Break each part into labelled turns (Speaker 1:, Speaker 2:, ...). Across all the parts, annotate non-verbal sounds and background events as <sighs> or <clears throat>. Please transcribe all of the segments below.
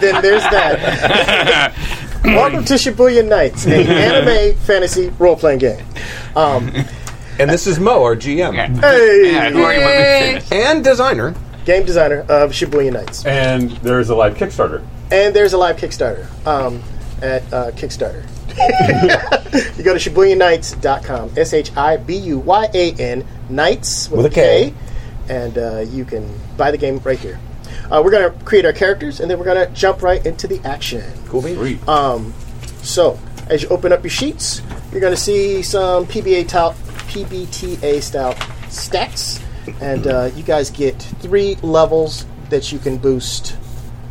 Speaker 1: then there's that. Welcome to Shibuya Nights, an anime fantasy role playing game. Um,
Speaker 2: And this is Mo, our GM
Speaker 1: hey,
Speaker 3: <laughs> Yeah, who are you with me?
Speaker 2: and designer.
Speaker 1: game designer of Shibuya Nights.
Speaker 4: And there's a live Kickstarter.
Speaker 1: And there's a live Kickstarter um, at uh, Kickstarter. <laughs> you go to shibuyanights.com, S H I B U Y A N, Nights with, a K, and uh, you can buy the game right here. Uh, we're going to create our characters and then we're going to jump right into the action.
Speaker 2: Cool beans.
Speaker 1: So, as you open up your sheets, you're going to see some PBA top, PBTA style stats, and uh, you guys get three levels that you can boost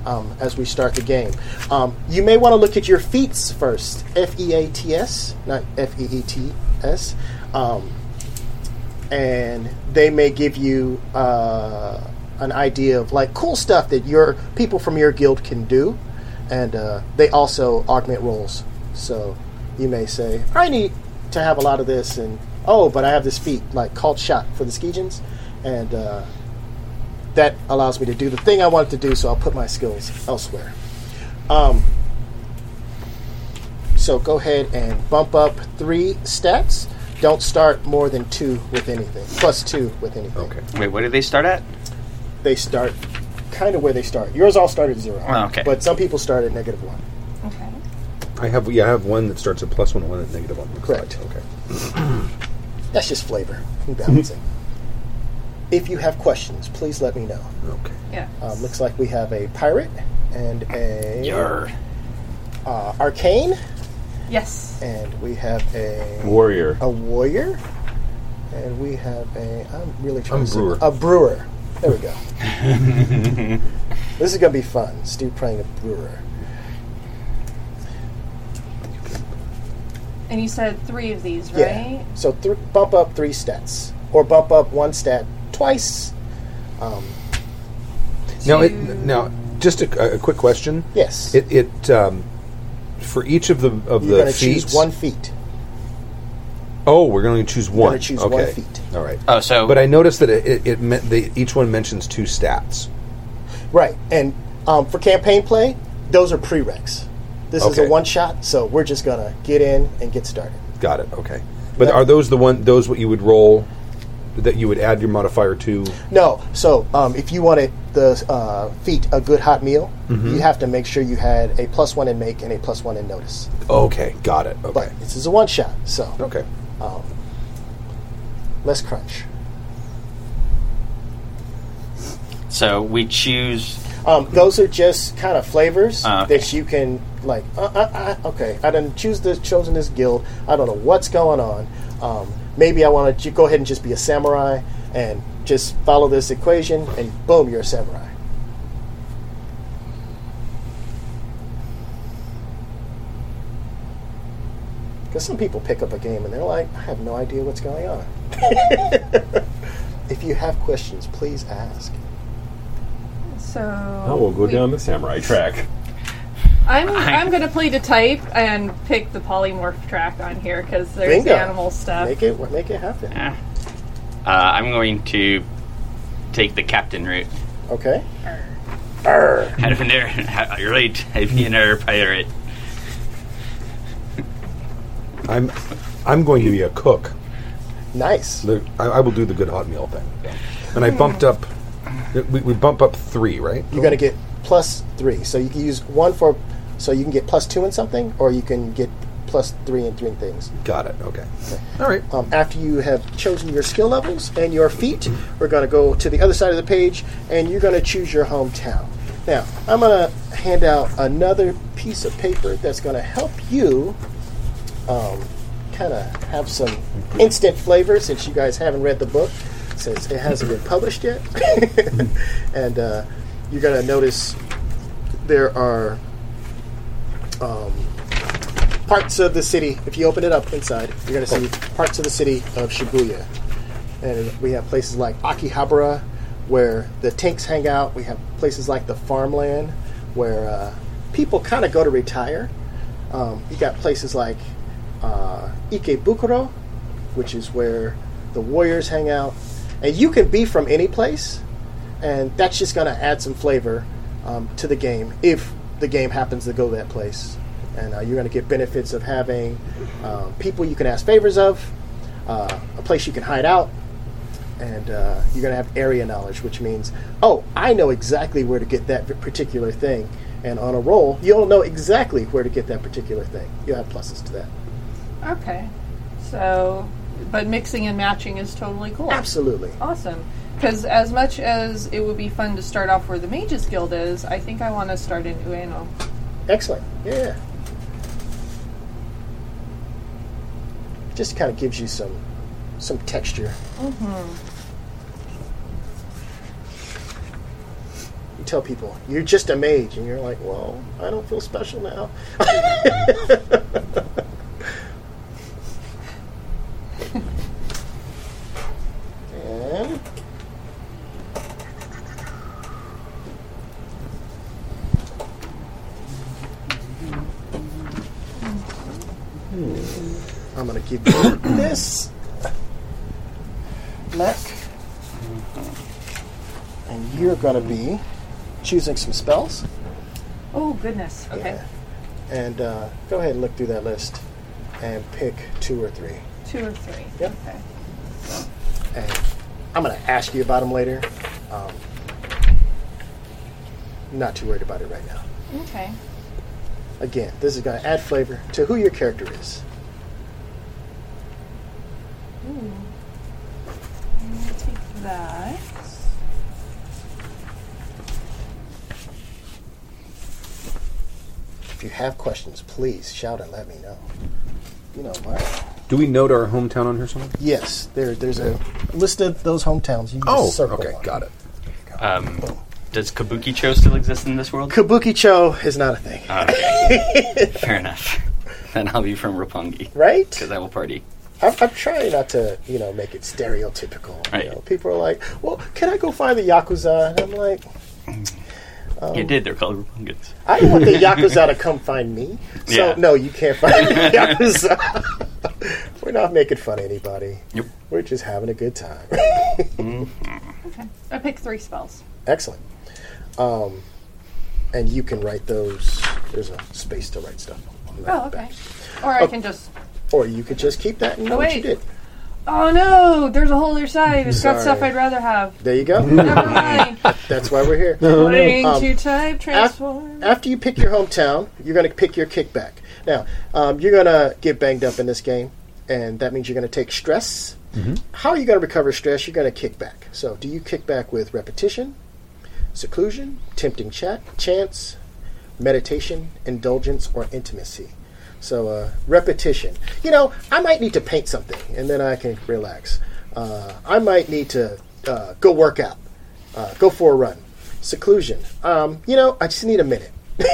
Speaker 1: um, as we start the game. Um, you may want to look at your feats first. F E A T S, not F E E T S. Um, and they may give you uh, an idea of like cool stuff that your people from your guild can do, and uh, they also augment roles. So you may say, "I need to have a lot of this," and "Oh, but I have this feat like called shot for the Skegians," and uh, that allows me to do the thing I wanted to do. So I'll put my skills elsewhere. Um, so go ahead and bump up three stats. Don't start more than two with anything. Plus two with anything.
Speaker 2: Okay.
Speaker 3: Wait, what did they start at?
Speaker 1: They start kind of where they start. Yours all start at zero.
Speaker 3: Oh, okay.
Speaker 1: But some people start at negative one.
Speaker 5: Okay.
Speaker 2: I have yeah, I have one that starts at plus one, and one at negative one. looks
Speaker 1: Correct.
Speaker 2: like. Okay.
Speaker 1: That's just flavor and
Speaker 3: Mm-hmm.
Speaker 1: balancing. if you have questions, please let me know.
Speaker 2: Okay.
Speaker 5: Yeah.
Speaker 1: Um, looks like we have a pirate and a uh, arcane,
Speaker 5: Yes.
Speaker 1: and we have a
Speaker 4: Warrior.
Speaker 1: a warrior, and we have a. I'm really trying
Speaker 2: I'm
Speaker 1: to
Speaker 2: brewer.
Speaker 1: Say, a brewer. There we go. this is gonna be fun. Stu playing a brewer.
Speaker 5: And you said three of these,
Speaker 1: Yeah.
Speaker 5: right?
Speaker 1: So thr bump up three stats, or bump up one stat twice. Um,
Speaker 2: Now, it, now, just a, a quick question.
Speaker 1: yes.
Speaker 2: It, it um, for each of the of
Speaker 1: You're
Speaker 2: the
Speaker 1: gonna
Speaker 2: feats.
Speaker 1: choose one feat.
Speaker 2: Oh, we're going to choose one.
Speaker 1: gonna choose
Speaker 2: okay.
Speaker 1: one feat.
Speaker 2: All right.
Speaker 3: Oh, so
Speaker 2: But I noticed that it, it, it meant they, each one mentions two stats.
Speaker 1: Right, and um, for campaign play, those are prereqs. This is a
Speaker 2: Okay.
Speaker 1: one shot, so we're just gonna get in and get started.
Speaker 2: Got it. Okay. But are those the one those what you would roll that you would add your modifier to?
Speaker 1: No, so um, if you wanted the uh, feat a good hot meal, you have to make sure you had a plus one in make and a plus one in notice.
Speaker 2: Okay. Got it. Okay.
Speaker 1: But this is a one shot, so
Speaker 2: Okay.
Speaker 1: less crunch.
Speaker 3: so we choose.
Speaker 1: Um, those are just kind of flavors
Speaker 3: Ah, okay.
Speaker 1: that you can like. Uh, uh, uh, okay, I didn't choose this, chosen this guild. I don't know what's going on. Um, maybe I want to go ahead and just be a samurai and just follow this equation, and boom, you're a samurai. Because some people pick up a game and they're like, I have no idea what's going on. <laughs> if you have questions, please ask.
Speaker 5: So.
Speaker 4: Oh, we'll go
Speaker 5: we-
Speaker 4: down the samurai track. <laughs>
Speaker 5: I'm I'm gonna play to type and pick the polymorph track on here because there's
Speaker 1: Bingo.
Speaker 5: the animal stuff.
Speaker 1: Make it, make it happen.
Speaker 3: Uh, I'm going to take the captain route.
Speaker 1: Okay.
Speaker 3: Out of an air, <laughs> you're late. I'd be an air pirate.
Speaker 2: I'm I'm going to be a cook.
Speaker 1: Nice.
Speaker 2: The- I, I will do the good hot meal thing. And I bumped up. We, we bump up three, right?
Speaker 1: You're going to get plus three. So you can use one for, so you can get plus two in something, or you can get plus three in three things.
Speaker 2: Got it. Okay. All right.
Speaker 1: Um, after you have chosen your skill levels and your feet, we're going to go to the other side of the page, and you're going to choose your hometown. Now, I'm going to hand out another piece of paper that's going to help you um, kind of have some instant flavor since you guys haven't read the book, since it hasn't been published yet. <laughs> and uh, you're going to notice there are um, parts of the city. If you open it up inside, you're going to see parts of the city of Shibuya. And we have places like Akihabara, where the tanks hang out. We have places like the farmland, where uh, people kind of go to retire. Um, you got places like uh, Ikebukuro, which is where the warriors hang out. And you can be from any place, and that's just going to add some flavor um, to the game if the game happens to go that place. And uh, you're going to get benefits of having um, people you can ask favors of, uh, a place you can hide out, and uh, you're going to have area knowledge, which means, oh, I know exactly where to get that particular thing. And on a roll, you'll know exactly where to get that particular thing. You'll have pluses to that.
Speaker 5: Okay. So, but mixing and matching is totally cool.
Speaker 1: Absolutely.
Speaker 5: Awesome. Because as much as it would be fun to start off where the Mages Guild is, I think I want to start in Ueno.
Speaker 1: Excellent. Yeah. Just kind of gives you some some texture. You tell people you're just a mage, and you're like, "Well, I don't feel special now." <laughs> and I'm gonna give you <coughs> this black, and you're gonna be choosing some spells.
Speaker 5: Oh, goodness. Okay.
Speaker 1: Yeah. And uh, go ahead and look through that list and pick two or three.
Speaker 5: Two or three.
Speaker 1: Yep.
Speaker 5: Okay.
Speaker 1: And I'm going to ask you about them later. Um, not too worried about it right now.
Speaker 5: Okay.
Speaker 1: Again, this is going to add flavor to who your character is.
Speaker 5: I'm gonna take that.
Speaker 1: If you have questions, please shout and let me know. You know, Mark.
Speaker 2: Do we note our hometown on here somewhere?
Speaker 1: Yes, there, there's a list of those hometowns. You can
Speaker 2: Oh,
Speaker 1: just circle
Speaker 2: okay,
Speaker 1: one.
Speaker 2: got it.
Speaker 3: Um, does Kabuki Cho still exist in this world?
Speaker 1: Kabukicho is not a thing,
Speaker 3: <laughs> Fair enough. then I'll be from Rapungi
Speaker 1: right?
Speaker 3: because I will party.
Speaker 1: I'm, I'm trying not to, you know, make it stereotypical. You
Speaker 3: Right.
Speaker 1: know, people are like, "Well, can I go find the yakuza?" And I'm like,
Speaker 3: you did. They're called Rapungans.
Speaker 1: "I want the yakuza to come find me." So
Speaker 3: Yeah.
Speaker 1: no, you can't find the yakuza. <laughs> We're not making fun of anybody.
Speaker 3: Yep.
Speaker 1: We're just having a good time.
Speaker 5: Okay. I picked three spells.
Speaker 1: Excellent. Um, and you can write those. There's a space to write stuff. on that
Speaker 5: Oh, okay.
Speaker 1: back.
Speaker 5: Or
Speaker 1: Oh.
Speaker 5: I can just.
Speaker 1: Or you could just keep that and know what you did.
Speaker 5: Wait. Oh no! There's a whole other side. It's got stuff
Speaker 1: Sorry.
Speaker 5: I'd rather have.
Speaker 1: There you go.
Speaker 5: Never mind.
Speaker 1: <laughs> That's why we're here.
Speaker 5: Playing
Speaker 1: Um,
Speaker 5: to type
Speaker 1: af-
Speaker 5: transform.
Speaker 1: after you pick your hometown, you're going to pick your kickback. Now, um, you're going to get banged up in this game, and that means you're going to take stress. How are you going to recover stress? You're going to kick back. So, do you kick back with repetition, seclusion, tempting chat, chance, meditation, indulgence, or intimacy? So, uh, repetition. You know, I might need to paint something, and then I can relax. Uh, I might need to uh, go work out, uh, go for a run. Seclusion. Um, you know, I just need a minute.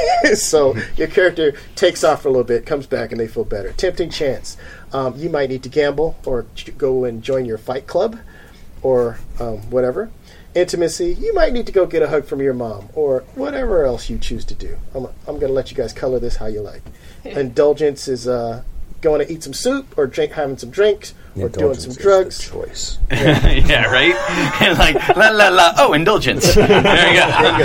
Speaker 1: <laughs> so your character takes off for a little bit, comes back, and they feel better. Tempting chance. Um, you might need to gamble or ch- go and join your fight club or um, whatever. Intimacy. You might need to go get a hug from your mom or whatever else you choose to do. I'm, I'm going to let you guys color this how you like. Indulgence is uh, going to eat some soup or drink, having some drinks or doing
Speaker 2: Indulgence
Speaker 1: some
Speaker 2: is the
Speaker 1: drugs.
Speaker 2: choice.
Speaker 3: <laughs> yeah, right? <laughs> And like, la la la. Oh, <laughs> indulgence. there you go.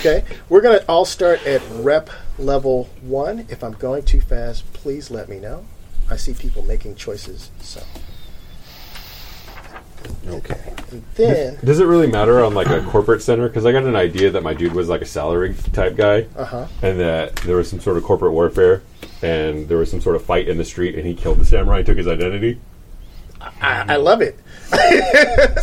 Speaker 1: Okay, we're going to all start at rep level one. If I'm going too fast, please let me know. I see people making choices, so. <laughs>
Speaker 2: Okay.
Speaker 1: And then,
Speaker 4: Does it really matter on like a corporate center? Because I got an idea that my dude was like a salary type guy,
Speaker 1: Uh-huh.
Speaker 4: and that there was some sort of corporate warfare, and there was some sort of fight in the street, and he killed the samurai and took his identity.
Speaker 1: I, I love it.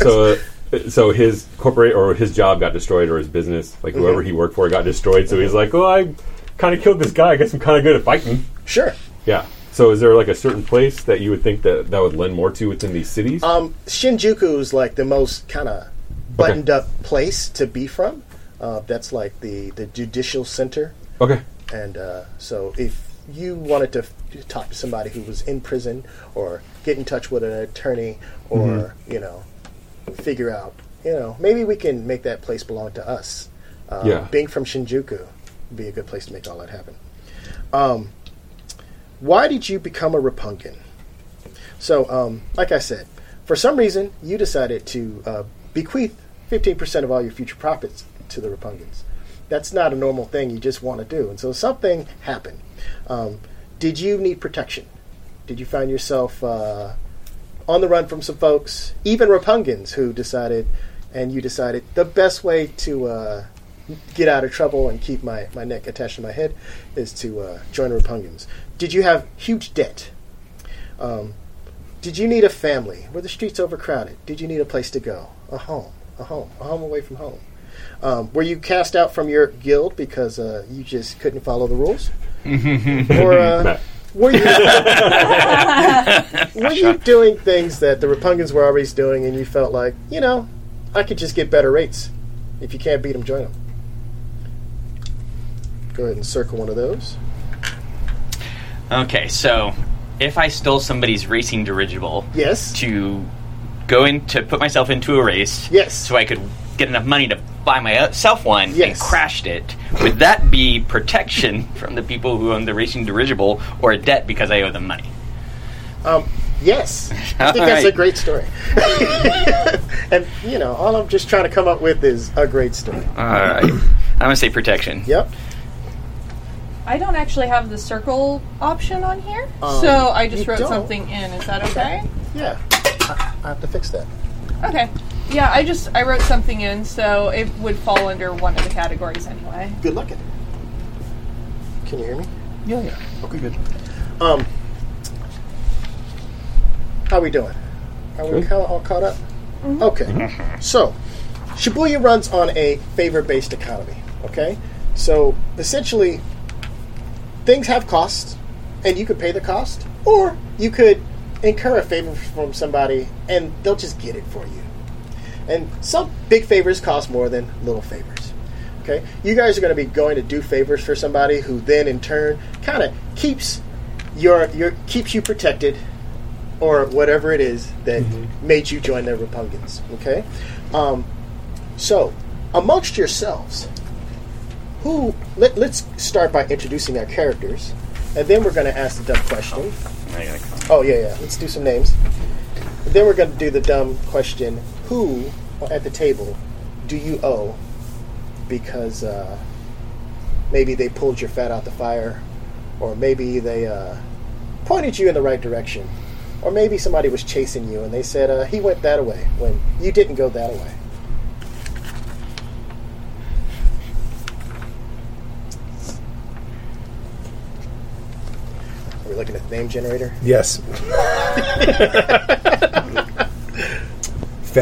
Speaker 4: So, uh, so his corporate or his job got destroyed, or his business,
Speaker 1: Mm-hmm.
Speaker 4: like whoever he worked for, got destroyed. So he's like, "Well, I kind of killed this guy. I guess I'm kind of good at fighting."
Speaker 1: Sure.
Speaker 4: Yeah. So, is there like a certain place that you would think that that would lend more to within these cities?
Speaker 1: Um, Shinjuku's like the most kind of buttoned up place to be from. Uh, that's like the, the judicial center.
Speaker 4: okay.
Speaker 1: And uh, so, if you wanted to f- talk to somebody who was in prison, or get in touch with an attorney, or you know, figure out, you know, maybe we can make that place belong to us. Uh,
Speaker 4: Yeah.
Speaker 1: Being from Shinjuku would be a good place to make all that happen. Um, why did you become a Rapunkin? So, um, like I said, for some reason, you decided to uh, bequeath 15% of all your future profits to the Rapungans. That's not a normal thing you just want to do. And so something happened. Um, did you need protection? Did you find yourself uh, on the run from some folks, even Rapungans, who decided, and you decided, the best way to uh, get out of trouble and keep my, my neck attached to my head is to uh, join Rapungans? Did you have huge debt? Um, did you need a family? Were the streets overcrowded? Did you need a place to go? A home? A home? A home away from home? Um, were you cast out from your guild because uh, you just couldn't follow the rules? or uh, were you were you doing things that the Rapungans were always doing, and you felt like you know I could just get better rates? If you can't beat them, join them. Go ahead and circle one of those.
Speaker 3: Okay, so if I stole somebody's racing dirigible
Speaker 1: Yes.
Speaker 3: to go in to put myself into a race,
Speaker 1: Yes.
Speaker 3: so I could get enough money to buy myself one, and
Speaker 1: Yes.
Speaker 3: crashed it, would that be protection <laughs> from the people who own the racing dirigible or a debt because I owe them money?
Speaker 1: Um, yes, I think
Speaker 3: All
Speaker 1: that's a
Speaker 3: right.
Speaker 1: great story. <laughs> and you know, all I'm just trying to come up with is a great story.
Speaker 3: All right, I'm gonna say protection.
Speaker 1: Yep.
Speaker 5: I don't actually have the circle option on here,
Speaker 1: Um,
Speaker 5: so I just
Speaker 1: you
Speaker 5: wrote
Speaker 1: don't?
Speaker 5: something in. Is that okay?
Speaker 1: Yeah. I, I have to fix that.
Speaker 5: Okay. Yeah, I just I wrote something in, so it would fall under one of the categories anyway.
Speaker 1: Good luck. At it. Can you hear me?
Speaker 2: Yeah, yeah. Okay, good.
Speaker 1: Um, how we doing? Are we
Speaker 4: Good.
Speaker 1: ca- all caught up?
Speaker 2: Mm-hmm.
Speaker 1: Okay. So, Shibuya runs on a favor-based economy. Okay, so essentially, things have costs, and you could pay the cost, or you could incur a favor from somebody, and they'll just get it for you. And some big favors cost more than little favors. Okay, you guys are going to be going to do favors for somebody who then, in turn, kind of keeps your your keeps you protected, or whatever it is that made you join the Rapungans. Okay, um, so amongst yourselves, who let, let's start by introducing our characters, and then we're going to ask the dumb question.
Speaker 3: I gotta call.
Speaker 1: Oh yeah, yeah. Let's do some names. Then we're going to do the dumb question: Who at the table do you owe? Because uh, maybe they pulled your fat out the fire, or maybe they uh, pointed you in the right direction, or maybe somebody was chasing you and they said uh, he went that way when you didn't go that way. Are we looking at the name generator?
Speaker 2: Yes.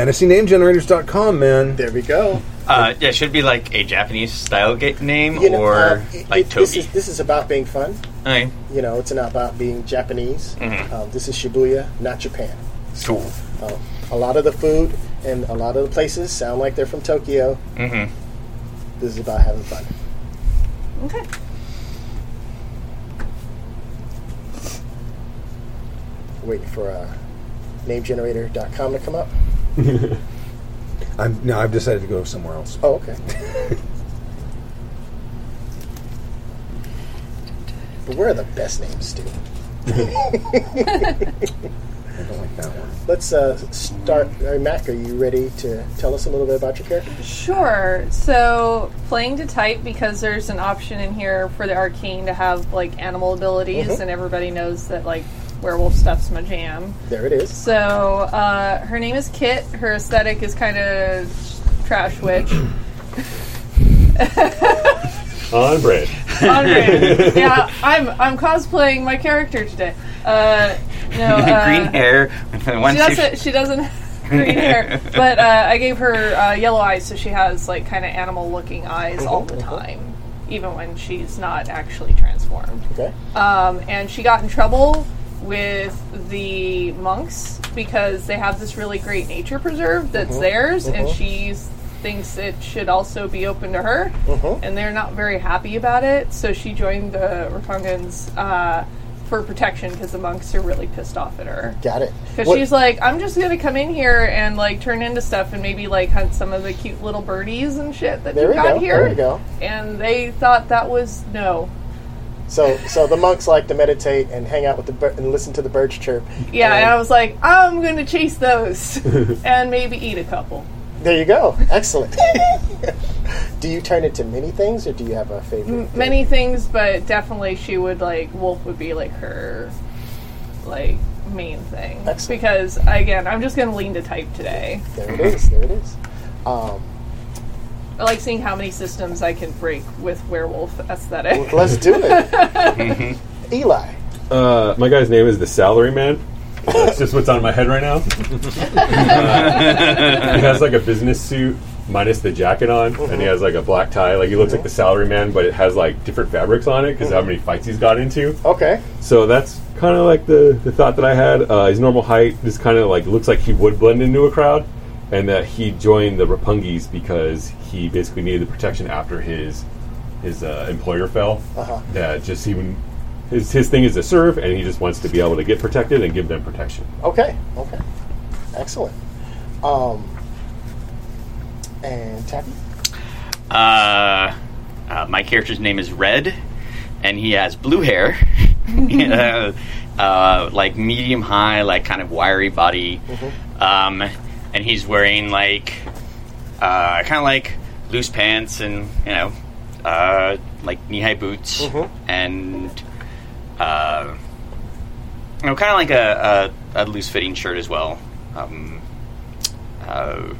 Speaker 2: FantasyNameGenerators.com, man.
Speaker 1: There we go.
Speaker 3: Uh, yeah, it should be like a Japanese style ga- name
Speaker 1: You know,
Speaker 3: or
Speaker 1: uh, it-
Speaker 3: like
Speaker 1: it-
Speaker 3: Toby.
Speaker 1: This is, this is about being fun.
Speaker 3: Okay,
Speaker 1: You know, it's not about being Japanese.
Speaker 3: Mm-hmm.
Speaker 1: Um, this is Shibuya, not Japan.
Speaker 3: cool.
Speaker 1: Um, a lot of the food and a lot of the places sound like they're from Tokyo.
Speaker 3: Mhm.
Speaker 1: This is about having fun.
Speaker 5: Okay.
Speaker 1: Waiting for uh, namegenerator.com to come up.
Speaker 2: I'm no, I've decided to go somewhere else.
Speaker 1: Oh, okay. <laughs> but where are the best names, Stu?
Speaker 2: I don't like that one.
Speaker 1: Let's uh, start. Uh, Mac, are you ready to tell us a little bit about your character?
Speaker 5: Sure. So playing to type because there's an option in here for the arcane to have like animal abilities,
Speaker 1: Mm-hmm.
Speaker 5: and everybody knows that like werewolf stuff's my jam.
Speaker 1: There it is.
Speaker 5: So uh, her name is Kit. Her aesthetic is kind of trash witch.
Speaker 4: On bread.
Speaker 5: Andre. yeah, I'm I'm cosplaying my character today. Uh, no, uh,
Speaker 3: <laughs> green hair. <laughs> One
Speaker 5: She doesn't. She doesn't have <laughs> green hair, but uh, I gave her uh, yellow eyes, so she has like kind of animal-looking eyes all the time, even when she's not actually transformed.
Speaker 1: Okay.
Speaker 5: Um, and she got in trouble with the monks because they have this really great nature preserve that's
Speaker 1: Mm-hmm.
Speaker 5: theirs, and she thinks it should also be open to her.
Speaker 1: Mm-hmm.
Speaker 5: And they're not very happy about it, so she joined the Rapungans uh, for protection because the monks are really pissed off at her.
Speaker 1: Got it.
Speaker 5: Because
Speaker 1: What-
Speaker 5: she's like, I'm just gonna come in here and like turn into stuff and maybe like hunt some of the cute little birdies and shit that
Speaker 1: There
Speaker 5: you
Speaker 1: we
Speaker 5: got
Speaker 1: go.
Speaker 5: here.
Speaker 1: There we go.
Speaker 5: And they thought that was no.
Speaker 1: So, so the monks like to meditate and hang out with the bir- and listen to the birds chirp.
Speaker 2: <laughs>
Speaker 5: Yeah, and I was like, I'm gonna chase those and maybe eat a couple.
Speaker 1: There you go. Excellent. <laughs> do you turn it to many things, or do you have a favorite?
Speaker 5: Many things, but definitely she would like wolf would be like her like main thing
Speaker 1: Excellent.
Speaker 5: because again I'm just gonna lean to type today.
Speaker 1: There it is. There it is. Um,
Speaker 5: I like seeing how many systems I can break with werewolf aesthetic.
Speaker 1: let's do it. <laughs> Eli.
Speaker 4: Uh, my guy's name is the Salary Man. That's just what's on my head right now. uh, he has like a business suit minus the jacket on, and he has like a black tie. Like he looks like the Salary Man, but it has like different fabrics on it because how many fights he's got into.
Speaker 1: Okay.
Speaker 4: So that's kind of like the, the thought that I had. Uh, his normal height just kind of like looks like he would blend into a crowd, and that he joined the Rapungis because he basically needed the protection after his his uh, employer fell.
Speaker 1: Uh-huh.
Speaker 4: That just even his his thing is to serve, and he just wants to be able to get protected and give them protection.
Speaker 1: Okay. Okay. Excellent. Um, and Taffy.
Speaker 3: Uh, uh, my character's name is Red, and he has blue hair, <laughs> uh, uh, like medium high, like kind of wiry body, um, and he's wearing like uh, kind of like loose pants and you know uh, like knee high boots
Speaker 1: Mhm.
Speaker 3: and uh, you know kind of like a, a, a loose fitting shirt as well. Um, uh,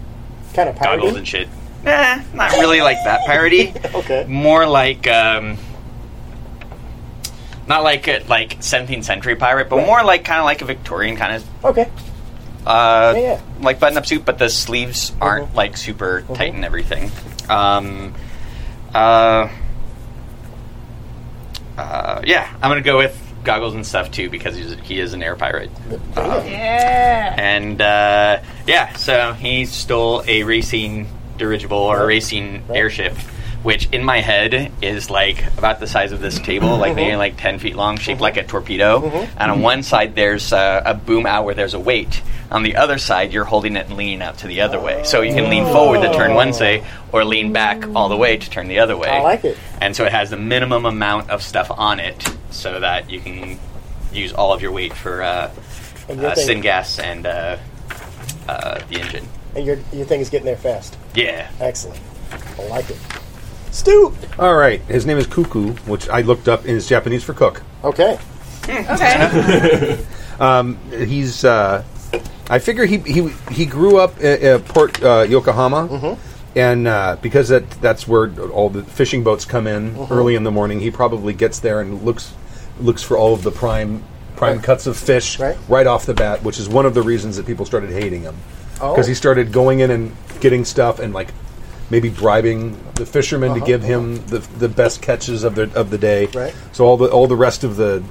Speaker 1: Kind of parody.
Speaker 3: goggles and shit. Nah, Eh, not really like that parody.
Speaker 1: Okay.
Speaker 3: <laughs> More like um, not like a, like 17th century pirate, but more like kind of like a Victorian kind of
Speaker 1: Okay.
Speaker 3: uh,
Speaker 1: Yeah, yeah.
Speaker 3: like button up suit, but the sleeves aren't
Speaker 1: Mhm.
Speaker 3: like super tight and everything. Um, uh, uh, yeah, I'm gonna go with goggles and stuff too because he's, he is an air pirate.
Speaker 5: <laughs> yeah.
Speaker 3: And uh, yeah, so he stole a racing dirigible or a racing
Speaker 1: Right.
Speaker 3: airship, which in my head is like about the size of this table, like maybe like 10 feet long, shaped like a torpedo. And on one side, there's uh, a boom out where there's a weight. On the other side, you're holding it and leaning out to the other way. So you can lean forward to turn one way or lean back all the way to turn the other way.
Speaker 1: I like it.
Speaker 3: And so it has the minimum amount of stuff on it so that you can use all of your weight for. Uh,
Speaker 1: And your
Speaker 3: uh,
Speaker 1: thing.
Speaker 3: syngas and uh, uh, the engine.
Speaker 1: And your your thing is getting there fast.
Speaker 3: Yeah.
Speaker 1: Excellent. I like it. Stu.
Speaker 2: All right. His name is Cuckoo, which I looked up in his Japanese for cook.
Speaker 1: Okay.
Speaker 2: <laughs>
Speaker 5: Okay.
Speaker 2: he's uh, I figure he he he grew up at, at Port uh, Yokohama,
Speaker 1: Mm-hmm.
Speaker 2: and uh, because that that's where all the fishing boats come in
Speaker 1: Mm-hmm.
Speaker 2: early in the morning. He probably gets there and looks looks for all of the prime prime cuts of fish
Speaker 1: Right.
Speaker 2: off the bat, which is one of the reasons that people started hating him
Speaker 1: Oh.
Speaker 2: because he started going in and getting stuff and like. Maybe bribing the fishermen
Speaker 1: Uh-huh.
Speaker 2: to give him the, the best catches of the of the day,
Speaker 1: Right.
Speaker 2: so all the all the rest of the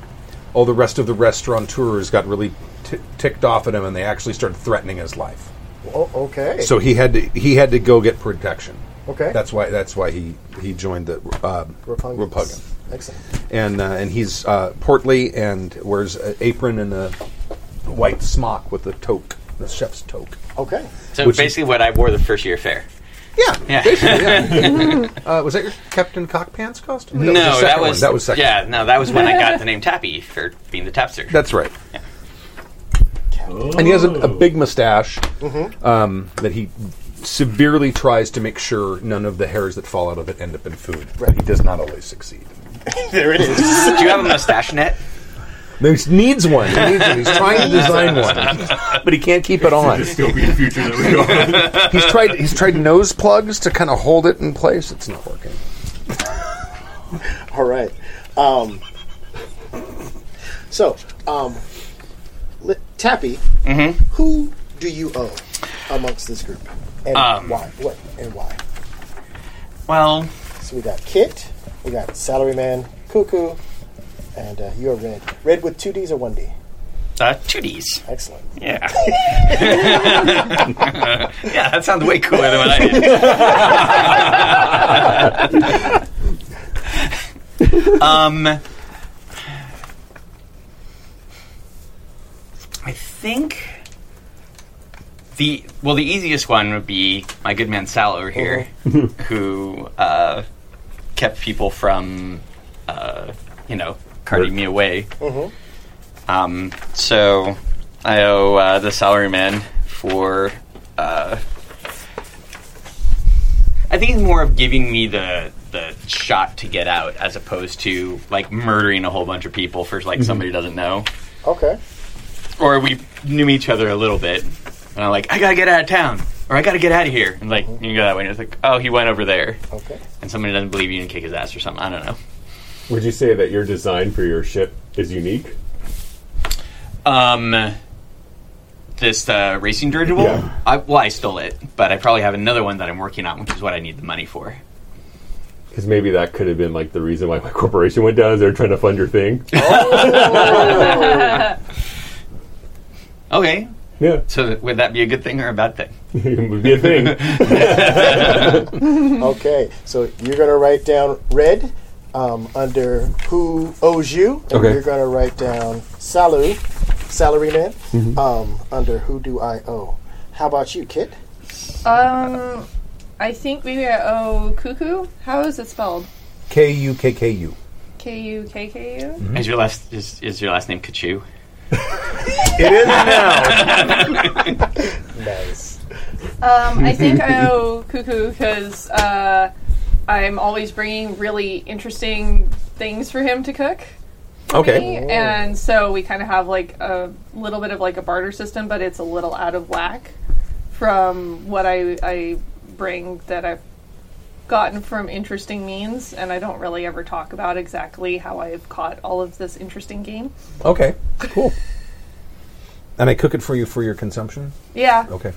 Speaker 2: all the rest of the restaurateurs got really t- ticked off at him, and they actually started threatening his life.
Speaker 1: Oh, okay.
Speaker 2: So he had to he had to go get protection.
Speaker 1: Okay.
Speaker 2: that's why that's why he he joined the um,
Speaker 1: Rapungi.
Speaker 2: Rapungi.
Speaker 1: Excellent.
Speaker 2: and uh, and he's uh, portly and wears an apron and a white smock with a toque, the chef's toque.
Speaker 1: Okay.
Speaker 3: So
Speaker 2: Which-
Speaker 3: basically, what I wore the first year fair.
Speaker 2: Yeah,
Speaker 3: Yeah. <laughs>
Speaker 2: basically. Yeah. uh, was that your Captain Cockpants costume?
Speaker 3: No,
Speaker 2: the second
Speaker 3: that
Speaker 2: one.
Speaker 3: was
Speaker 2: that was second.
Speaker 3: Yeah, no, that was when I got
Speaker 2: <laughs>
Speaker 3: the name Tappy for being the tapster.
Speaker 2: That's right.
Speaker 1: Oh,
Speaker 2: And he has a, a big mustache um, that he severely tries to make sure none of the hairs that fall out of it end up in food. Right. He does not always succeed.
Speaker 1: <laughs> There it is.
Speaker 3: Do you
Speaker 2: <laughs>
Speaker 3: have a mustache net?
Speaker 2: He needs one. He needs one. He's trying to design one, but he can't keep it on.
Speaker 4: <laughs> dystopian future that we are.
Speaker 2: He's tried. He's tried nose plugs to kind of hold it in place. It's not working.
Speaker 1: <laughs> All right. Um, so, um, li- Tappy,
Speaker 3: Mm-hmm.
Speaker 1: who do you owe amongst this group, and
Speaker 3: Um.
Speaker 1: why? What and why?
Speaker 3: Well,
Speaker 1: So we got Kit, we got Salaryman, Cuckoo, and uh, you're Red. Red with two D's or one D.
Speaker 3: uh, two D's.
Speaker 1: Excellent.
Speaker 3: Yeah. yeah, that sounds way cooler than what I did. um, I think the well, the easiest one would be my good man Sal over here, who uh, kept people from, uh, you know, carting me away. Um, so I owe uh, the salaryman for uh, I think it's more of giving me the the shot to get out as opposed to like murdering a whole bunch of people for like somebody who doesn't know.
Speaker 1: Okay.
Speaker 3: Or we knew each other a little bit, and I'm like, I gotta get out of town, or I gotta get out of here, and like you go that way, and it's like, oh, he went over there, <laughs>
Speaker 1: Okay.
Speaker 3: and somebody doesn't believe you and kick his ass or something. I don't know.
Speaker 4: <laughs> Would you say that your design for your ship is unique?
Speaker 3: Um, this uh, racing dirigible.
Speaker 4: Yeah.
Speaker 3: I, well, I stole it, but I probably have another one that I'm working on, which is what I need the money for.
Speaker 4: Because maybe that could have been like the reason why my corporation went down. Is they're trying to fund your <laughs> thing.
Speaker 1: Oh!
Speaker 3: Okay,
Speaker 4: yeah, <laughs>
Speaker 3: so th- would that be a good thing or a bad thing?
Speaker 4: it would be a thing.
Speaker 1: Okay. So you're going to write down red um, under who owes you, and
Speaker 4: Okay.
Speaker 1: you're going to write down salu, salaryman, um, under who do I owe. How about you, Kit?
Speaker 5: Um, I think maybe I owe Cuckoo. How is it spelled?
Speaker 2: K U K K U.
Speaker 5: K U K K U.
Speaker 3: Is your last is, is your last name Kachu?
Speaker 2: It is now.
Speaker 1: <laughs> Nice.
Speaker 5: Um, I think I owe Cuckoo because uh, I'm always bringing really interesting things for him to cook. for me,
Speaker 2: Okay.
Speaker 5: and so we kind of have like a little bit of like a barter system, but it's a little out of whack from what I I bring that I've gotten from interesting means, and I don't really ever talk about exactly how I've caught all of this interesting game.
Speaker 2: Okay. Cool. And I cook it for you for your consumption.
Speaker 5: Yeah,
Speaker 2: Okay.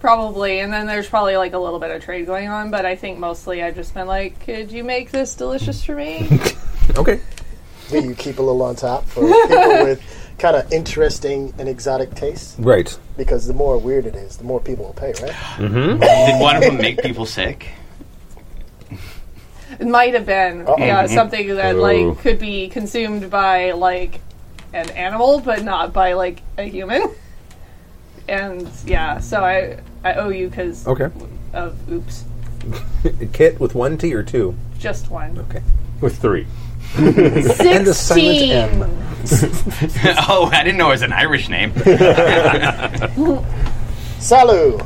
Speaker 5: Probably, and then there's probably like a little bit of trade going on, but I think mostly I've just been like, "Could you make this delicious for me?"
Speaker 2: Okay.
Speaker 1: Do you keep a little on top for <laughs> people with kind of interesting and exotic tastes?
Speaker 2: Right.
Speaker 1: Because the more weird it is, the more people will pay, right?
Speaker 3: Did one of them make people sick? <laughs>
Speaker 5: it might have been, yeah, something that
Speaker 4: Ooh.
Speaker 5: like could be consumed by like an animal, but not by like a human. And yeah, so I I owe you because
Speaker 2: Okay.
Speaker 5: of oops,
Speaker 2: Kit with one T or two.
Speaker 5: just one
Speaker 2: Okay.
Speaker 4: With three,
Speaker 2: And the silent M.
Speaker 5: sixteen.
Speaker 3: oh, I didn't know it was an Irish name.
Speaker 1: Salu,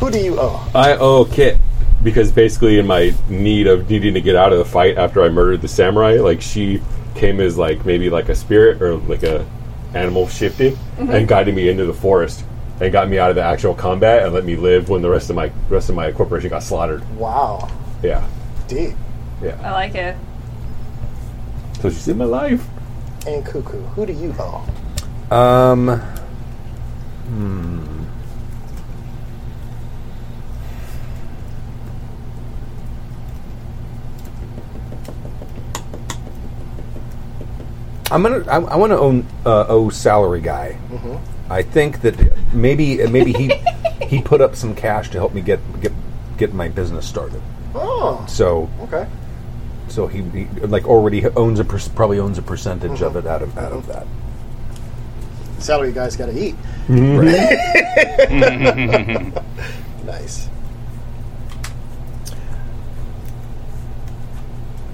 Speaker 1: who do you owe?
Speaker 4: I owe Kit because basically in my need of needing to get out of the fight after I murdered the samurai, like she came as like maybe like a spirit or like a animal shifted and guided me into the forest and got me out of the actual combat and let me live when the rest of my rest of my corporation got slaughtered.
Speaker 1: Wow,
Speaker 4: Yeah,
Speaker 1: deep.
Speaker 5: I
Speaker 4: yeah.
Speaker 5: like it.
Speaker 4: So she's in my life.
Speaker 1: And Cuckoo, who do you owe?
Speaker 2: Um. Hmm. I'm gonna. I, I want to own uh, owe salary guy. I think that maybe maybe he he put up some cash to help me get get get my business started.
Speaker 1: Oh,
Speaker 2: So
Speaker 1: okay.
Speaker 2: so he, he like already owns a per- probably owns a percentage of it out of out of that.
Speaker 1: Salary guys got to eat. <laughs> nice.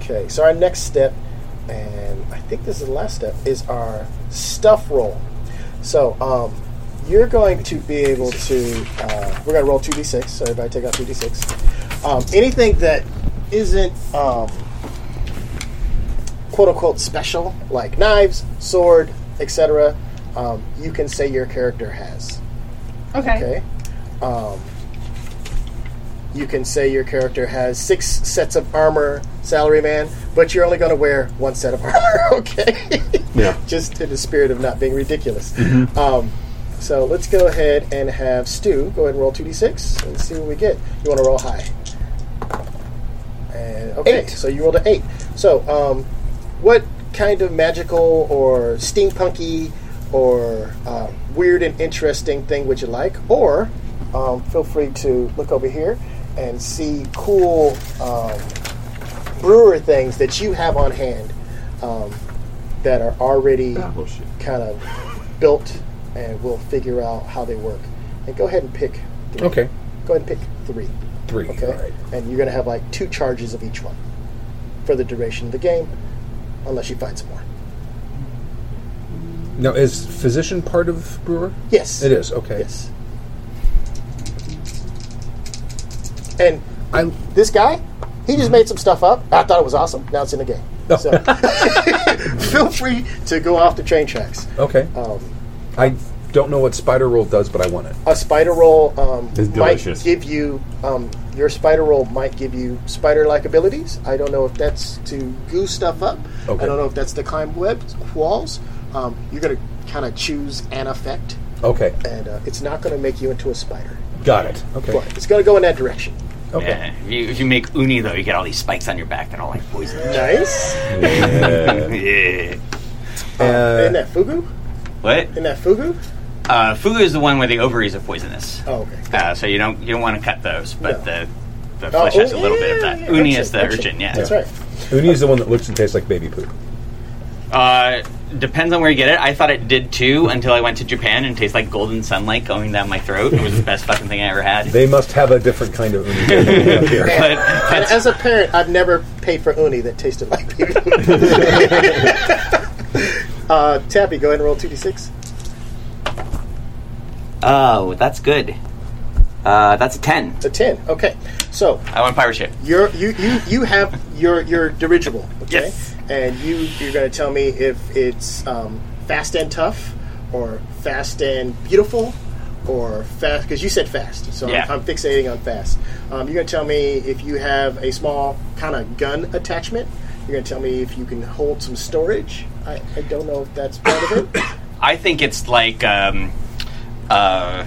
Speaker 1: Okay, so our next step, and I think this is the last step, is our stuff roll. So, um, you're going to be able to. Uh, we're going to roll 2d6, so everybody take out 2d6. Um, anything that isn't um, quote unquote special, like knives, sword, etc., um, you can say your character has.
Speaker 5: Okay.
Speaker 1: Okay. Um, you can say your character has six sets of armor, salaryman, but you're only going to wear one set of <laughs> armor. Okay.
Speaker 4: Yeah.
Speaker 1: Just in the spirit of not being ridiculous. Um, so let's go ahead and have Stu go ahead and roll two d six and see what we get. You want to roll high. And okay,
Speaker 2: Eight.
Speaker 1: so you rolled an eight. So, um, what kind of magical or steampunky or uh, weird and interesting thing would you like? Or um, feel free to look over here and see cool um, brewer things that you have on hand um, that are already
Speaker 4: shit.
Speaker 1: kind of built, and we'll figure out how they work. And go ahead and pick. Three.
Speaker 2: Okay.
Speaker 1: Go ahead and pick three.
Speaker 2: Three.
Speaker 1: Okay.
Speaker 2: All right.
Speaker 1: And you're going to have like two charges of each one for the duration of the game, unless you find some more.
Speaker 2: Now, is physician part of brewer?
Speaker 1: Yes.
Speaker 2: It is okay.
Speaker 1: Yes. And
Speaker 2: I
Speaker 1: This guy, he just made some stuff up. I thought it was awesome. Now it's in the
Speaker 2: <laughs>
Speaker 1: game. So <laughs> feel free to go off the train tracks.
Speaker 2: okay.
Speaker 1: Um,
Speaker 2: I don't know what spider roll does, but I want it.
Speaker 1: a spider roll um,
Speaker 4: It's
Speaker 1: might
Speaker 4: delicious.
Speaker 1: give you um, your spider roll might give you spider-like abilities. I don't know if that's to goo stuff up.
Speaker 2: Okay.
Speaker 1: I don't know if that's to climb webs walls. Um, you're gonna kind of choose an effect,
Speaker 2: Okay,
Speaker 1: and uh, it's not gonna make you into a spider,
Speaker 2: got it. Okay,
Speaker 1: but it's gonna go in that direction.
Speaker 2: okay.
Speaker 3: Yeah. If, you, if you make uni though, you get all these spikes on your back that are all like poison.
Speaker 1: Nice. <laughs>
Speaker 4: Yeah.
Speaker 3: Yeah.
Speaker 1: Isn't
Speaker 2: Uh,
Speaker 1: that fugu?
Speaker 3: What?
Speaker 1: Isn't that fugu?
Speaker 3: Uh, Fugu is the one where the ovaries are poisonous.
Speaker 1: Oh, okay.
Speaker 3: Uh, so you don't you don't want to cut those, but
Speaker 1: No.
Speaker 3: the the flesh has a
Speaker 1: oh,
Speaker 3: little bit of
Speaker 1: yeah,
Speaker 3: that.
Speaker 1: yeah,
Speaker 3: Uni
Speaker 1: urchin,
Speaker 3: is the
Speaker 1: urchin.
Speaker 3: urchin, yeah.
Speaker 1: That's right.
Speaker 2: Uni is the one that looks and tastes like baby poop.
Speaker 3: Uh, depends on where you get it. I thought it did too until I went to Japan and it tastes like golden sunlight going down my throat. It was the best fucking thing I ever had.
Speaker 1: <laughs>
Speaker 2: They must have a different kind of uni. than we have here.
Speaker 3: But
Speaker 1: And
Speaker 3: that's,
Speaker 1: as a parent, I've never paid for uni that tasted like
Speaker 3: <laughs>
Speaker 1: baby <laughs> uh, Tappy, go ahead and roll 2d6.
Speaker 3: oh, that's good. Uh, that's a ten.
Speaker 1: It's a 10. Okay. So,
Speaker 3: I want pirate ship.
Speaker 1: you're, you, you, you have your, your dirigible, okay?
Speaker 3: Yes.
Speaker 1: And you, you're going to tell me if it's um, fast and tough, or fast and beautiful, or fast, because you said fast, so I'm-
Speaker 3: Yeah.
Speaker 1: I'm, fixating on fast. Um, you're going to tell me if you have a small kind of gun attachment. You're going to tell me if you can hold some storage. I, I don't know if that's part of
Speaker 3: <coughs>
Speaker 1: it.
Speaker 3: I think it's like, um, uh,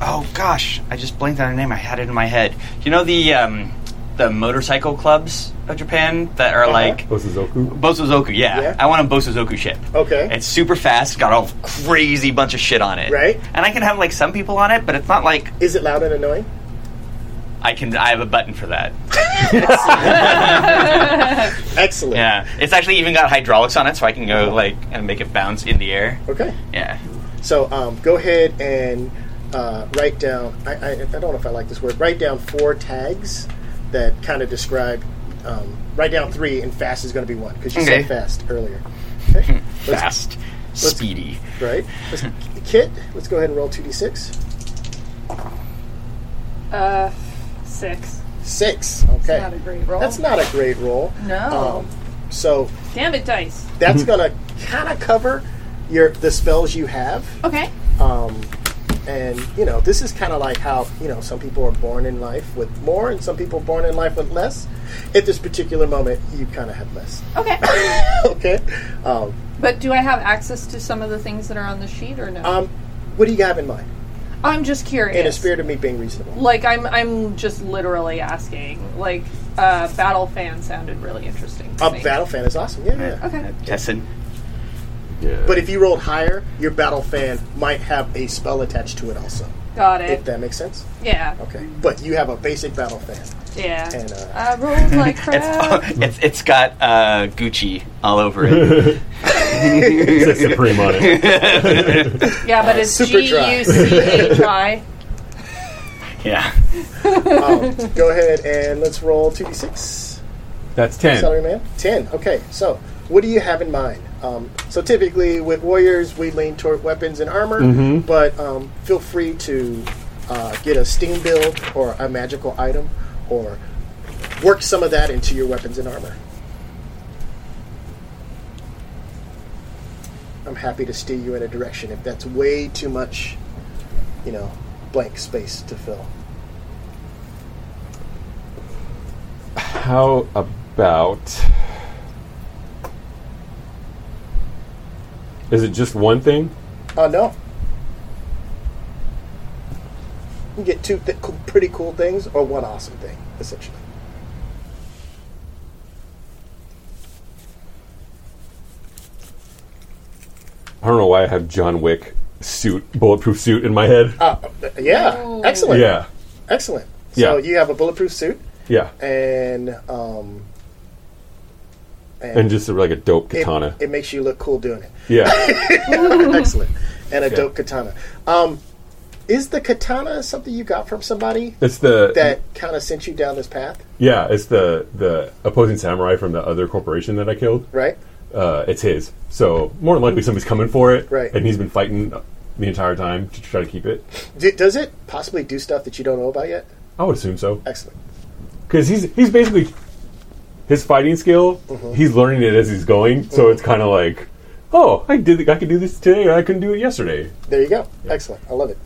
Speaker 3: oh gosh, I just blanked on a name. I had it in my head. You know the um, the motorcycle clubs of Japan that are
Speaker 4: Oh,
Speaker 3: like
Speaker 4: Osuzoku.
Speaker 3: Bosuzoku. Yeah.
Speaker 1: Uh-huh. Yeah.
Speaker 3: I want a Bosuzoku ship.
Speaker 1: Okay.
Speaker 3: It's super fast. Got a crazy bunch of shit on it.
Speaker 1: Right.
Speaker 3: And I can have like some people on it, but it's not like
Speaker 1: Is it loud and annoying?
Speaker 3: I can. I have a button for that.
Speaker 1: Excellent.
Speaker 3: Yeah. It's actually even got hydraulics on it, so I can go like and make it bounce in the air.
Speaker 1: Uh-huh. Okay.
Speaker 3: Yeah.
Speaker 1: So um, go ahead and uh, write down. I, I, I don't know if I like this word. Write down four tags that kind of describe. Um, write down three, and fast is going to be one because you
Speaker 3: Okay.
Speaker 1: said fast earlier. Okay. Let's-
Speaker 3: Fast. Speedy.
Speaker 1: Right. Let's, Kit, let's go ahead and roll two d six.
Speaker 5: Uh, six.
Speaker 1: Six. Okay.
Speaker 5: It's Not a great roll.
Speaker 1: That's not a great roll. Um,
Speaker 5: No.
Speaker 1: So
Speaker 5: Damn it, dice.
Speaker 1: that's going to kind of cover your the spells you have.
Speaker 5: Okay.
Speaker 1: Um, and you know, this is kind of like how you know some people are born in life with more, and some people are born in life with less. At this particular moment, you kind of have less. <laughs>
Speaker 5: Okay.
Speaker 1: okay. Um,
Speaker 5: but do I have access to some of the things that are on the sheet or no?
Speaker 1: um, what do you have in mind?
Speaker 5: I'm just curious.
Speaker 1: In a spirit of me being reasonable.
Speaker 5: Like I'm, I'm just literally asking. Like, uh, battle fan sounded really interesting. To
Speaker 1: A
Speaker 5: me.
Speaker 1: battle fan is awesome. Yeah. yeah.
Speaker 5: Okay.
Speaker 3: Tessin.
Speaker 4: Yeah.
Speaker 1: But if you rolled higher, your battle fan might have a spell attached to it also.
Speaker 5: Got
Speaker 1: If
Speaker 5: it.
Speaker 1: that makes sense.
Speaker 5: Yeah.
Speaker 1: Okay. But you have a basic battle fan.
Speaker 5: Yeah.
Speaker 1: And, uh,
Speaker 5: I
Speaker 1: <laughs>
Speaker 5: rolled like crap.
Speaker 3: It's, <laughs> it's it's got uh, Gucci all over
Speaker 1: <laughs>
Speaker 3: it.
Speaker 4: it's like Supreme on
Speaker 3: <laughs>
Speaker 4: it.
Speaker 5: yeah, but it's
Speaker 1: super
Speaker 5: G
Speaker 1: dry.
Speaker 5: U C
Speaker 1: <laughs>
Speaker 5: H I. <laughs>
Speaker 3: yeah.
Speaker 1: Um, go ahead and let's roll two d six.
Speaker 4: That's ten.
Speaker 1: Salary man? 10. Okay, so what do you have in mind? Um, so typically with warriors, we lean toward weapons and armor, but um, feel free to uh, get a steam build or a magical item or work some of that into your weapons and armor. I'm happy to steer you in a direction if that's way too much, you know, blank space to fill.
Speaker 4: How about? Is it just one thing?
Speaker 1: Oh no. You get two th- co- pretty cool things or one awesome thing, essentially.
Speaker 4: I don't know why I have John Wick suit, bulletproof suit in my head.
Speaker 1: Uh, yeah,
Speaker 5: Ooh.
Speaker 1: excellent.
Speaker 4: Yeah,
Speaker 1: Excellent. So
Speaker 4: Yeah.
Speaker 1: you have a bulletproof suit
Speaker 4: yeah,
Speaker 1: and um,
Speaker 4: and just uh, like a dope
Speaker 1: it,
Speaker 4: katana.
Speaker 1: it makes you look cool doing it. <laughs>
Speaker 4: yeah,
Speaker 1: excellent. And a dope katana. Um, is the katana something you got from somebody
Speaker 4: it's the
Speaker 1: that kind of sent you down this path,
Speaker 4: yeah, it's the the opposing samurai from the other corporation that I killed.
Speaker 1: right?
Speaker 4: Uh, it's his, so more than likely somebody's coming for it,
Speaker 1: Right.
Speaker 4: And he's been fighting the entire time to try to keep it.
Speaker 1: D- does it possibly do stuff that you don't know about yet?
Speaker 4: I would assume so.
Speaker 1: Excellent.
Speaker 4: because he's he's basically his fighting skill.
Speaker 1: Mm-hmm.
Speaker 4: He's learning it as he's going, so it's kind of like, oh, I did I could do this today, or I couldn't do it yesterday.
Speaker 1: There you go. Excellent. I love it.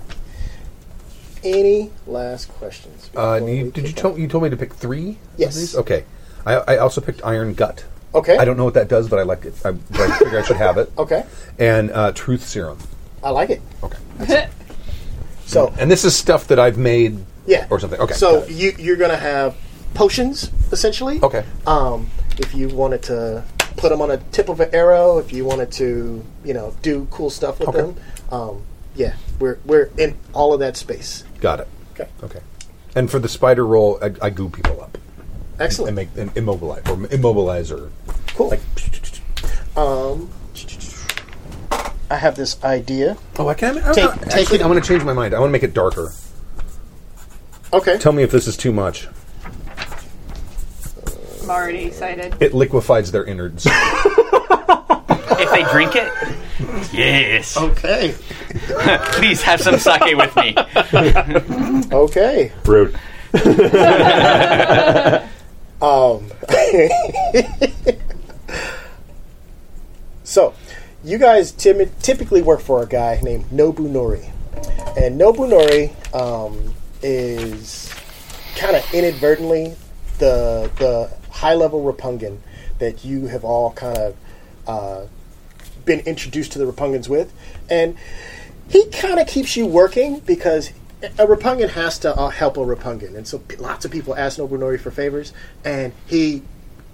Speaker 1: Any last questions?
Speaker 2: Uh,
Speaker 1: before
Speaker 2: you,
Speaker 1: we
Speaker 2: did you
Speaker 1: kick
Speaker 2: tell
Speaker 1: off?
Speaker 2: you told me to pick three? of
Speaker 1: Yes.
Speaker 2: these? Okay. I, I also picked Iron Gut.
Speaker 1: Okay.
Speaker 2: I don't know what that does, but I like it. I, but I figure I should have it.
Speaker 1: Okay.
Speaker 2: And uh, Truth Serum.
Speaker 1: I like it.
Speaker 2: Okay.
Speaker 1: So
Speaker 2: Mm, And this is stuff that I've made.
Speaker 1: yeah,
Speaker 2: Or something. Okay.
Speaker 1: So
Speaker 2: got it.
Speaker 1: you you're gonna have potions essentially.
Speaker 2: okay.
Speaker 1: Um, if you wanted to put them on a tip of an arrow, if you wanted to, you know, do cool stuff with
Speaker 2: Okay.
Speaker 1: them, um, yeah, we're we're in all of that space.
Speaker 2: Got it.
Speaker 1: Okay.
Speaker 2: Okay. And for the spider roll, I, I goo people up and
Speaker 1: Excellent.
Speaker 2: make them immobilize or immobilize or
Speaker 1: cool.
Speaker 2: like.
Speaker 1: um, I have this idea.
Speaker 2: Oh, I can. I'm
Speaker 1: Take-
Speaker 2: not-
Speaker 1: take
Speaker 2: actually,
Speaker 1: it-
Speaker 2: I'm going to change my mind. I want to make it darker.
Speaker 1: Okay.
Speaker 2: Tell me if this is too much.
Speaker 5: I'm already excited.
Speaker 2: It liquefies their
Speaker 1: <laughs>
Speaker 2: innards.
Speaker 3: If they drink it, yes.
Speaker 1: Okay.
Speaker 3: Please have some sake with me.
Speaker 1: Okay.
Speaker 4: Rude.
Speaker 1: Um, so, you guys timi- typically work for a guy named Nobu Nori. And Nobu Nori um, is kind of inadvertently the, the high level Rapungan that you have all kind of uh, been introduced to the Rapungans with. And he kind of keeps you working because a Rapungan has to uh, help a Rapungan. And so p- lots of people ask Nobunori for favors, and he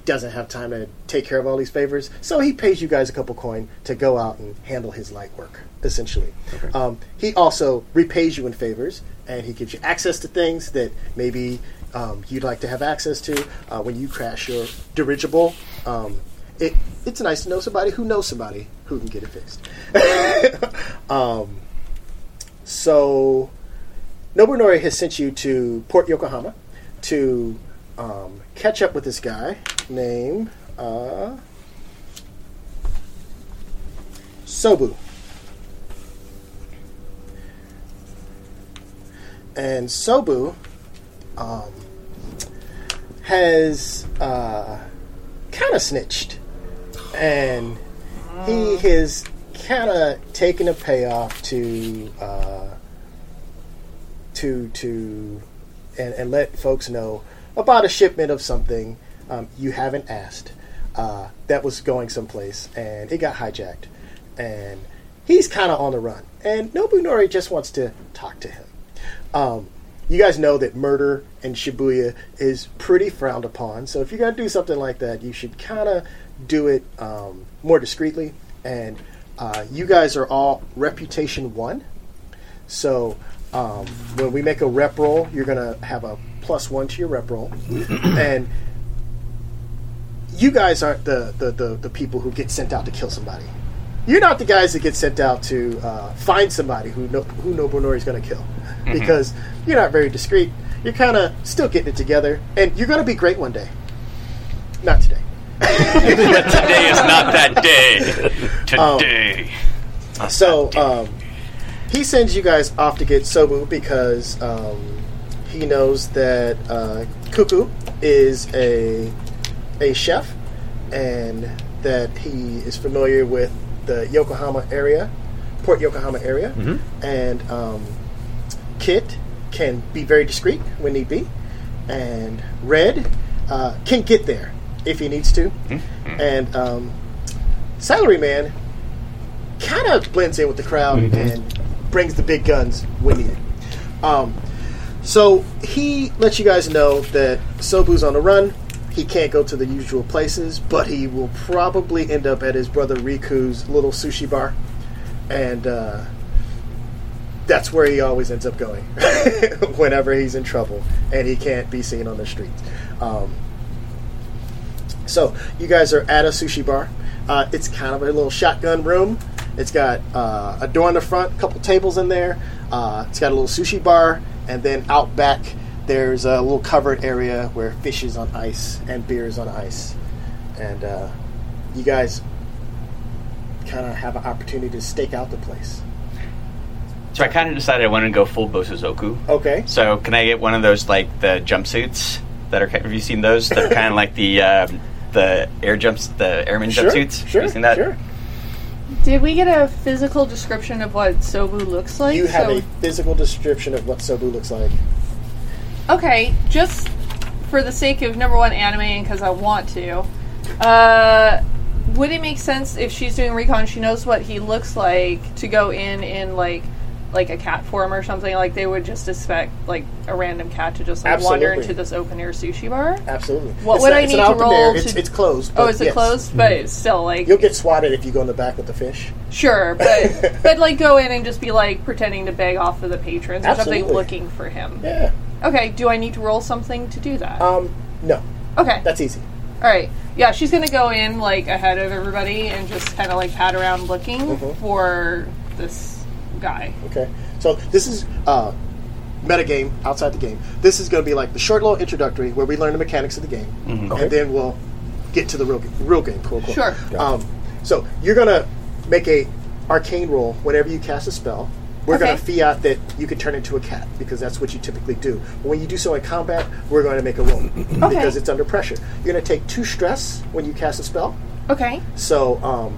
Speaker 1: doesn't have time to take care of all these favors. So he pays you guys a couple coin to go out and handle his light work, essentially. Um, he also repays you in favors, and he gives you access to things that maybe um, you'd like to have access to uh, when you crash your dirigible. Um, it, it's nice to know somebody who knows somebody who can get it fixed. <laughs> Um, So, Nobunori has sent you to Port Yokohama to um, catch up with this guy named uh, Sobu. And Sobu um, has uh, kind of snitched. And he has kind of taken a payoff to. Uh, to to and, and let folks know about a shipment of something um, you haven't asked uh, that was going someplace and it got hijacked and he's kind of on the run and Nobunori just wants to talk to him. Um, you guys know that murder in Shibuya is pretty frowned upon, so if you're gonna do something like that, you should kind of do it um, more discreetly. And uh, you guys are all reputation one, so um, when we make a rep roll, you're going to have a plus one to your rep roll. and you guys aren't the, the, the, the people who get sent out to kill somebody. You're not the guys that get sent out to uh, find somebody who no, who Nobunori is going to kill because you're not very discreet. You're kind of still getting it together, and you're going to be great one day. Not today.
Speaker 3: Today is not that day. Today.
Speaker 1: Oh. So um, he sends you guys off to get Sobu because um, he knows that uh, Cuckoo is a a chef and that he is familiar with the Yokohama area, Port Yokohama area, and um, Kit can be very discreet when need be, and Red uh, can get there if he needs to, and um, Salaryman kind of blends in with the crowd and brings the big guns when needed. Um, so he lets you guys know that Sobu's on the run. He can't go to the usual places, but he will probably end up at his brother Riku's little sushi bar, and uh, that's where he always ends up going <laughs> whenever he's in trouble and he can't be seen on the streets. Um, so you guys are at a sushi bar. Uh, it's kind of a little shotgun room. It's got uh, a door in the front, a couple tables in there. Uh, it's got a little sushi bar, and then out back there's a little covered area where fish is on ice and beer is on ice. And uh, you guys kind of have an opportunity to stake out the place.
Speaker 3: So I kind of decided I wanted to go full Bosuzoku.
Speaker 1: Okay.
Speaker 3: So can I get one of those like the jumpsuits that are? ki- Have you seen those? They're kind of like the um, the air jumps, the airman
Speaker 1: Sure.
Speaker 3: jumpsuits. Have
Speaker 1: Sure.
Speaker 3: you seen that?
Speaker 1: Sure.
Speaker 5: Did we get a physical description of what Sobu looks like?
Speaker 1: You have
Speaker 5: So-
Speaker 1: a physical description of what Sobu looks like.
Speaker 5: Okay, just for the sake of number one anime and because I want to, uh, would it make sense if she's doing recon, she knows what he looks like to go in in like like a cat form or something? Like they would just expect like a random cat to just like, wander
Speaker 1: Absolutely.
Speaker 5: into this open air sushi bar.
Speaker 1: Absolutely.
Speaker 5: What
Speaker 1: It's
Speaker 5: would
Speaker 1: not-
Speaker 5: I
Speaker 1: it's
Speaker 5: need
Speaker 1: not
Speaker 5: to
Speaker 1: open
Speaker 5: roll
Speaker 1: air.
Speaker 5: to-
Speaker 1: It's, it's closed.
Speaker 5: Oh,
Speaker 1: but
Speaker 5: is it
Speaker 1: yes. Mm-hmm.
Speaker 5: closed? But it's still like
Speaker 1: You'll get swatted if you go in the back with the fish. <laughs>
Speaker 5: sure, but but like go in and just be like pretending to beg off of the patrons or
Speaker 1: Absolutely.
Speaker 5: something, looking for him.
Speaker 1: Yeah.
Speaker 5: Okay, do I need to roll something to do that?
Speaker 1: Um. No,
Speaker 5: okay,
Speaker 1: that's easy.
Speaker 5: All right. Yeah, she's gonna go in like ahead of everybody and just kind of like pat around looking
Speaker 1: Mm-hmm.
Speaker 5: for this guy.
Speaker 1: Okay. So this is uh, metagame outside the game. This is going to be like the short little introductory where we learn the mechanics of the game,
Speaker 5: Mm-hmm.
Speaker 1: and then we'll get to the real, ga- real game. Cool, cool.
Speaker 5: Sure.
Speaker 1: Um, so you're going to make a arcane roll whenever you cast a spell. We're going to
Speaker 5: Okay.
Speaker 1: fiat that you can turn into a cat because that's what you typically do. When you do so in combat, we're going to make a roll because it's under pressure. You're going to take two stress when you cast a spell.
Speaker 5: Okay.
Speaker 1: So um,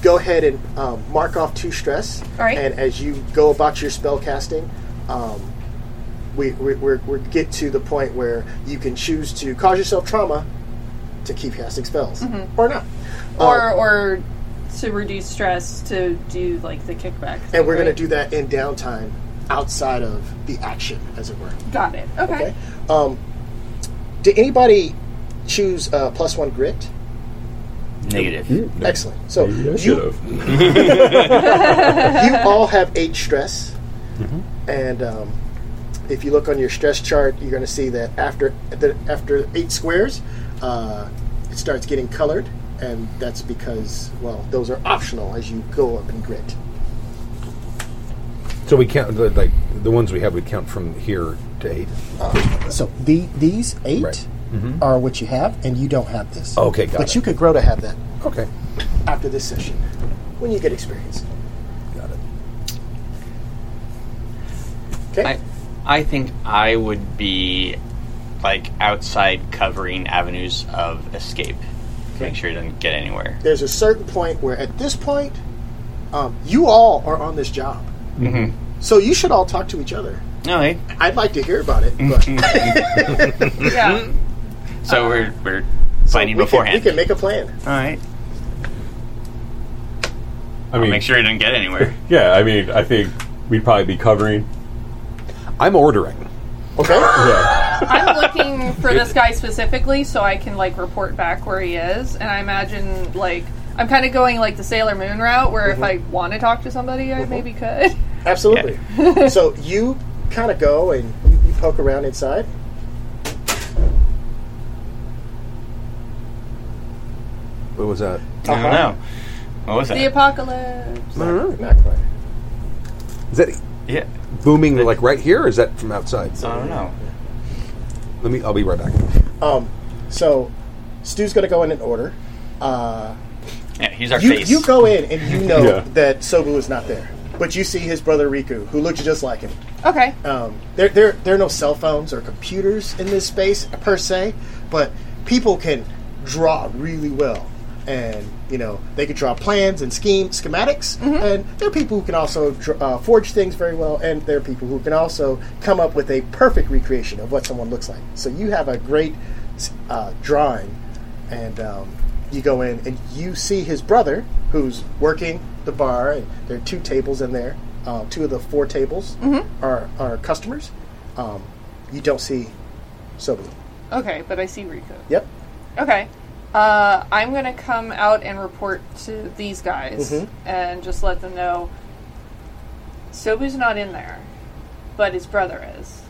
Speaker 1: go ahead and um, mark off two stress.
Speaker 5: All right.
Speaker 1: And as you go about your spell casting, um, we, we, we're, we get to the point where you can choose to cause yourself trauma to keep casting spells or not.
Speaker 5: Mm-hmm. Or
Speaker 1: Um,
Speaker 5: or to reduce stress to do like the kickback.
Speaker 1: and we're going
Speaker 5: right?
Speaker 1: to do that in downtime outside of the action, as it were.
Speaker 5: Got it. Okay.
Speaker 1: Okay. Um, did anybody choose uh, plus one grit?
Speaker 3: Negative.
Speaker 1: Excellent. So
Speaker 4: I
Speaker 1: you,
Speaker 4: should have.
Speaker 1: you all have eight stress,
Speaker 2: Mm-hmm.
Speaker 1: and um, if you look on your stress chart, you're going to see that after the, after eight squares, uh, it starts getting colored, and that's because well, those are optional as you go up in grit.
Speaker 2: So we count the- like the ones we have. We count from here to eight.
Speaker 1: So the, these eight
Speaker 2: Right. Mm-hmm.
Speaker 1: are what you have, and you don't have this.
Speaker 2: Okay, got
Speaker 1: but
Speaker 2: it.
Speaker 1: you could grow to have that
Speaker 2: Okay,
Speaker 1: after this session when you get experience.
Speaker 2: got it.
Speaker 1: Okay.
Speaker 3: I, I think I would be like outside covering avenues of escape. Make sure he doesn't get anywhere.
Speaker 1: there's a certain point where at this point um, you all are on this job
Speaker 4: Mm-hmm.
Speaker 1: so you should all talk to each other
Speaker 3: No, eh?
Speaker 1: i'd like to hear about it but
Speaker 5: Yeah.
Speaker 3: So we're we're
Speaker 1: Uh, so we can,
Speaker 3: planning
Speaker 1: we
Speaker 3: beforehand.
Speaker 1: can make a plan
Speaker 3: All right.
Speaker 4: I mean,
Speaker 3: Make sure he doesn't get
Speaker 4: <laughs>
Speaker 3: anywhere.
Speaker 4: yeah. I mean, I think we'd probably be covering.
Speaker 2: I'm ordering.
Speaker 1: okay
Speaker 4: Yeah.
Speaker 5: I'm looking for this guy specifically so I can like report back where he is, and I imagine like I'm kind of going like the Sailor Moon route where
Speaker 1: Mm-hmm.
Speaker 5: if I want to talk to somebody, I maybe could. <laughs>
Speaker 1: absolutely so you kind of go and you, you poke around inside
Speaker 2: What was that?
Speaker 3: I
Speaker 1: Uh-huh.
Speaker 3: don't know. What was that?
Speaker 5: The apocalypse.
Speaker 2: I don't know.
Speaker 1: not quite
Speaker 2: Is that
Speaker 3: yeah.
Speaker 2: booming like right here, or is that from outside?
Speaker 3: I don't know.
Speaker 2: Let me. I'll be right back.
Speaker 1: um, so stu's going to go in in order uh,
Speaker 3: Yeah, he's our
Speaker 1: you,
Speaker 3: face.
Speaker 1: you go in and you know
Speaker 4: Yeah.
Speaker 1: that sobu is not there but you see his brother riku who looks just like him
Speaker 5: Okay.
Speaker 1: um, there, there, there are no cell phones or computers in this space per se, but people can draw really well. And, you know, they can draw plans and scheme, schematics. And there are people who can also dr- uh, forge things very well. And there are people who can also come up with a perfect recreation of what someone looks like. So you have a great uh, drawing. And um, you go in and you see his brother who's working the bar. And there are two tables in there. Uh, two of the four tables are, are customers. Um, you don't see Sobu.
Speaker 5: Okay, but I see Riku.
Speaker 1: Yep.
Speaker 5: Okay. Uh, I'm going to come out and report to these guys
Speaker 1: Mm-hmm.
Speaker 5: and just let them know Sobu's not in there, but his brother is.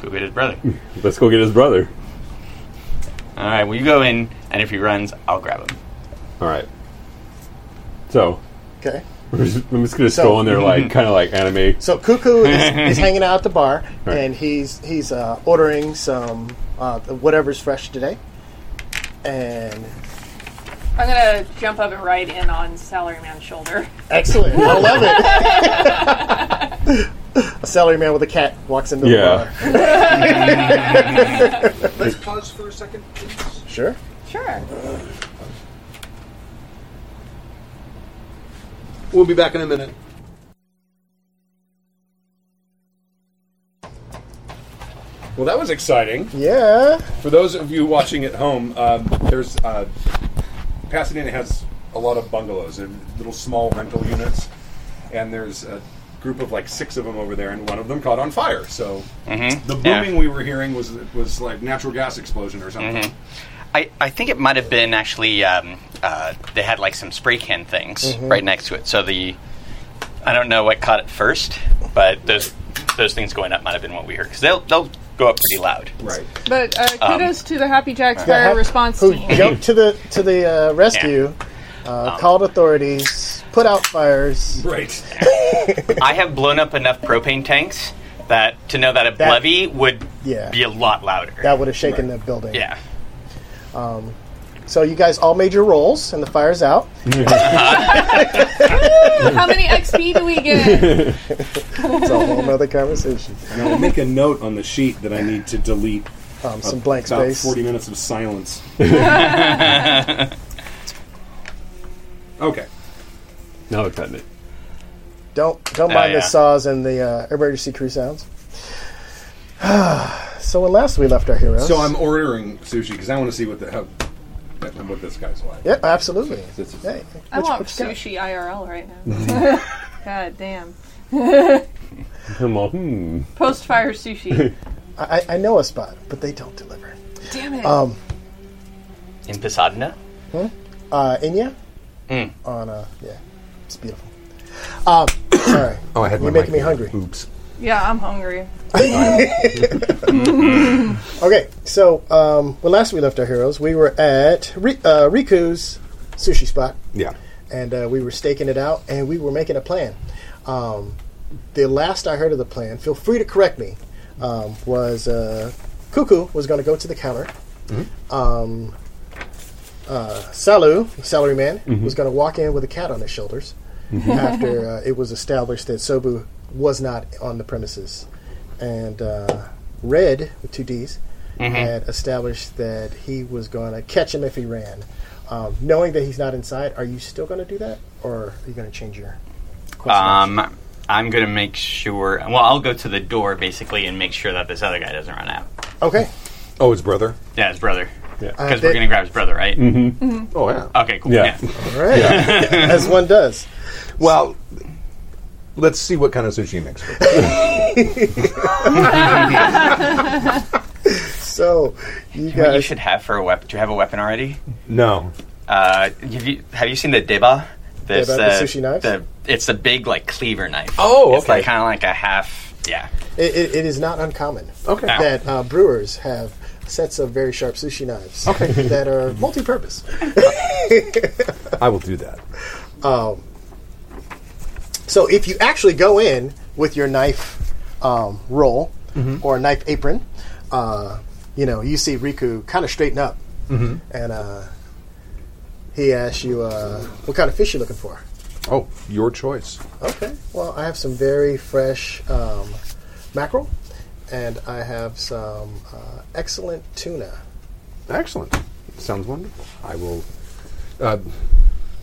Speaker 3: Go get his brother.
Speaker 4: Let's go get his brother.
Speaker 3: All right. Well, you go in, and if he runs, I'll grab him.
Speaker 4: All right. So <laughs>
Speaker 1: Okay.
Speaker 4: we're just, I'm just gonna
Speaker 1: So-
Speaker 4: stroll in there,
Speaker 1: <laughs>
Speaker 4: like kind of like anime.
Speaker 1: So Cuckoo
Speaker 4: <laughs>
Speaker 1: is, is hanging out at the bar
Speaker 4: Right.
Speaker 1: and he's he's uh, ordering some uh, whatever's fresh today. And
Speaker 5: I'm gonna jump up and ride in on Salaryman's shoulder.
Speaker 1: Excellent. I love it. <laughs>
Speaker 4: <laughs>
Speaker 1: a salary man with a cat walks into
Speaker 4: Yeah.
Speaker 1: the bar.
Speaker 6: Let's pause for a second, please.
Speaker 1: Sure.
Speaker 5: Sure.
Speaker 2: We'll be back in a minute. Well, that was exciting.
Speaker 1: Yeah.
Speaker 2: For those of you watching at home, um, there's uh, Pasadena has a lot of bungalows and little small rental units, and there's a group of like six of them over there, and one of them caught on fire. So the
Speaker 3: yeah.
Speaker 2: booming we were hearing was was like natural gas explosion or something.
Speaker 3: I, I think it might have been actually um, uh, they had like some spray can things
Speaker 1: Mm-hmm.
Speaker 3: right next to it. So the I don't know what caught it first, but those those things going up might have been what we heard because they'll they'll go up pretty loud.
Speaker 2: Right.
Speaker 5: But uh, kudos to the Happy Jacks
Speaker 1: The
Speaker 5: fire
Speaker 1: hap-
Speaker 5: response
Speaker 1: Um, who
Speaker 5: team. <laughs>
Speaker 1: jumped to the to the uh, rescue, uh, called authorities, put out fires.
Speaker 2: Right.
Speaker 3: I have blown up enough propane tanks that to know that a
Speaker 1: That-
Speaker 3: levy would
Speaker 1: Yeah.
Speaker 3: be a lot louder.
Speaker 1: That would have shaken the building.
Speaker 3: yeah.
Speaker 1: So you guys all made your rolls, and the fire's out.
Speaker 5: How many XP do
Speaker 1: <laughs>
Speaker 5: we get?
Speaker 1: It's a whole other conversation.
Speaker 2: And I'll make a note on the sheet that I need to delete
Speaker 1: Um, some blank
Speaker 2: about
Speaker 1: space.
Speaker 2: 40 minutes of <laughs> silence. okay.
Speaker 4: Now we're cutting it.
Speaker 1: Don't don't
Speaker 3: Ah,
Speaker 1: mind the
Speaker 3: yeah.
Speaker 1: saws and the uh, emergency crew sounds. <sighs> so when last we left our heroes,
Speaker 2: So I'm ordering sushi because I want to see what the how, what this guy's like.
Speaker 1: yeah, absolutely.
Speaker 4: This is-
Speaker 1: Hey,
Speaker 5: I
Speaker 1: which-
Speaker 5: want
Speaker 1: which guy?
Speaker 5: sushi IRL right now.
Speaker 1: <laughs>
Speaker 5: God damn.
Speaker 4: I'm all, hmm.
Speaker 5: Post
Speaker 1: <laughs>
Speaker 5: fire sushi.
Speaker 1: I, I know a spot, but they don't deliver.
Speaker 5: Damn it.
Speaker 1: Um,
Speaker 3: In Pasadena?
Speaker 1: uh, Inya on uh, yeah, it's beautiful. Um, <coughs> sorry,
Speaker 2: <coughs> Oh, I had
Speaker 1: you're making me hungry.
Speaker 2: Oops.
Speaker 5: yeah, I'm hungry.
Speaker 1: Okay, so um, when last we left our heroes, we were at Ri- uh, Riku's sushi spot,
Speaker 2: Yeah.
Speaker 1: and uh, we were staking it out, and we were making a plan. Um, the last I heard of the plan, feel free to correct me, um, was uh, Cuckoo was going to go to the counter. Um, uh, Salu, salary man, was going to walk in with a cat on his shoulders <laughs> after uh, it was established that Sobu was not on the premises. And uh, Red, with two Ds, had established that he was going to catch him if he ran. Um, knowing that he's not inside, are you still going to do that? Or are you going to change your. course of action?
Speaker 3: Um, I'm going to make sure. Well, I'll go to the door basically and make sure that this other guy doesn't run out.
Speaker 1: Okay.
Speaker 2: Oh, his brother.
Speaker 3: Yeah, his brother.
Speaker 4: Yeah.
Speaker 1: Uh,
Speaker 3: Because
Speaker 1: they- Mm-hmm.
Speaker 3: we're going to grab his brother, right?
Speaker 2: Oh yeah.
Speaker 3: Okay, cool.
Speaker 4: Yeah.
Speaker 3: Yeah.
Speaker 1: All right. <laughs> As one does.
Speaker 2: well, let's see what kind of sushi he makes. For
Speaker 1: So, you
Speaker 3: What you
Speaker 1: guys.
Speaker 3: should have for a weapon? Do you have a weapon already?
Speaker 2: no.
Speaker 3: Uh, have you have you seen the deba? This, uh,
Speaker 1: Deba, the sushi knives?
Speaker 3: The, it's a big like cleaver knife.
Speaker 2: Oh,
Speaker 3: It's
Speaker 2: okay.
Speaker 3: like kind of like a half. Yeah.
Speaker 1: It, it, it is not uncommon
Speaker 2: Okay.
Speaker 1: that uh, brewers have sets of very sharp sushi knives <laughs> that are multi-purpose.
Speaker 2: <laughs> I will do that.
Speaker 1: Um, So if you actually go in with your knife um, roll or knife apron, uh, you know you see Riku kind of straighten up, and uh, he asks you, uh, "What kind of fish you looking for?"
Speaker 2: Oh, your choice.
Speaker 1: Okay. Well, I have some very fresh um, mackerel, and I have some uh, excellent tuna.
Speaker 2: Excellent. Sounds wonderful. I will. Uh,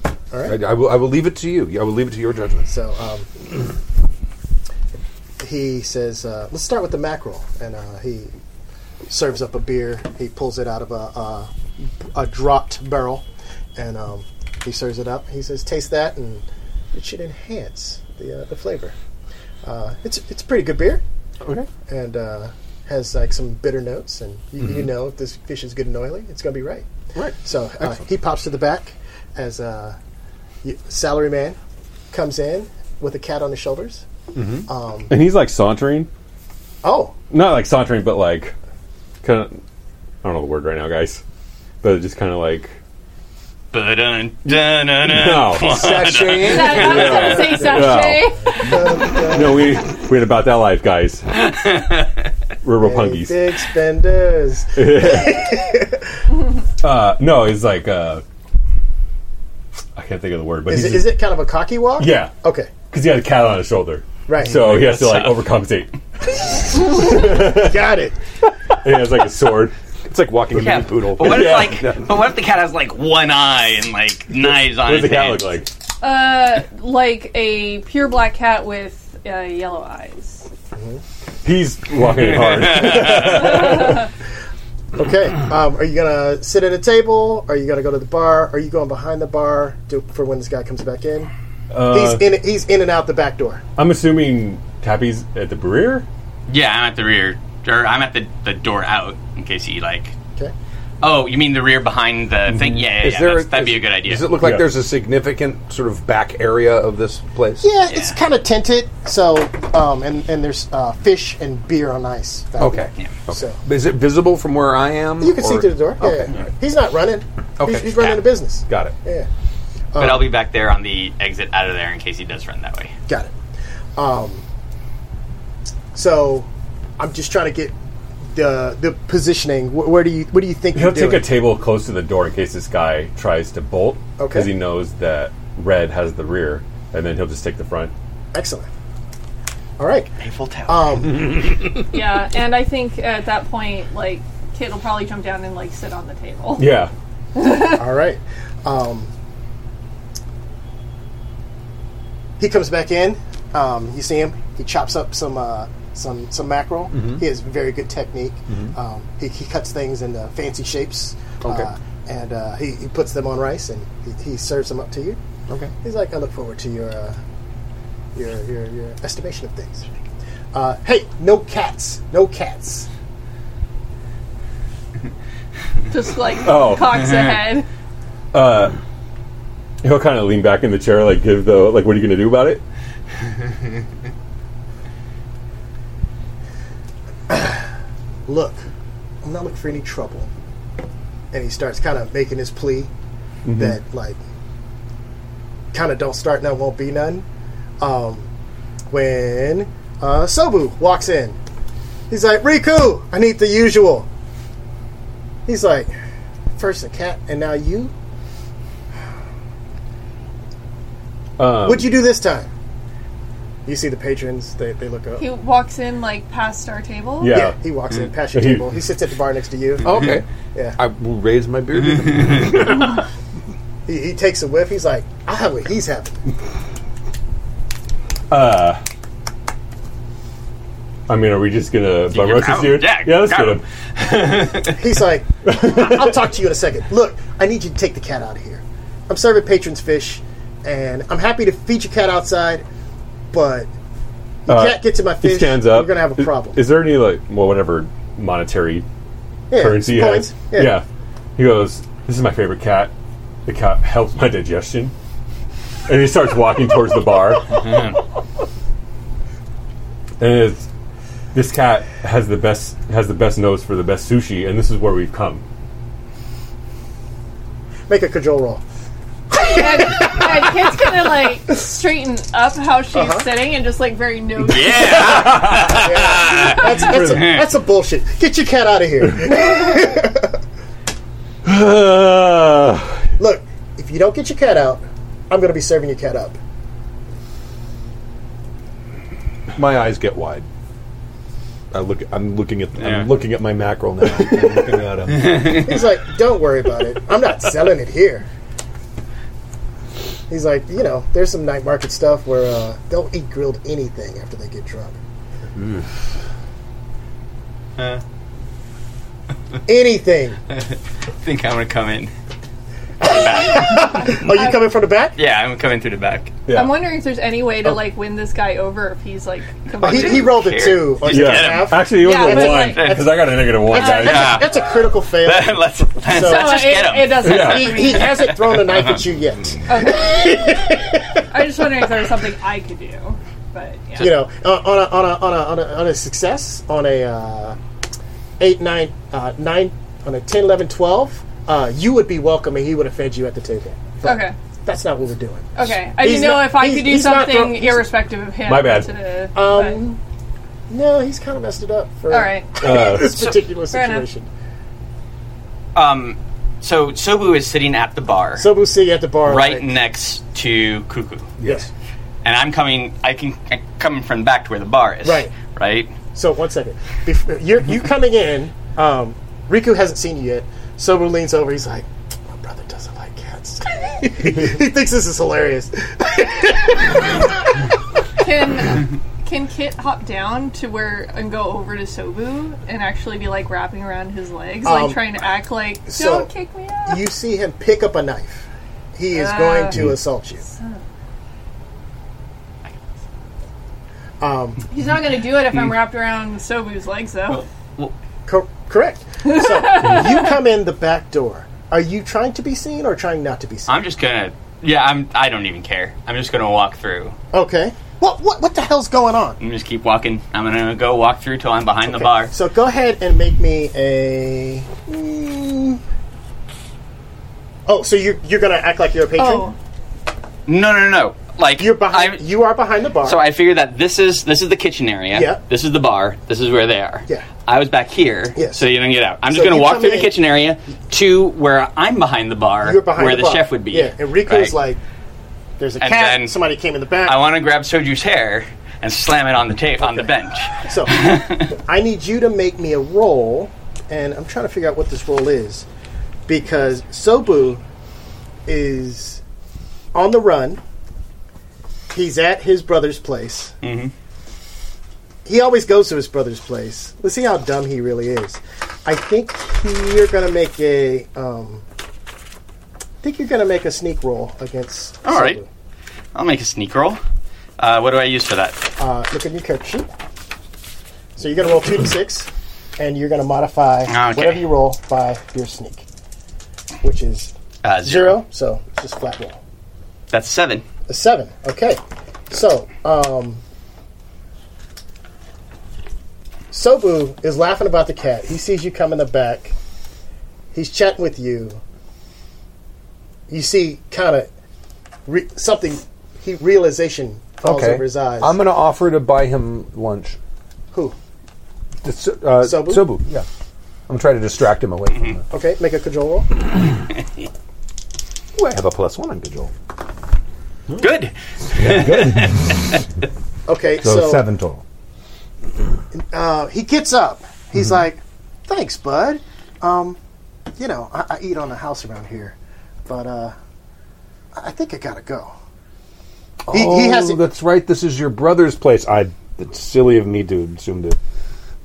Speaker 1: All right.
Speaker 2: I, I will. I will leave it to you. I will leave it to your judgment.
Speaker 1: So um, <clears throat> he says, uh, "Let's start with the mackerel," and uh, he serves up a beer. He pulls it out of a a, a dropped barrel, and um, he serves it up. He says, "Taste that, and it should enhance the uh, the flavor." Uh, it's it's a pretty good beer,
Speaker 2: Okay.
Speaker 1: and uh, has like some bitter notes, and you, you know if this fish is good and oily, it's gonna be right.
Speaker 2: Right.
Speaker 1: So uh, he pops to the back as a salary man comes in with a cat on his shoulders.
Speaker 4: And he's like sauntering.
Speaker 1: Oh,
Speaker 4: Not like sauntering, but like kind of. I don't know the word right now, guys. But just kind
Speaker 3: <laughs>
Speaker 4: of like.
Speaker 3: Ba-dun, dun-dun-dun.
Speaker 4: No.
Speaker 1: sashaying.
Speaker 5: I was gonna say sachet.
Speaker 4: no, we, we ain't about that life,
Speaker 3: <laughs>
Speaker 4: guys. We're
Speaker 1: Hey,
Speaker 4: rapungies.
Speaker 1: big spenders.
Speaker 4: Uh, no, it's like uh, I can't think of the word, but
Speaker 1: Is
Speaker 4: he's
Speaker 1: it, is it kind of a cocky walk?
Speaker 4: Yeah.
Speaker 1: Okay.
Speaker 4: because he had a cat on his shoulder,
Speaker 1: Right.
Speaker 4: So he has to like overcompensate. And
Speaker 1: Got it.
Speaker 4: he has like
Speaker 3: <laughs>
Speaker 4: a sword.
Speaker 2: It's like walking
Speaker 3: Yeah.
Speaker 2: into a poodle.
Speaker 3: But what
Speaker 4: Yeah.
Speaker 3: if like, but what if the cat has like one eye and like knives on
Speaker 4: What does the
Speaker 3: his
Speaker 4: cat
Speaker 3: hands?
Speaker 4: look like?
Speaker 5: Uh, like a pure black cat with uh, yellow eyes.
Speaker 4: He's walking it hard.
Speaker 3: <laughs>
Speaker 1: Okay. Um, are you gonna sit at a table? Are you gonna go to the bar? Are you going behind the bar to, for when this guy comes back in?
Speaker 4: Uh,
Speaker 1: he's in. He's in and out the back door.
Speaker 4: I'm assuming Tappy's at the brewer.
Speaker 3: Yeah, I'm at the rear, or I'm at the, the door out in case he like.
Speaker 1: Okay.
Speaker 3: Oh, you mean the rear behind the thing? Yeah, yeah, yeah that's- that'd be a good idea.
Speaker 2: Does it look like
Speaker 4: Yeah.
Speaker 2: there's a significant sort of back area of this place?
Speaker 1: Yeah, it's kind of tinted. So, um, and and there's uh, fish and beer on ice. back
Speaker 2: Okay.
Speaker 1: there. So
Speaker 2: Is it visible from where I am?
Speaker 1: you can see
Speaker 2: or-
Speaker 1: through the door. Yeah,
Speaker 2: Okay.
Speaker 1: yeah. He's not running.
Speaker 2: Okay.
Speaker 1: He's, he's running
Speaker 3: Yeah.
Speaker 1: a business.
Speaker 2: Got it.
Speaker 1: Yeah.
Speaker 3: but I'll be back there on the exit out of there in case he does run that way.
Speaker 1: Got it. Um, so, I'm just trying to get the the positioning. Where, where do you what do you think?
Speaker 4: He'll
Speaker 1: You're
Speaker 4: take a
Speaker 1: doing?
Speaker 4: table close to the door in case this guy tries to bolt.
Speaker 1: Okay.
Speaker 4: Because he knows that Red has the rear, and then he'll just take the front.
Speaker 1: Excellent. All right.
Speaker 3: Full tower.
Speaker 1: Um,
Speaker 5: Yeah, and I think at that point, like, Kit will probably jump down and, like, sit on the table. <laughs>
Speaker 4: Yeah.
Speaker 1: all right. Um, he comes back in. Um, you see him. He chops up some uh, some some mackerel. He has very good technique. Um, he, he cuts things into fancy shapes.
Speaker 2: Okay.
Speaker 1: Uh, and uh, he, he puts them on rice and he, he serves them up to you.
Speaker 2: Okay.
Speaker 1: He's like, I look forward to your uh, your, your your estimation of things. Uh, hey, no cats, no cats.
Speaker 5: Just, like,
Speaker 4: Oh.
Speaker 5: cocks ahead.
Speaker 4: He'll kind of lean back in the chair, like give the like, what are you going to do about it?
Speaker 1: look, I'm not looking for any trouble. And he starts kind of making his plea
Speaker 4: Mm-hmm.
Speaker 1: that, like, kind of don't start, none won't be none. Um, when uh, Sobu walks in, he's like, Riku, I need the usual. He's like, first a cat, and now you?
Speaker 4: Um,
Speaker 1: What'd you do this time? You see the patrons, they, they look up.
Speaker 5: He walks in, like, past our table.
Speaker 4: Yeah. Mm-hmm.
Speaker 1: yeah, he walks in past your
Speaker 4: He-
Speaker 1: table. He sits at the bar next to you.
Speaker 2: Okay.
Speaker 1: Yeah.
Speaker 2: I will raise my beard.
Speaker 1: He, he takes a whiff. He's like, I have what he's having.
Speaker 4: I mean, are we just going to bum rush this
Speaker 3: out.
Speaker 4: dude?
Speaker 3: Yeah,
Speaker 4: let's
Speaker 3: got
Speaker 4: get
Speaker 3: him.
Speaker 4: him.
Speaker 1: He's like, I- I'll talk to you in a second. Look, I need you to take the cat out of here. I'm serving patrons fish, and I'm happy to feed your cat outside, but you
Speaker 4: Uh,
Speaker 1: can't get to my
Speaker 4: He
Speaker 1: fish.
Speaker 4: stands up.
Speaker 1: You're gonna have a
Speaker 4: Is-
Speaker 1: problem.
Speaker 4: Is, there any like, well, whatever monetary
Speaker 1: Yeah,
Speaker 4: currency he
Speaker 1: points.
Speaker 4: has?
Speaker 1: Yeah.
Speaker 4: He goes, "This is my favorite cat. The cat helps my digestion." And he
Speaker 1: <laughs>
Speaker 4: starts walking towards the bar. and it's, this cat has the best has the best nose for the best sushi, and this is where we've come.
Speaker 1: Make a cajole roll.
Speaker 5: And, and Kit's gonna, like, straighten up how she's
Speaker 1: Uh-huh.
Speaker 5: sitting and just, like, very
Speaker 3: <laughs>
Speaker 5: nosy.
Speaker 3: yeah,
Speaker 1: That's, that's, a, that's a bullshit. Get your cat out of
Speaker 4: <laughs>
Speaker 1: here. Look, if you don't get your cat out, I'm going to be serving your cat up.
Speaker 2: my eyes get wide. I look. I'm looking at.
Speaker 3: Yeah.
Speaker 2: I'm looking at my mackerel now. I'm looking
Speaker 1: <laughs>
Speaker 2: at 'em.
Speaker 1: He's like, don't worry about it. I'm not selling it here. He's like, you know, there's some night market stuff where uh, they'll eat grilled anything after they get drunk.
Speaker 3: Uh, <laughs>
Speaker 1: anything.
Speaker 3: I think I'm gonna come in.
Speaker 1: Oh, you coming from the back?
Speaker 3: Yeah, I'm coming through the back.
Speaker 4: Yeah.
Speaker 5: I'm wondering if there's any way to, like, win this guy over if he's, like,
Speaker 1: Oh. He,
Speaker 5: completely.
Speaker 1: he rolled a
Speaker 3: Here.
Speaker 1: two on
Speaker 3: Just
Speaker 1: your
Speaker 3: get him.
Speaker 1: half.
Speaker 4: Actually, it was
Speaker 5: Yeah, but
Speaker 4: a one
Speaker 5: like-
Speaker 4: because I got a negative one.
Speaker 1: That's,
Speaker 4: guys.
Speaker 1: a,
Speaker 3: Yeah.
Speaker 1: that's a critical fail.
Speaker 3: <laughs> <laughs> let's let's,
Speaker 1: So-
Speaker 5: so
Speaker 3: let's just
Speaker 5: it,
Speaker 3: get him.
Speaker 5: it doesn't.
Speaker 4: Yeah.
Speaker 1: he, he hasn't thrown a knife at you yet. <laughs>
Speaker 5: I just wondering if there was something I could do. But, yeah.
Speaker 1: you know, on on a, on a, on a, on a, on a success, on a uh, 8, 9, uh, 9, on a 10, 11, 12, uh, you would be welcome and he would have fed you at the table. But
Speaker 5: Okay.
Speaker 1: That's not what we're doing.
Speaker 5: Okay, I didn't
Speaker 1: He's
Speaker 5: know
Speaker 1: not-
Speaker 5: if I
Speaker 1: he's-
Speaker 5: could do
Speaker 1: he's not throw-
Speaker 5: something
Speaker 1: he's-
Speaker 5: irrespective of him.
Speaker 4: My bad.
Speaker 5: to-
Speaker 1: Um, no, he's kind of messed it up for
Speaker 5: but- all right.
Speaker 4: Uh,
Speaker 1: this particular
Speaker 5: Fair enough.
Speaker 1: situation.
Speaker 3: Um, So Sobu is sitting at the bar,
Speaker 1: Sobu City at the bar.
Speaker 3: right
Speaker 1: now.
Speaker 3: next to Cuckoo,
Speaker 1: Yes.
Speaker 3: and I'm coming. I can I'm coming from the back to where the bar is.
Speaker 1: Right.
Speaker 3: Right.
Speaker 1: So one second, Bef- you're you coming in. Um, Riku hasn't seen you yet. Sobu leans over. He's like, "My brother doesn't like cats. <laughs> he thinks this is hilarious." <laughs>
Speaker 5: Can can Kit hop down to where and go over to Sobu and actually be like wrapping around his legs,
Speaker 1: Um,
Speaker 5: like trying to act like don't
Speaker 1: so-
Speaker 5: kick me out?
Speaker 1: You see him pick up a knife. He is
Speaker 5: Ah.
Speaker 1: going to assault you. Um,
Speaker 5: He's not gonna do it if I'm wrapped around Sobu's legs though.
Speaker 1: cor- correct. So you come in the back door. Are you trying to be seen or trying not to be seen?
Speaker 3: I'm just gonna. Yeah. I'm. I don't even care. I'm just gonna walk through.
Speaker 1: Okay. What what what the hell's going on?
Speaker 3: I'm just keep walking. I'm gonna go walk through till I'm behind the
Speaker 1: Okay,
Speaker 3: bar.
Speaker 1: So go ahead and make me a. mm. oh, so you're you're gonna act like you're a patron?
Speaker 5: Oh,
Speaker 3: No, no, no, no. Like
Speaker 1: You're behind.
Speaker 3: I'm-
Speaker 1: you are behind the bar.
Speaker 3: So I figured that this is this is the kitchen area.
Speaker 1: Yeah.
Speaker 3: This is the bar. This is where they are.
Speaker 1: Yeah.
Speaker 3: I was back here.
Speaker 1: Yes.
Speaker 3: So you don't get out. I'm
Speaker 1: So
Speaker 3: just going
Speaker 1: you
Speaker 3: to walk
Speaker 1: come
Speaker 3: through
Speaker 1: in-
Speaker 3: the kitchen area to where I'm behind the bar,
Speaker 1: you're behind
Speaker 3: where
Speaker 1: the,
Speaker 3: the,
Speaker 1: bar.
Speaker 3: chef would be.
Speaker 1: Yeah, and Rico's
Speaker 3: Right.
Speaker 1: like, "There's a
Speaker 3: And
Speaker 1: cat.
Speaker 3: then-
Speaker 1: somebody came in the back."
Speaker 3: I want to grab Soju's hair and slam it on the tape on the bench.
Speaker 1: <laughs> so I need you to make me a roll, and I'm trying to figure out what this roll is because Sobu is on the run. He's at his brother's place. Mm-hmm. He always goes to his brother's place. Let's see how dumb he really is. I think he- you're going to make a. Um, I think you're going to make a sneak roll against.
Speaker 3: All right.
Speaker 1: Sobu.
Speaker 3: I'll make a sneak roll. Uh, what do I use for that?
Speaker 1: Uh, look at your character sheet. So you're going to roll two to six, and you're going to modify
Speaker 3: Okay.
Speaker 1: whatever you roll by your sneak, which is
Speaker 3: Uh,
Speaker 1: zero. So it's just flat roll.
Speaker 3: That's seven.
Speaker 1: A seven. Okay. So um, Sobu is laughing about the cat. He sees you come in the back. He's chatting with you. You see, kind of re- something. He realization falls
Speaker 2: Okay.
Speaker 1: over his eyes.
Speaker 2: I'm going to offer to buy him lunch.
Speaker 1: Who?
Speaker 2: The so- uh,
Speaker 1: Sobu?
Speaker 2: Sobu, yeah. I'm trying to distract him away from the.
Speaker 1: Okay, make a cajole roll.
Speaker 2: Ooh, I have a plus one on Cajole.
Speaker 1: Hmm.
Speaker 3: Good.
Speaker 1: Okay,
Speaker 2: So,
Speaker 1: so,
Speaker 2: seven total.
Speaker 1: Uh, he gets up. He's like, "Thanks, bud. Um, you know, I, I eat on the house around here, but uh, I I think I gotta go." He, he has.
Speaker 2: oh, that's right. This is your brother's place. I. It's silly of me to assume to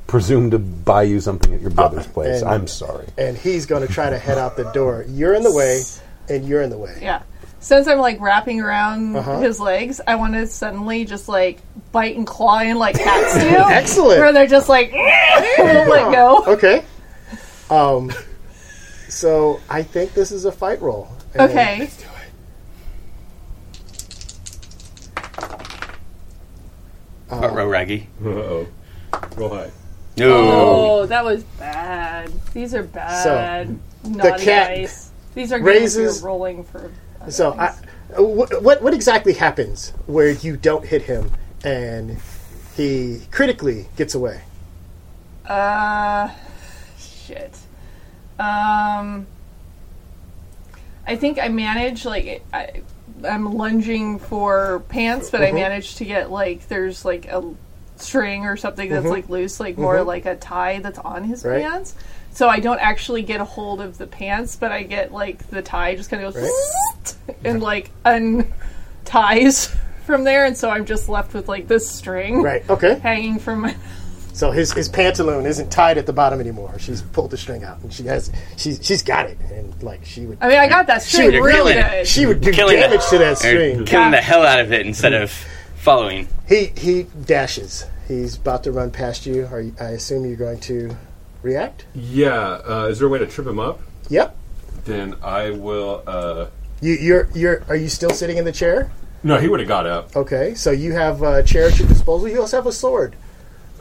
Speaker 2: presume to buy you something at your brother's place.
Speaker 1: Oh, and-
Speaker 2: I'm sorry.
Speaker 1: and he's going to try to head out the door. You're in the way, and you're in the way.
Speaker 5: yeah. Since I'm like wrapping around
Speaker 1: Uh-huh.
Speaker 5: his legs, I want to suddenly just like bite and claw in like
Speaker 1: <laughs>
Speaker 5: cats do.
Speaker 1: Excellent.
Speaker 5: Where they're
Speaker 1: <laughs>
Speaker 5: just like <laughs> won't let go.
Speaker 1: Okay. Um. So I think this is a fight roll. And
Speaker 5: Okay.
Speaker 3: Uh, row raggy.
Speaker 4: <laughs>
Speaker 1: oh,
Speaker 4: Uh-oh. Roll high.
Speaker 3: No.
Speaker 5: Oh, that was bad. These are bad. Naughty
Speaker 1: cat
Speaker 5: dice. These are
Speaker 1: raises-
Speaker 5: raises rolling for. other
Speaker 1: So I,
Speaker 5: things.
Speaker 1: what, what what exactly happens where you don't hit him and he critically gets away?
Speaker 5: Uh, shit. Um, I think I managed like I, I'm lunging for pants, but
Speaker 1: Mm-hmm.
Speaker 5: I managed to get like there's like a string or something that's like loose, like more like a tie that's on his
Speaker 1: Mm-hmm. Right.
Speaker 5: pants. So I don't actually get a hold of the pants, but I get like the tie just kind of goes <laughs> and like unties <laughs> from there, and so I'm just left with like this string
Speaker 1: Right. Okay.
Speaker 5: hanging from my.
Speaker 1: So his, his pantaloon isn't tied at the bottom anymore. She's pulled the string out and she has she's she's got it and like she would
Speaker 5: I mean, I got that string
Speaker 3: you're
Speaker 5: really
Speaker 3: killing it.
Speaker 5: good.
Speaker 1: she would do
Speaker 3: Killing the-
Speaker 1: damage to that
Speaker 3: Killing
Speaker 1: string.
Speaker 3: the hell out of it instead of following.
Speaker 1: He he dashes. He's about to run past you. Are you, I assume you're going to react?
Speaker 4: Yeah. Uh, is there a way to trip him up?
Speaker 1: Yep.
Speaker 4: Then I will. Uh,
Speaker 1: You you're you're are you still sitting in the chair?
Speaker 4: no, he would have got up.
Speaker 1: Okay. So you have a chair at your disposal. You also have a sword.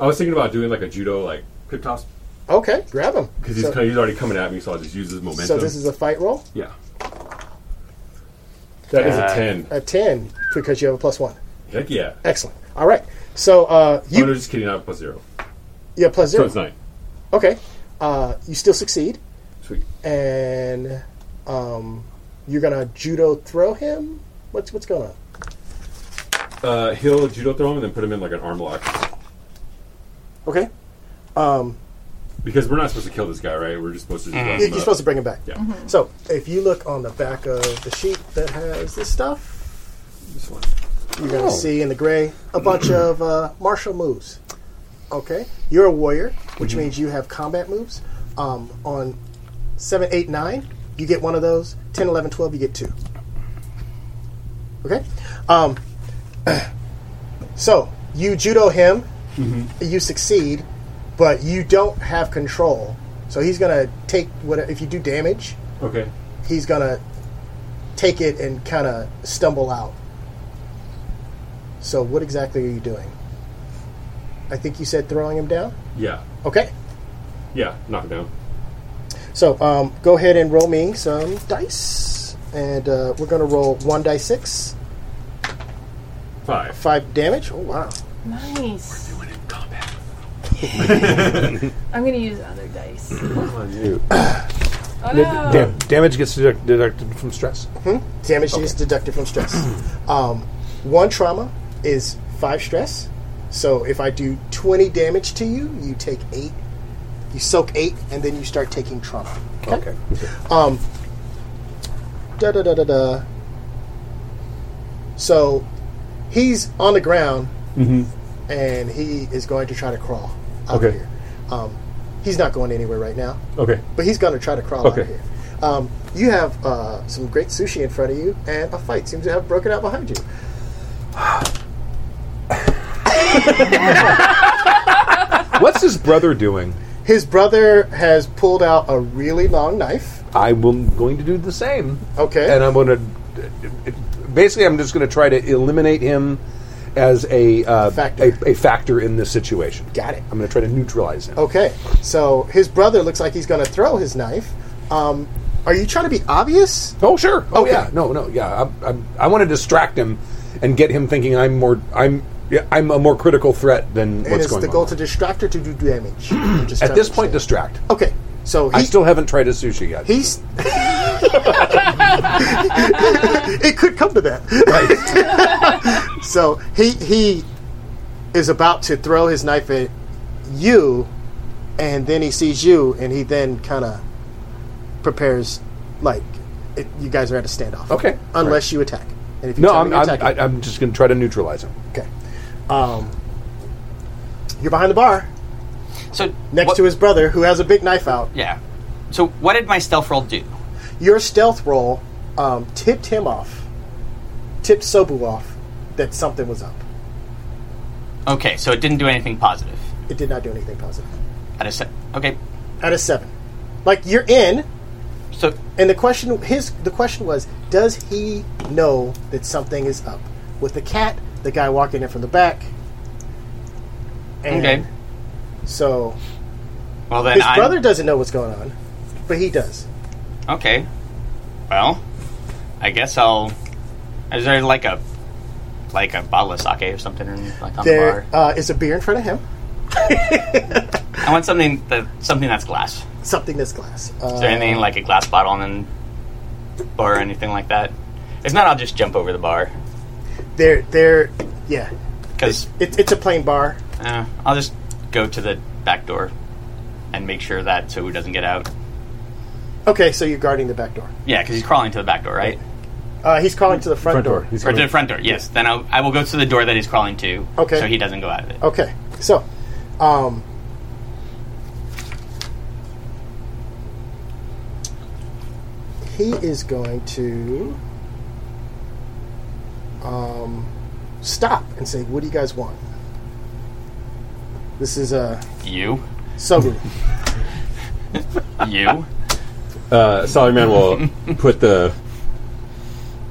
Speaker 4: I was thinking about doing like a judo, like hip toss,
Speaker 1: Okay. Grab him.
Speaker 4: because he's
Speaker 1: so,
Speaker 4: kind of, he's already coming at me, so I'll just use his momentum.
Speaker 1: so this is a fight roll.
Speaker 4: yeah. That is
Speaker 3: Uh,
Speaker 4: a ten.
Speaker 1: A ten because you have a plus one.
Speaker 4: Heck yeah.
Speaker 1: Excellent. All right. So uh,
Speaker 4: You, oh,
Speaker 1: you
Speaker 4: no, just kidding. I have plus zero.
Speaker 1: yeah plus
Speaker 4: So
Speaker 1: zero.
Speaker 4: it's nine.
Speaker 1: Okay. Uh, you still succeed.
Speaker 2: Sweet.
Speaker 1: and um, you're gonna judo throw him. What's what's going on?
Speaker 4: Uh, he'll judo throw him and then put him in like an arm lock.
Speaker 1: Okay,
Speaker 4: Because we're not supposed to kill this guy, right? We're just supposed to.
Speaker 1: you're, you're supposed Mm-hmm. to bring him back.
Speaker 4: Yeah.
Speaker 1: So if you look on the back of the sheet that has this stuff,
Speaker 4: This one.
Speaker 1: you're gonna see in the gray a bunch of uh, martial moves. Okay, you're a warrior, which means you have combat moves. Um, on seven, eight, nine, you get one of those. 10, 11, 12, you get two. Okay, um, <clears throat> so you judo him, you succeed, but you don't have control. So he's gonna take what if you do damage,
Speaker 4: Okay.
Speaker 1: he's gonna take it and kind of stumble out. So, what exactly are you doing? I think you said throwing him down.
Speaker 4: Yeah.
Speaker 1: Okay.
Speaker 4: Yeah. Knock it down.
Speaker 1: So, um, go ahead and roll me some dice, and uh, we're gonna roll one die six,
Speaker 4: Five.
Speaker 1: five damage. Oh wow!
Speaker 5: Nice.
Speaker 4: When in combat.
Speaker 5: <laughs> I'm gonna use other dice.
Speaker 4: On you.
Speaker 5: Oh no.
Speaker 2: Dam- damage gets deduct- deducted from stress.
Speaker 1: Damage is deducted from stress. <clears throat> um, one trauma is five stress. So, if I do twenty damage to you, you take eight. You soak eight, and then you start taking trauma.
Speaker 2: Okay.
Speaker 1: Um. Da da da da da. So, he's on the ground, and he is going to try to crawl out of
Speaker 4: Okay.
Speaker 1: here. Um, he's not going anywhere right now,
Speaker 4: Okay.
Speaker 1: but he's going to try to crawl out of
Speaker 4: Okay.
Speaker 1: here. Um, you have uh, some great sushi in front of you, and a fight seems to have broken out behind you.
Speaker 2: What's his brother doing?
Speaker 1: His brother has pulled out a really long knife.
Speaker 2: I'm going to do the same.
Speaker 1: Okay.
Speaker 2: And uh, I'm going to basically I'm just going to try to eliminate him as a uh,
Speaker 1: Factor.
Speaker 2: A, a factor in this situation.
Speaker 1: Got it.
Speaker 2: I'm going to try to neutralize him.
Speaker 1: Okay, so his brother looks like he's going to throw his knife. Um, are you trying to be obvious?
Speaker 2: Oh sure. Oh
Speaker 1: Okay.
Speaker 2: yeah. No no yeah. I, I, I want to distract him and get him thinking I'm more I'm yeah, I'm a more critical threat than
Speaker 1: and
Speaker 2: what's
Speaker 1: it's
Speaker 2: going
Speaker 1: the
Speaker 2: on.
Speaker 1: goal to distract or to do
Speaker 2: <clears throat>
Speaker 1: damage. I'm just
Speaker 2: At
Speaker 1: trying to
Speaker 2: this point,
Speaker 1: understand.
Speaker 2: distract.
Speaker 1: okay. So he,
Speaker 2: I still haven't tried a sushi yet. <laughs>
Speaker 1: he's. it could come to that.
Speaker 2: Right.
Speaker 1: <laughs> So he he is about to throw his knife at you, and then he sees you, and he then kind of prepares like it, you guys are at a standoff.
Speaker 2: Okay.
Speaker 1: unless you attack. And if you
Speaker 2: no,
Speaker 1: try
Speaker 2: I'm,
Speaker 1: to
Speaker 2: I'm,
Speaker 1: attack,
Speaker 2: I, I'm just going to try to neutralize him.
Speaker 1: okay. Um, you're behind the bar
Speaker 3: So
Speaker 1: next
Speaker 3: what-
Speaker 1: to his brother, who has a big knife out.
Speaker 3: yeah. So what did my stealth roll do?
Speaker 1: your stealth roll um, tipped him off, tipped Sobu off that something was up.
Speaker 3: Okay, so it didn't do anything positive.
Speaker 1: It did not do anything positive.
Speaker 3: At a set. Okay,
Speaker 1: Out of seven, like you're in,
Speaker 3: so
Speaker 1: and the question his the question was, does he know that something is up with the cat, the guy walking in from the back? And
Speaker 3: Okay.
Speaker 1: So
Speaker 3: well then
Speaker 1: his
Speaker 3: I'm-
Speaker 1: brother doesn't know what's going on, but he does.
Speaker 3: Okay. Well, I guess I'll. Is there like a like a bottle of sake or something like on
Speaker 1: There
Speaker 3: the bar?
Speaker 1: uh, is a beer in front of him,
Speaker 3: I want something that something that's glass.
Speaker 1: something that's glass. Uh,
Speaker 3: Is there anything like a glass bottle and then bar or anything like that? If not, I'll just jump over the bar
Speaker 1: there, there, yeah.
Speaker 3: because
Speaker 1: It, it's a plain bar.
Speaker 3: uh, I'll just go to the back door and make sure that Tohu doesn't get out.
Speaker 1: Okay, so you're guarding the back door.
Speaker 3: Yeah, because he's crawling to the back door, right?
Speaker 1: Uh, he's calling to the front,
Speaker 4: Front
Speaker 1: door.
Speaker 4: door. He's
Speaker 3: Or to the
Speaker 4: coming.
Speaker 3: front door. Yes. Then I'll, I will go to the door that he's crawling to.
Speaker 1: Okay.
Speaker 3: So he doesn't go out of it.
Speaker 1: Okay, so, um, he is going to um, stop and say, "What do you guys want?" This is a
Speaker 3: You.
Speaker 1: Sobu.
Speaker 3: You.
Speaker 4: Uh, Salary Man will put the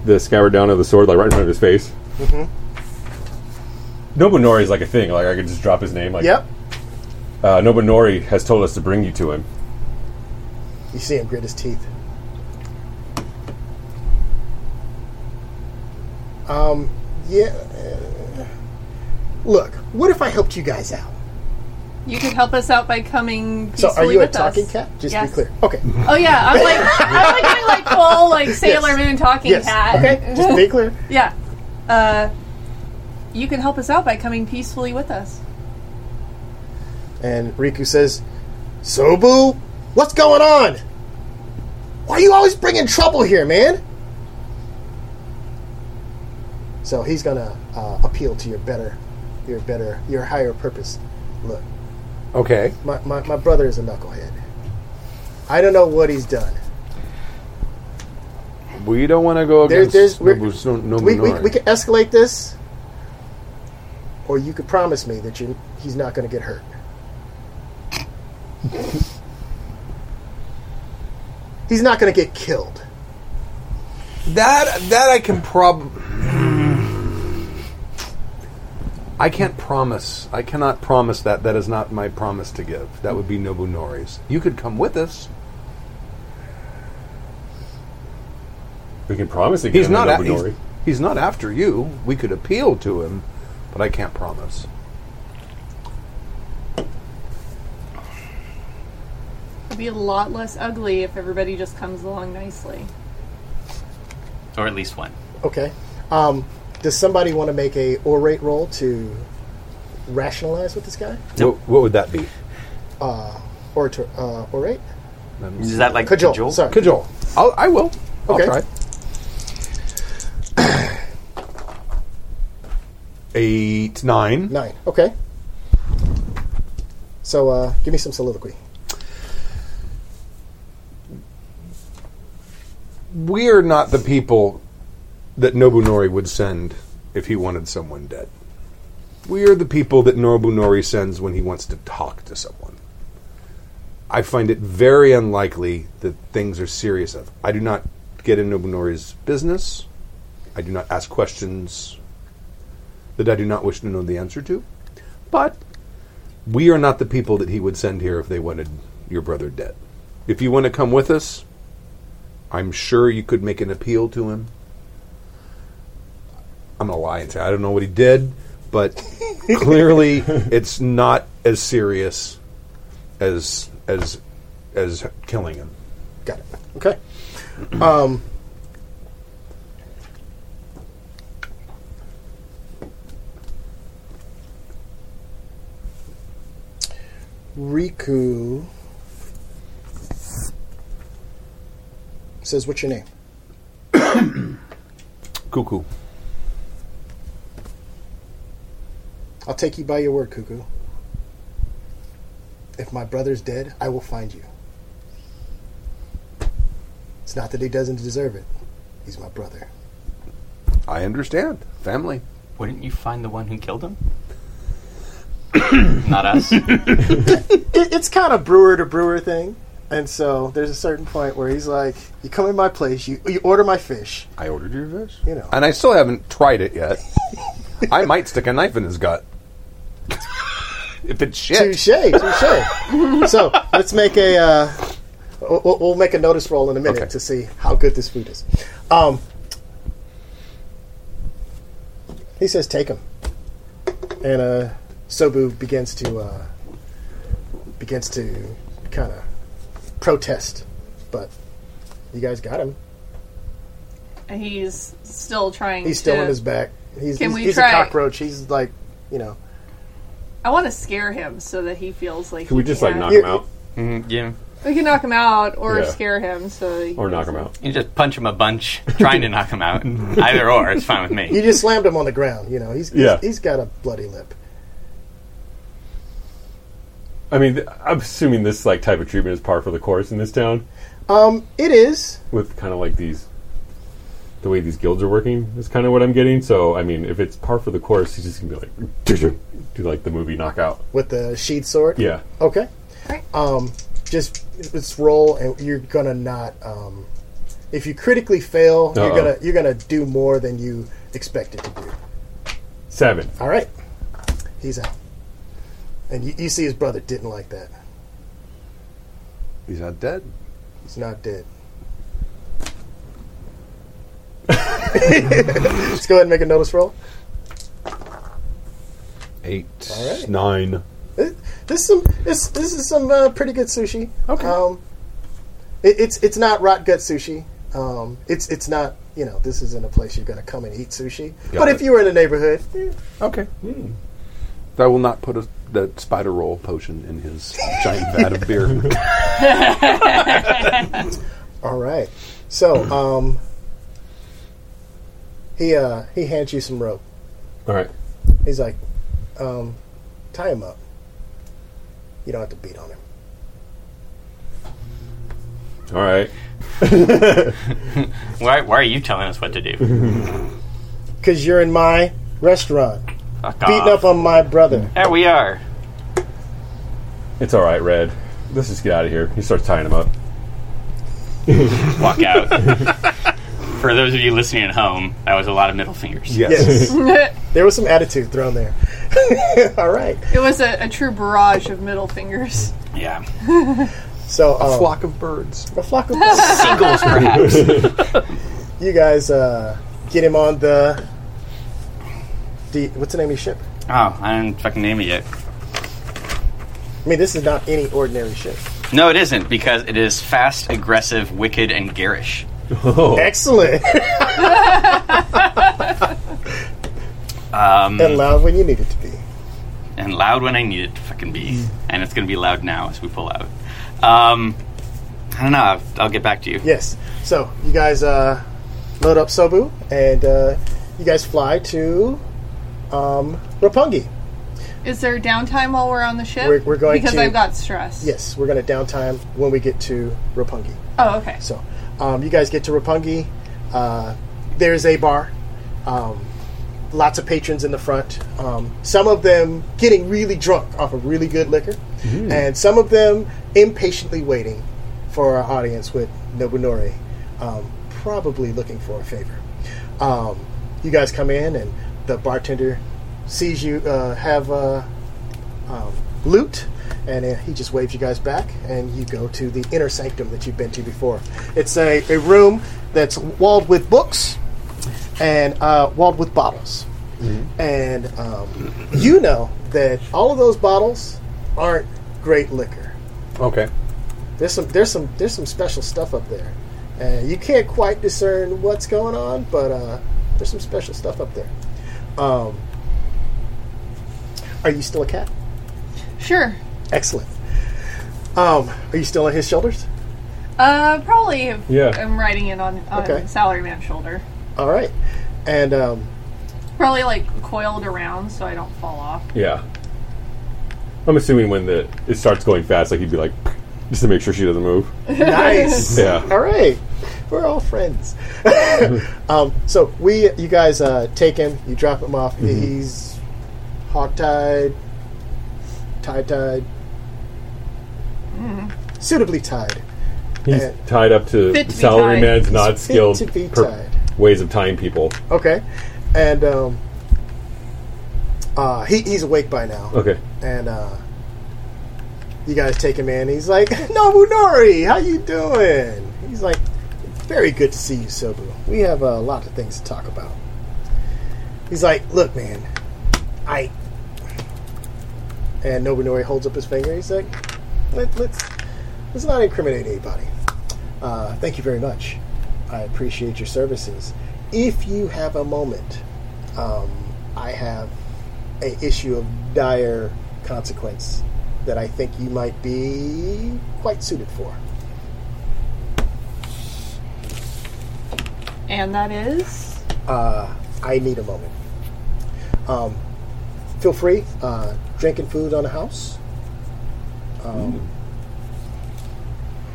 Speaker 4: the scabbard down of the sword like right in front of his face. Mm-hmm. Nobunori is like a thing. Like <laughs> I could just drop his name. Like
Speaker 1: yep,
Speaker 4: Uh, Nobunori has told us to bring you to him.
Speaker 1: you see him grit his teeth. Um, yeah. uh, Look, what if I helped you guys out?
Speaker 5: You could help us out by coming.
Speaker 1: So, are
Speaker 5: peacefully
Speaker 1: you a
Speaker 5: with us.
Speaker 1: talking cat? Just
Speaker 5: Yes.
Speaker 1: be clear.
Speaker 5: <laughs>
Speaker 1: Okay.
Speaker 5: Oh yeah, I'm like I'm like doing
Speaker 1: <laughs>
Speaker 5: like full like Sailor
Speaker 1: Yes.
Speaker 5: Moon talking
Speaker 1: Yes.
Speaker 5: cat. <laughs>
Speaker 1: Okay. Just be clear.
Speaker 5: Yeah. Uh, you can help us out by coming peacefully with us.
Speaker 1: And Riku says, Sobu, what's going on? Why are you always bringing trouble here, man? So he's gonna uh, appeal to your better, your better, your higher purpose. Look,
Speaker 2: Okay.
Speaker 1: my, my, my brother is a knucklehead. I don't know what he's done.
Speaker 2: We don't want to go
Speaker 1: There,
Speaker 2: against
Speaker 1: there's we're-
Speaker 2: Nobu- no, no
Speaker 1: we, we,
Speaker 2: Minori.
Speaker 1: we can escalate this, or you could promise me that you he's not gonna get hurt. <laughs> he's not gonna get killed.
Speaker 2: That that I can prob. I can't promise. I cannot promise that. That is not my promise to give. That would be Nobunori's. You could come with us.
Speaker 4: We can promise again.
Speaker 2: He's not. A, he's, he's not after you. We could appeal to him, but I can't promise.
Speaker 5: It'd be a lot less ugly if everybody just comes along nicely.
Speaker 3: or at least one.
Speaker 1: Okay. Um, does somebody want to make a orate roll to rationalize with this guy,
Speaker 2: What, what would that be?
Speaker 1: or to uh, orate?
Speaker 3: Is that like
Speaker 1: Cajole.
Speaker 3: cajole?
Speaker 1: Sorry.
Speaker 2: Cajole. I'll, I will. I'll
Speaker 1: Okay.
Speaker 2: try. Eight, nine.
Speaker 1: Nine. Okay. So uh, give me some soliloquy.
Speaker 2: We are not the people that Nobunori would send if he wanted someone dead. We are the people that Nobunori sends when he wants to talk to someone. I find it very unlikely that things are serious. Of I do not get in Nobunori's business. I do not ask questions that I do not wish to know the answer to. But we are not the people that he would send here if they wanted your brother dead. If you want to come with us, I'm sure you could make an appeal to him. I'm gonna lie and say I don't know what he did,
Speaker 1: <laughs>
Speaker 2: but clearly it's not as serious as as as killing him.
Speaker 1: Got it. Okay. Um, Riku says, "What's your name?"
Speaker 2: Cuckoo.
Speaker 1: I'll take you by your word, Cuckoo. If my brother's dead, I will find you. It's not that he doesn't deserve it. He's my brother.
Speaker 2: I understand. Family.
Speaker 3: Wouldn't you find the one who killed <coughs> him? Not us.
Speaker 1: It, it's kind of brewer to brewer thing. And so there's a certain point where he's like, You come in my place, you, you order my fish.
Speaker 2: I ordered your fish.
Speaker 1: You know.
Speaker 2: And I still haven't tried it yet. I might stick a knife in
Speaker 1: <laughs>
Speaker 2: his gut. if it's shit.
Speaker 1: Touche, touche. so let's make a. Uh, we'll, we'll make a notice roll in a minute
Speaker 2: Okay.
Speaker 1: to see how good this food is. Um, he says, "Take him," and uh, Sobu begins to uh, begins to kind of protest, but you guys got him.
Speaker 5: He's still trying.
Speaker 1: He's still
Speaker 5: to,
Speaker 1: on his back. He's,
Speaker 5: Can
Speaker 1: he's,
Speaker 5: we
Speaker 1: he's a
Speaker 5: try-
Speaker 1: cockroach. He's like, you know,
Speaker 5: I want to scare him so that he feels like.
Speaker 4: Can we just like knock
Speaker 1: Yeah.
Speaker 4: him out
Speaker 3: yeah.
Speaker 5: We can knock him out or
Speaker 4: Yeah.
Speaker 5: scare him so. He
Speaker 4: or knock him out?
Speaker 3: You just punch him a bunch, trying to knock
Speaker 1: <laughs>
Speaker 3: him out. Either or, it's fine with
Speaker 1: you
Speaker 3: me.
Speaker 1: just slammed him on the ground. You know, he's he's-
Speaker 4: Yeah.
Speaker 1: he's got a bloody lip.
Speaker 4: I mean, th- I'm assuming this like type of treatment is par for the course in this town
Speaker 1: Um, it is.
Speaker 4: with kind of like these. The way these guilds are working is kind of what I'm getting. So, I mean, if it's par for the course, he's just gonna be like, do like the movie Knockout.
Speaker 1: with the sheath sword.
Speaker 4: Yeah,
Speaker 1: Okay.
Speaker 5: Right.
Speaker 1: Um, just let's roll, and you're gonna not. Um, if you critically fail, you're
Speaker 4: Uh-oh.
Speaker 1: gonna you're gonna do more than you expected to do.
Speaker 4: seven.
Speaker 1: All right. He's out. And you, you see his brother didn't like that.
Speaker 2: He's not dead.
Speaker 1: He's not
Speaker 4: <laughs>
Speaker 1: dead. <laughs> let's go ahead and make a notice roll.
Speaker 2: Eight.
Speaker 1: All right.
Speaker 2: Nine.
Speaker 1: It- This is some this this is some uh, pretty good sushi. Okay. Um, it, it's it's not rot gut sushi. Um, it's it's not you know this isn't a place you're going to come and eat sushi.
Speaker 2: Got
Speaker 1: but
Speaker 2: it.
Speaker 1: if you were in the neighborhood, eh,
Speaker 2: Okay. I Hmm. will not put a, the spider roll potion in his giant vat of beer. <laughs>
Speaker 1: all right.
Speaker 2: <clears throat>
Speaker 1: So um, he uh, he hands you some rope.
Speaker 4: All right.
Speaker 1: He's like, um, tie him up. You don't have to beat on him.
Speaker 4: All right.
Speaker 3: Why, why are you telling us
Speaker 1: <laughs>
Speaker 3: what to do?
Speaker 1: Because you're in my restaurant,
Speaker 2: Ah.
Speaker 3: Fuck
Speaker 1: beating
Speaker 3: off.
Speaker 1: up on my
Speaker 2: <laughs>
Speaker 1: brother.
Speaker 3: There we are.
Speaker 4: It's all right, Red. Let's just get out of here. He starts tying him up.
Speaker 3: Walk
Speaker 1: <laughs>
Speaker 3: out. For those of you listening at home, that was a lot of middle fingers.
Speaker 1: Yes.
Speaker 5: it
Speaker 1: there was some attitude thrown there. <laughs> All right.
Speaker 5: was a, a true barrage of middle fingers.
Speaker 3: Yeah.
Speaker 1: So um,
Speaker 2: Flock of birds.
Speaker 1: a flock
Speaker 3: <laughs>
Speaker 1: of birds.
Speaker 3: Seagulls, perhaps.
Speaker 1: <laughs> you guys uh, get him on the. The, what's the name of your ship?
Speaker 3: oh, I didn't fucking name it yet.
Speaker 1: I mean, this is not any ordinary ship.
Speaker 3: No, it isn't, because it is fast, aggressive, wicked, and garish. Oh.
Speaker 1: Excellent.
Speaker 3: <laughs> Um,
Speaker 1: and loud when you need it to be.
Speaker 3: and loud when I need it to fucking be. And it's going to be loud now as we pull out. Um, I don't know. I'll, I'll get back to you.
Speaker 1: Yes. So you guys uh, load up Sobu, and uh, you guys fly to um, Rapungi.
Speaker 5: Is there downtime while we're on the ship?
Speaker 1: We're- we're going
Speaker 5: because
Speaker 1: to-
Speaker 5: I've got stress.
Speaker 1: Yes, we're going to downtime when we get to Rapungi.
Speaker 5: Oh, okay.
Speaker 1: So, um, you guys get to Rapungi. Uh, there's a bar. Um, lots of patrons in the front. Um, some of them getting really drunk off of really good liquor, and some of them impatiently waiting for our audience with Nobunori, um, probably looking for a favor. Um, you guys come in, and the bartender sees you uh, have. Uh, um, loot, and uh, he just waves you guys back, and you go to the inner sanctum that you've been to before. It's a, a room that's walled with books and uh, walled with bottles. And um, you know that all of those bottles aren't great liquor.
Speaker 2: Okay.
Speaker 1: There's some there's some there's some special stuff up there, and you can't quite discern what's going on, but uh, there's some special stuff up there. Um, are you still a cat?
Speaker 5: Sure.
Speaker 1: Excellent. Um, are you still on his shoulders?
Speaker 5: Uh, probably. If
Speaker 4: Yeah.
Speaker 5: I'm riding it on on
Speaker 1: Okay.
Speaker 5: salaryman's shoulder.
Speaker 1: All right. And um,
Speaker 5: Probably like coiled around so I don't fall off.
Speaker 4: Yeah. I'm assuming when the it starts going fast, like he'd be like, just to make sure she doesn't move.
Speaker 1: nice.
Speaker 4: <laughs> Yeah.
Speaker 1: All right. We're all friends. <laughs> um, so we, you guys, uh, take him. You drop him
Speaker 4: Mm-hmm.
Speaker 1: off. He's hog-tied, tie-tied, suitably tied.
Speaker 4: He's
Speaker 1: And-
Speaker 4: tied up to
Speaker 5: Fit to be
Speaker 4: salaryman's
Speaker 5: tied.
Speaker 4: not skilled
Speaker 1: to be
Speaker 4: per-
Speaker 1: tied.
Speaker 4: ways of tying people.
Speaker 1: Okay. And um, uh, he, he's awake by now.
Speaker 4: Okay.
Speaker 1: and uh, you guys take him in. He's like, <laughs> Nobunori, how you doing? He's like, very good to see you, Sobu. We have a lot of things to talk about. He's like, look, man, I. And Nobunori holds up his finger. He's like, Let, let's let's not incriminate anybody. Uh, thank you very much. I appreciate your services. If you have a moment, um, I have a issue of dire consequence that I think you might be quite suited for.
Speaker 5: And that is.
Speaker 1: Uh, I need a moment. Um, feel free, uh, drinking food on the house. Um,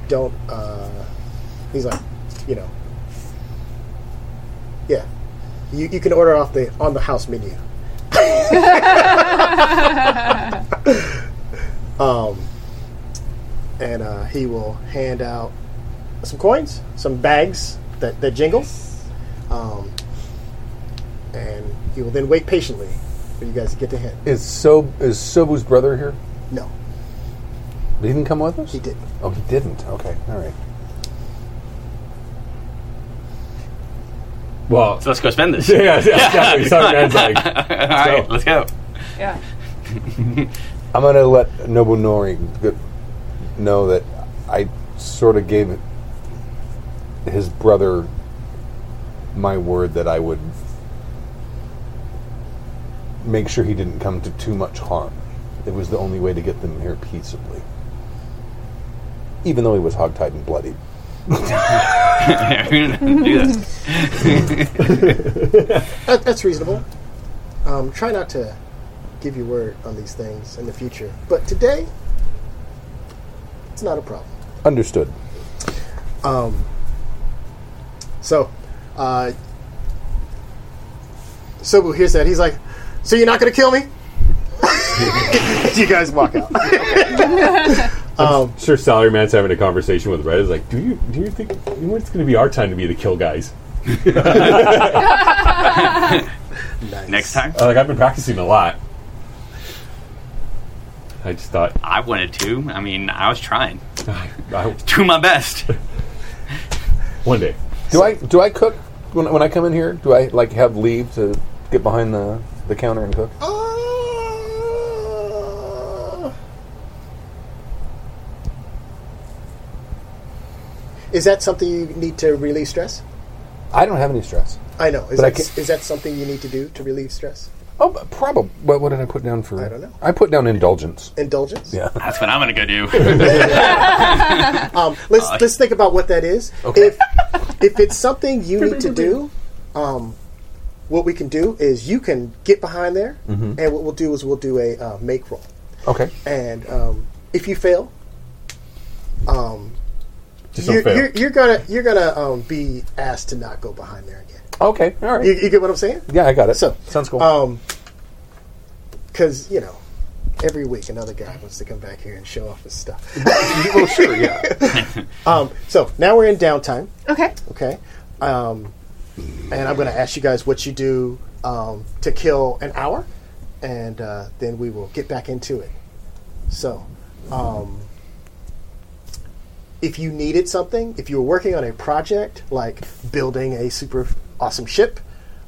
Speaker 1: Don't, uh, he's like, you know, yeah, you, you can order off the on the house menu. <laughs> um, and uh, he will hand out some coins, some bags that, that jingle. Um, and he will then wait patiently for you guys to get to him.
Speaker 2: Is so is Sobu's brother here?
Speaker 1: No,
Speaker 2: He didn't come with us.
Speaker 1: he didn't.
Speaker 2: Oh, he didn't. Okay. All right.
Speaker 4: <laughs> Well,
Speaker 3: So let's go spend this. <laughs>
Speaker 4: yeah, yeah, yeah. salaryman's like,
Speaker 3: All right,
Speaker 4: So-
Speaker 3: let's go.
Speaker 5: Yeah.
Speaker 2: I'm going to let Nobunori g- know that I sort of gave his brother my word that I would make sure he didn't come to too much harm. It was the only way to get them here peaceably. Even though he was hogtied and bloodied.
Speaker 3: <laughs> do that.
Speaker 1: That, that's reasonable. Um, try not to give you word on these things in the future, but today, it's not a problem.
Speaker 2: Understood.
Speaker 1: Um, so, uh, Sobu hears that. He's like, So you're not going to kill me? <laughs> you guys walk out.
Speaker 4: I'm sure Salaryman's having a conversation with Red. Is like, do you do you think when's going to be our time to be the kill guys?
Speaker 1: Nice.
Speaker 3: Next time,
Speaker 4: Uh, like I've been practicing a lot. I just thought
Speaker 3: I wanted to. I mean, I was trying.
Speaker 4: I, I,
Speaker 3: Do my best.
Speaker 4: one day.
Speaker 2: Do I do I cook when, when I come in here? Do I like have leave to get behind the, the counter and cook?
Speaker 1: Uh, Is that something you need to relieve stress?
Speaker 2: I don't have any stress.
Speaker 1: I know. Is
Speaker 2: But I
Speaker 1: that,
Speaker 2: can't-
Speaker 1: is that something you need to do to relieve stress?
Speaker 2: Oh, probably. What, what did I put down for?
Speaker 1: I don't know.
Speaker 2: I put down indulgence.
Speaker 1: Indulgence?
Speaker 2: Yeah. <laughs>
Speaker 3: That's what I'm gonna go do.
Speaker 1: Um, let's let's think about what that is. If if it's something you need to do, um, what we can do is you can get behind there,
Speaker 2: Mm-hmm.
Speaker 1: and what we'll do is we'll do a uh, make roll,
Speaker 2: Okay.
Speaker 1: and um, if you fail, um,
Speaker 4: Just
Speaker 1: you're,
Speaker 4: don't fail.
Speaker 1: you're, you're gonna you're gonna um, be asked to not go behind there again.
Speaker 2: Okay. All right.
Speaker 1: You, you get what I'm saying?
Speaker 2: yeah, I got it.
Speaker 1: So
Speaker 2: sounds cool.
Speaker 1: Um, because you know, every week another guy wants to come back here and show off his stuff.
Speaker 2: <laughs> well, sure. Yeah.
Speaker 1: <laughs> um, so now we're in downtime.
Speaker 5: Okay.
Speaker 1: Okay. Um, and I'm going to ask you guys what you do um, to kill an hour, and uh, then we will get back into it. So, um, if you needed something, if you were working on a project like building a super awesome ship,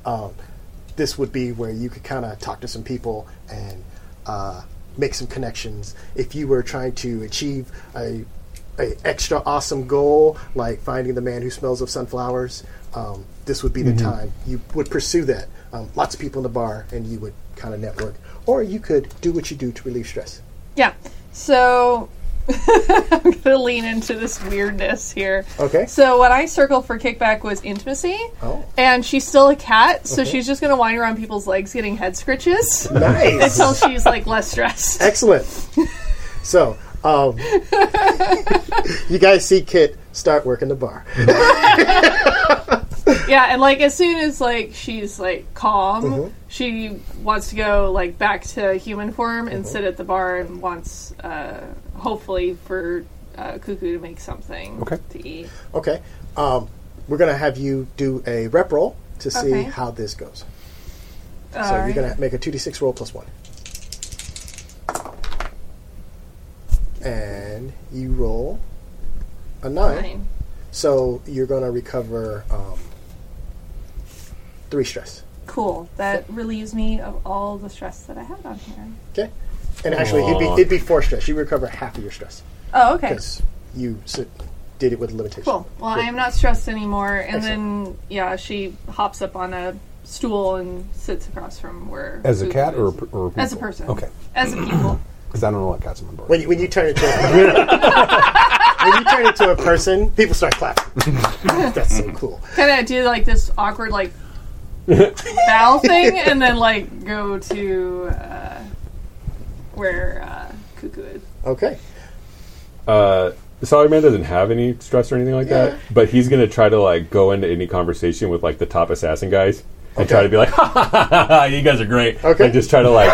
Speaker 1: um, this would be where you could kind of talk to some people and uh, make some connections. If you were trying to achieve a, a extra awesome goal, like finding the man who smells of sunflowers, um, this would be the time you would pursue that. Um, lots of people in the bar, and you would kind of network, or you could do what you do to relieve stress.
Speaker 5: Yeah. So <laughs> I'm gonna lean into this weirdness here.
Speaker 1: Okay.
Speaker 5: So what I circled for kickback was intimacy.
Speaker 1: Oh.
Speaker 5: And she's still a cat, so she's just gonna wind around people's legs getting head scritches
Speaker 1: <laughs> Nice.
Speaker 5: until she's like less stressed.
Speaker 1: Excellent. So, um, you guys see Kit start working the bar.
Speaker 5: Yeah, and like as soon as like she's like calm,
Speaker 1: Mm-hmm.
Speaker 5: she wants to go like back to human form
Speaker 1: Mm-hmm.
Speaker 5: and sit at the bar and wants uh, hopefully for uh, Cuckoo to make something
Speaker 2: Okay.
Speaker 5: to eat.
Speaker 1: Okay. Um, we're going to have you do a rep roll to see
Speaker 5: Okay.
Speaker 1: how this goes.
Speaker 5: All
Speaker 1: so, you're
Speaker 5: right.
Speaker 1: going to make a 2d6 roll plus 1. And you roll a 9.
Speaker 5: Fine.
Speaker 1: So, you're going to recover um, 3 stress.
Speaker 5: Cool. That relieves me of all the stress that I had on here.
Speaker 1: Okay? And actually, it'd be,
Speaker 4: Aw.
Speaker 1: it'd be 4 stress. You recover half of your stress.
Speaker 5: Oh, okay.
Speaker 1: because you s- did it with limitation.
Speaker 5: Cool. Well, I am not stressed anymore. And then, yeah, she hops up on a stool and sits across from where.
Speaker 2: as a
Speaker 5: Cuckoo
Speaker 2: cat or a,
Speaker 5: is.
Speaker 2: per- or a
Speaker 5: as a
Speaker 2: people?
Speaker 5: person.
Speaker 2: Okay.
Speaker 5: As a people.
Speaker 2: Because I don't know what cats I'm on board.
Speaker 1: When you, when you turn into a, <laughs> when you turn into a person, people start clapping. That's so cool.
Speaker 5: kind of do like this awkward like
Speaker 2: <laughs>
Speaker 5: bow thing, and then like go to uh, where uh, Cuckoo is.
Speaker 1: Okay,
Speaker 4: Uh, Salaryman doesn't have any stress or anything like that, but he's going to try to like go into any conversation with like the top assassin guys and try to be like, <laughs> ha, ha, ha, ha, ha, "You guys are great."
Speaker 1: Okay.
Speaker 4: Like, just try to like.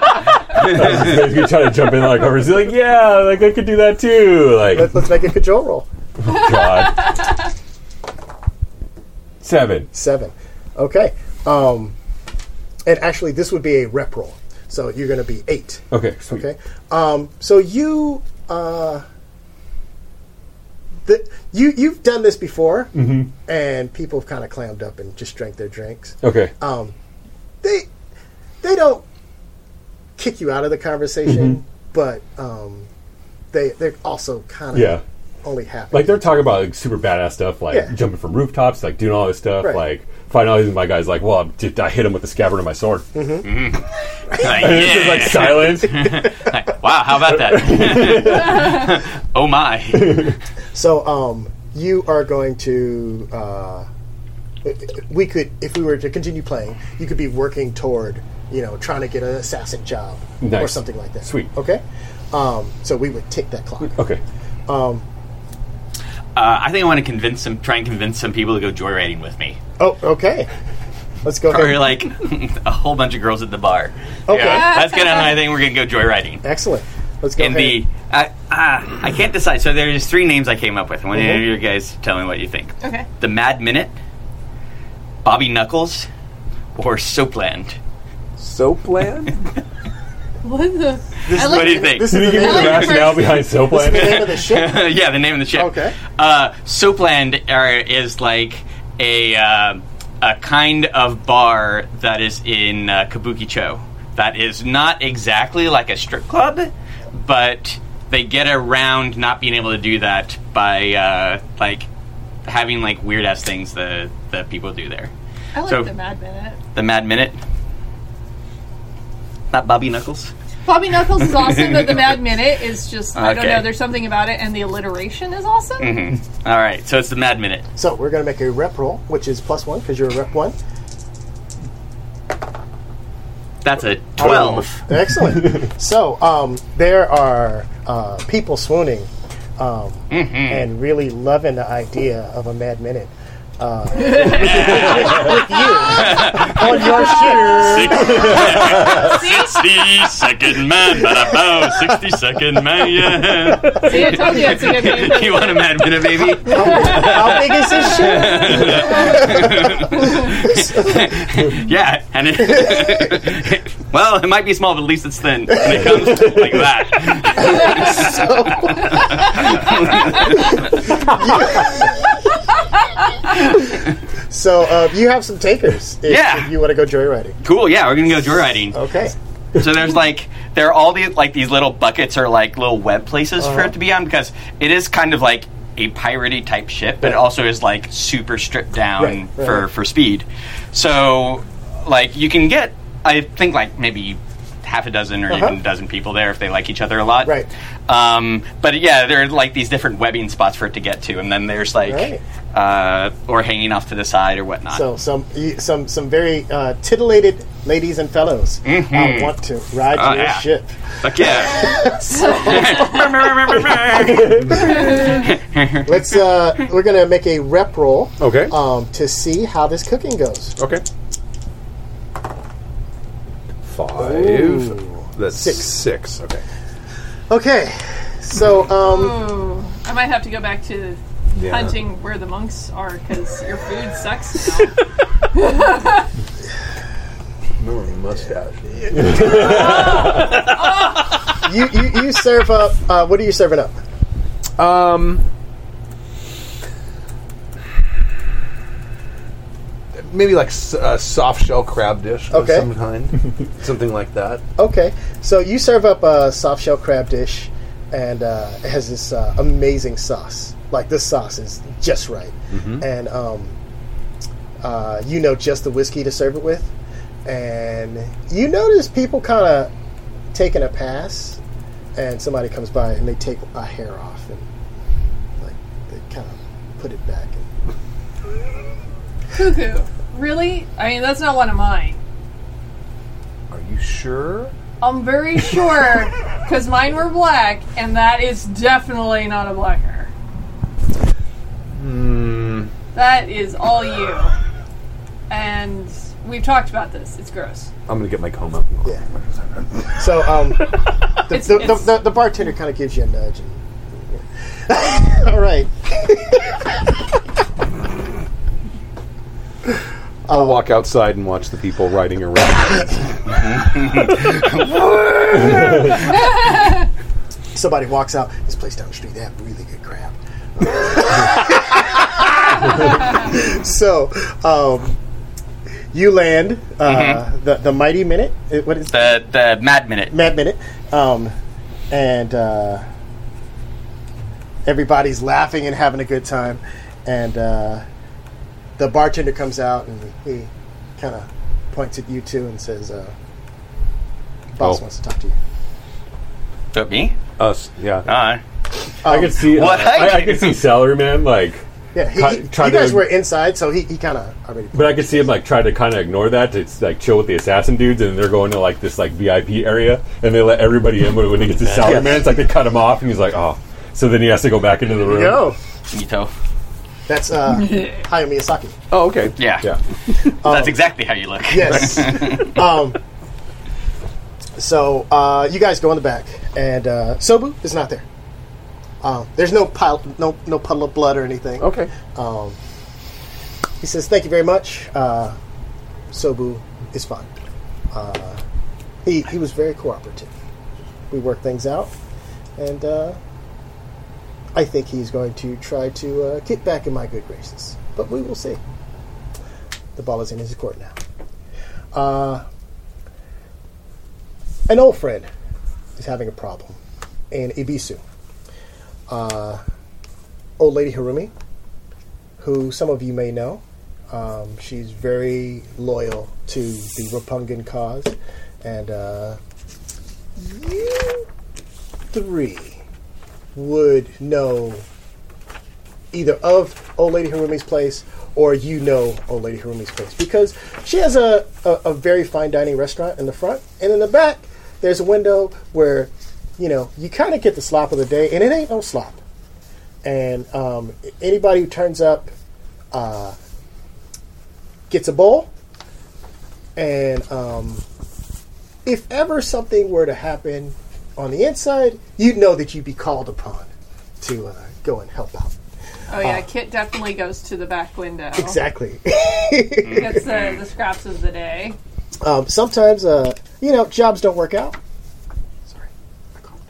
Speaker 4: he's gonna try to jump in like over. He's like, "Yeah, like I could do that too." Like, <laughs>
Speaker 1: let's, let's make a cajole roll.
Speaker 4: God. Seven.
Speaker 1: Seven. Okay, um, and actually, this would be a rep roll, so you're going to be eight.
Speaker 4: Okay. Sweet.
Speaker 1: Okay. Um, so you, uh, the, you you've done this before, and people have kind of clammed up Um, and just drank their drinks.
Speaker 4: Okay.
Speaker 1: um, they they don't kick you out of the conversation,
Speaker 4: Mm-hmm.
Speaker 1: but um, they they're also kind of
Speaker 4: Yeah.
Speaker 1: only happy.
Speaker 4: Like they're talking about like super badass stuff, like
Speaker 1: Yeah.
Speaker 4: jumping from rooftops, like doing all this stuff,
Speaker 1: Right.
Speaker 4: like finding all these. My guy's like, "Well, did I hit him with the scabbard of my sword?"
Speaker 1: Mm-hmm.
Speaker 3: Like,
Speaker 4: And it's just like
Speaker 3: yeah.
Speaker 4: silence.
Speaker 3: wow, how about that? <laughs> oh my.
Speaker 1: so um, you are going to. Uh, we could, if we were to continue playing, you could be working toward, you know, trying to get an assassin job or
Speaker 4: Nice.
Speaker 1: something like that.
Speaker 4: Sweet.
Speaker 1: Okay. Um, so we would take that clock.
Speaker 4: okay,
Speaker 3: Uh, I think I want to convince some, try and convince some people to go joyriding with me.
Speaker 1: Oh, okay. Let's go.
Speaker 3: <laughs> Or
Speaker 1: Ahead.
Speaker 3: like a whole bunch of girls at the bar.
Speaker 1: Okay.
Speaker 3: That's kind of my thing. We're gonna go joyriding.
Speaker 1: Excellent. Let's go.
Speaker 3: And
Speaker 1: ahead.
Speaker 3: the I, ah, I can't decide. So there's three names I came up with. One of you guys tell me what you think.
Speaker 5: Okay.
Speaker 3: The Mad Minute, Bobby Knuckles, or Soapland.
Speaker 1: <laughs>
Speaker 7: Soapland?
Speaker 5: <laughs> What the? I
Speaker 3: what do you think?
Speaker 1: This is the
Speaker 4: Can you give me
Speaker 1: name,
Speaker 4: the
Speaker 5: like
Speaker 4: rationale
Speaker 5: first-
Speaker 4: behind
Speaker 1: <laughs> the
Speaker 4: Soapland?
Speaker 1: name of the ship.
Speaker 3: <laughs> yeah, the name of the ship.
Speaker 1: Okay.
Speaker 3: Uh, Soapland er, is like a uh, a kind of bar that is in uh, Kabukicho. That is not exactly like a strip club, but they get around not being able to do that by uh, like having like weird ass things that that people do there.
Speaker 5: I like
Speaker 3: So-
Speaker 5: the Mad Minute.
Speaker 3: The Mad Minute. Not Bobby Knuckles.
Speaker 5: Bobby Knuckles is
Speaker 3: <laughs>
Speaker 5: awesome, but the Mad Minute is just, I don't
Speaker 3: Okay. Mm-hmm.
Speaker 5: know, there's something about it, and the alliteration is awesome.
Speaker 3: All right, so it's the Mad Minute.
Speaker 1: So we're going to make a rep roll, which is plus one because you're a rep one.
Speaker 3: That's a twelve.
Speaker 1: Excellent. so um, there are uh, people swooning um,
Speaker 3: Mm-hmm.
Speaker 1: and really loving the idea of a Mad Minute. Uh, <laughs> with, with you on your ship.
Speaker 3: Sixty second man, but about sixty second man. Yeah.
Speaker 5: See, I told you it's a good
Speaker 3: <laughs>
Speaker 5: name.
Speaker 3: you want a Mad Minute, baby? <laughs>
Speaker 1: How big is this ship?
Speaker 3: <laughs> yeah. And it, <laughs> well, it might be small, but at least it's thin. And it comes like that.
Speaker 1: So uh, you have some takers. If,
Speaker 3: Yeah.
Speaker 1: if you want to go joyriding.
Speaker 3: <laughs> Cool. Yeah, we're gonna go joyriding.
Speaker 1: Okay.
Speaker 3: So there's like there are all these like these little buckets or like little web places
Speaker 1: Uh-huh.
Speaker 3: for it to be on because it is kind of like a piratey type ship, but it also is like super stripped down
Speaker 1: Right, right,
Speaker 3: for
Speaker 1: right.
Speaker 3: for speed. So like you can get I think like maybe half a dozen or even a dozen people there if they like each other a lot.
Speaker 1: Uh-huh. Right.
Speaker 3: Um, but yeah, there are like these different webbing spots for it to get to, and then there's like
Speaker 1: Right.
Speaker 3: uh, or hanging off to the side or whatnot.
Speaker 1: So some you- some some very uh, titillated ladies and fellows uh, want to ride
Speaker 3: Oh,
Speaker 1: your
Speaker 3: yeah.
Speaker 1: ship.
Speaker 3: Fuck yeah.
Speaker 1: <laughs> <laughs> Let's uh, we're gonna make a rep roll
Speaker 2: Okay.
Speaker 1: um, to see how this cooking goes.
Speaker 2: okay. Five. That's
Speaker 1: Six.
Speaker 2: Six. Okay.
Speaker 1: Okay, so um,
Speaker 5: Ooh, Oh, I might have to go back to
Speaker 2: Yeah.
Speaker 5: hunting where the monks are because your food sucks
Speaker 3: <laughs>
Speaker 5: now.
Speaker 7: Normally mustache.
Speaker 1: you, you you serve up. Uh, what are you serving up?
Speaker 2: Um, maybe like s- a soft shell crab dish of
Speaker 1: Okay. <laughs>
Speaker 2: some kind, something like that.
Speaker 1: Okay, so you serve up a soft shell crab dish, and uh, it has this uh, amazing sauce. Like this sauce is just right, and um, uh, you know just the whiskey to serve it with, and you notice people kind of taking a pass, and somebody comes by and they take a hair off and like they kind of put it back.
Speaker 5: Cuckoo. Really? I mean, that's not one of mine.
Speaker 2: Are you sure?
Speaker 5: I'm very sure because mine were black, and that is definitely not a black hair.
Speaker 2: Hmm.
Speaker 5: That is all you. And we've talked about this. It's gross.
Speaker 2: I'm gonna get my comb up.
Speaker 1: Yeah. So um, the,
Speaker 5: It's- <laughs>
Speaker 1: the, the,
Speaker 5: it's-
Speaker 1: the, the bartender kind of gives you a nudge. And, <laughs> All right.
Speaker 2: I'll walk outside and watch the people riding around.
Speaker 1: somebody walks out, this place down the street, they have really good <laughs> crab. so, um, you land uh, the the mighty minute. It- What is
Speaker 3: <laughs> The the Mad Minute.
Speaker 1: Mad Minute. Um, and uh, everybody's laughing and having a good time. And uh, the bartender comes out and he kind of points at you two and says, uh, Boss
Speaker 2: Oh.
Speaker 1: wants to talk to you.
Speaker 3: But me?
Speaker 2: <coughs> Us, yeah.
Speaker 3: Uh,
Speaker 1: Um,
Speaker 4: I could see.
Speaker 3: What?
Speaker 4: I, I could see Salaryman like,
Speaker 1: Yeah, he,
Speaker 4: Cut-
Speaker 1: he-
Speaker 4: try
Speaker 1: you guys
Speaker 4: to-
Speaker 1: were inside, so he, he kind of already.
Speaker 4: but I could see him like try to kind of ignore that to like chill with the assassin dudes, and they're going to like this like VIP area, and they let everybody in. But when he gets to Salaryman, it's like they cut him off, and he's like, oh. So then he has to go back into the room.
Speaker 1: Yo,
Speaker 3: Mito.
Speaker 1: that's uh, Hayao Miyazaki.
Speaker 2: Oh, okay.
Speaker 3: Yeah.
Speaker 4: Yeah.
Speaker 3: <laughs> That's exactly how you look.
Speaker 4: <laughs>
Speaker 1: Yes. um, so uh, you guys go in the back, and uh, Sobu is not there. Um, there's no pile, no no puddle of blood or anything.
Speaker 2: Okay.
Speaker 1: Um, he says, "Thank you very much." Uh, Sobu is fine. Uh, he he was very cooperative. We worked things out, and uh, I think he's going to try to uh, get back in my good graces. But we will see. The ball is in his court now. Uh, an old friend is having a problem in Ibisu. Uh, old lady Harumi, who some of you may know, um, she's very loyal to the Rapungan cause, and uh, you three would know either of Old Lady Harumi's place or you know Old Lady Harumi's place because she has a, a, a very fine dining restaurant in the front and in the back there's a window where you know you kind of get the slop of the day and it ain't no slop and um, anybody who turns up uh, gets a bowl and um, if ever something were to happen on the inside you'd know that you'd be called upon to uh, go and help out <laughs>
Speaker 5: Oh yeah, Kit definitely goes to the back window.
Speaker 1: Exactly.
Speaker 5: Gets the, the scraps of the day.
Speaker 1: Um, sometimes, uh, you know, jobs don't work out. Sorry. I coughed.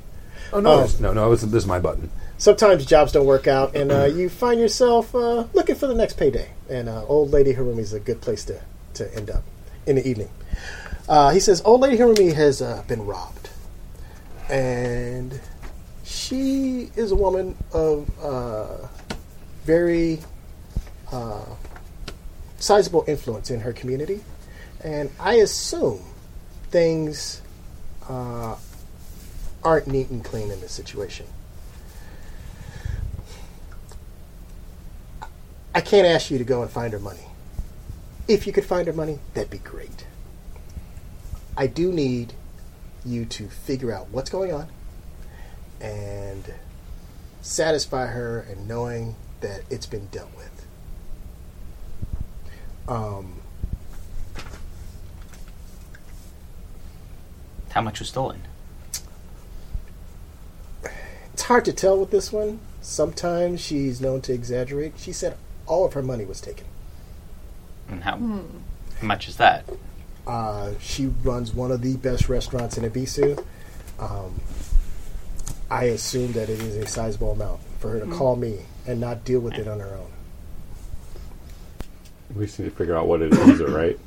Speaker 2: Oh no, it's- no, no. It was, this is my button.
Speaker 1: Sometimes jobs don't work out, and uh, you find yourself uh, looking for the next payday. And uh, Old Lady Harumi is a good place to, to end up in the evening. Uh, he says, Old Lady Harumi has uh, been robbed. And she is a woman of uh, very uh, sizable influence in her community. And I assume things uh, aren't neat and clean in this situation. I can't ask you to go and find her money. If you could find her money, that'd be great. I do need you to figure out what's going on and satisfy her and knowing that it's been dealt with. Um,
Speaker 3: How much was stolen?
Speaker 1: it's hard to tell with this one. Sometimes she's known to exaggerate. She said all of her money was taken.
Speaker 3: And how much is that?
Speaker 1: Uh, she runs one of the best restaurants in Ibisu. Um, I assume that it is a sizable amount for her to call me and not deal with it on her own.
Speaker 4: We just need to figure out what it is, right?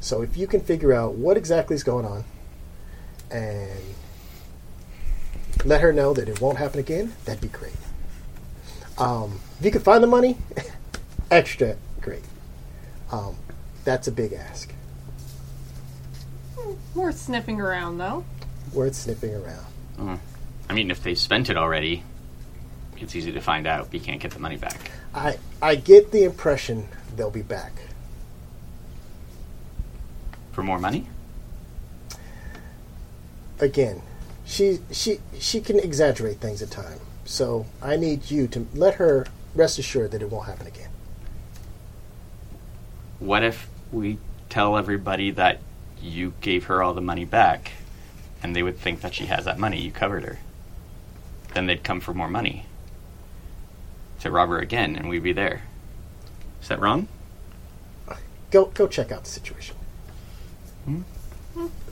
Speaker 1: So if you can figure out what exactly is going on and let her know that it won't happen again, that'd be great. Um, if you can find the money, <laughs> extra great. Um, that's a big ask.
Speaker 5: Worth sniffing around though.
Speaker 1: Worth sniffing around.
Speaker 3: I mean, if they spent it already, it's easy to find out. But you can't get the money back.
Speaker 1: I I get the impression they'll be back.
Speaker 3: For more money?
Speaker 1: again, she she she can exaggerate things at times. So I need you to let her rest assured that it won't happen again.
Speaker 3: What if we tell everybody that you gave her all the money back and they would think that she has that money? You covered her. Then they'd come for more money to rob her again and we'd be there. Is that wrong?
Speaker 1: Go go check out the situation.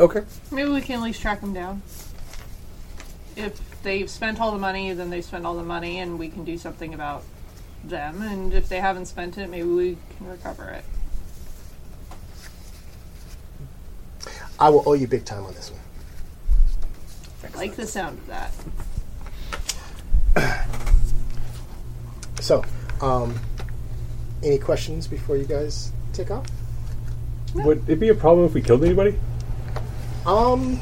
Speaker 2: Okay.
Speaker 5: Maybe we can at least track them down. If they've spent all the money, then they spend all the money, and we can do something about them. And if they haven't spent it, maybe we can recover it.
Speaker 1: I will owe you big time on this one.
Speaker 5: Like the sound of that.
Speaker 1: So, um, any questions before you guys take off?
Speaker 4: Would it be a problem if we killed anybody?
Speaker 1: Um,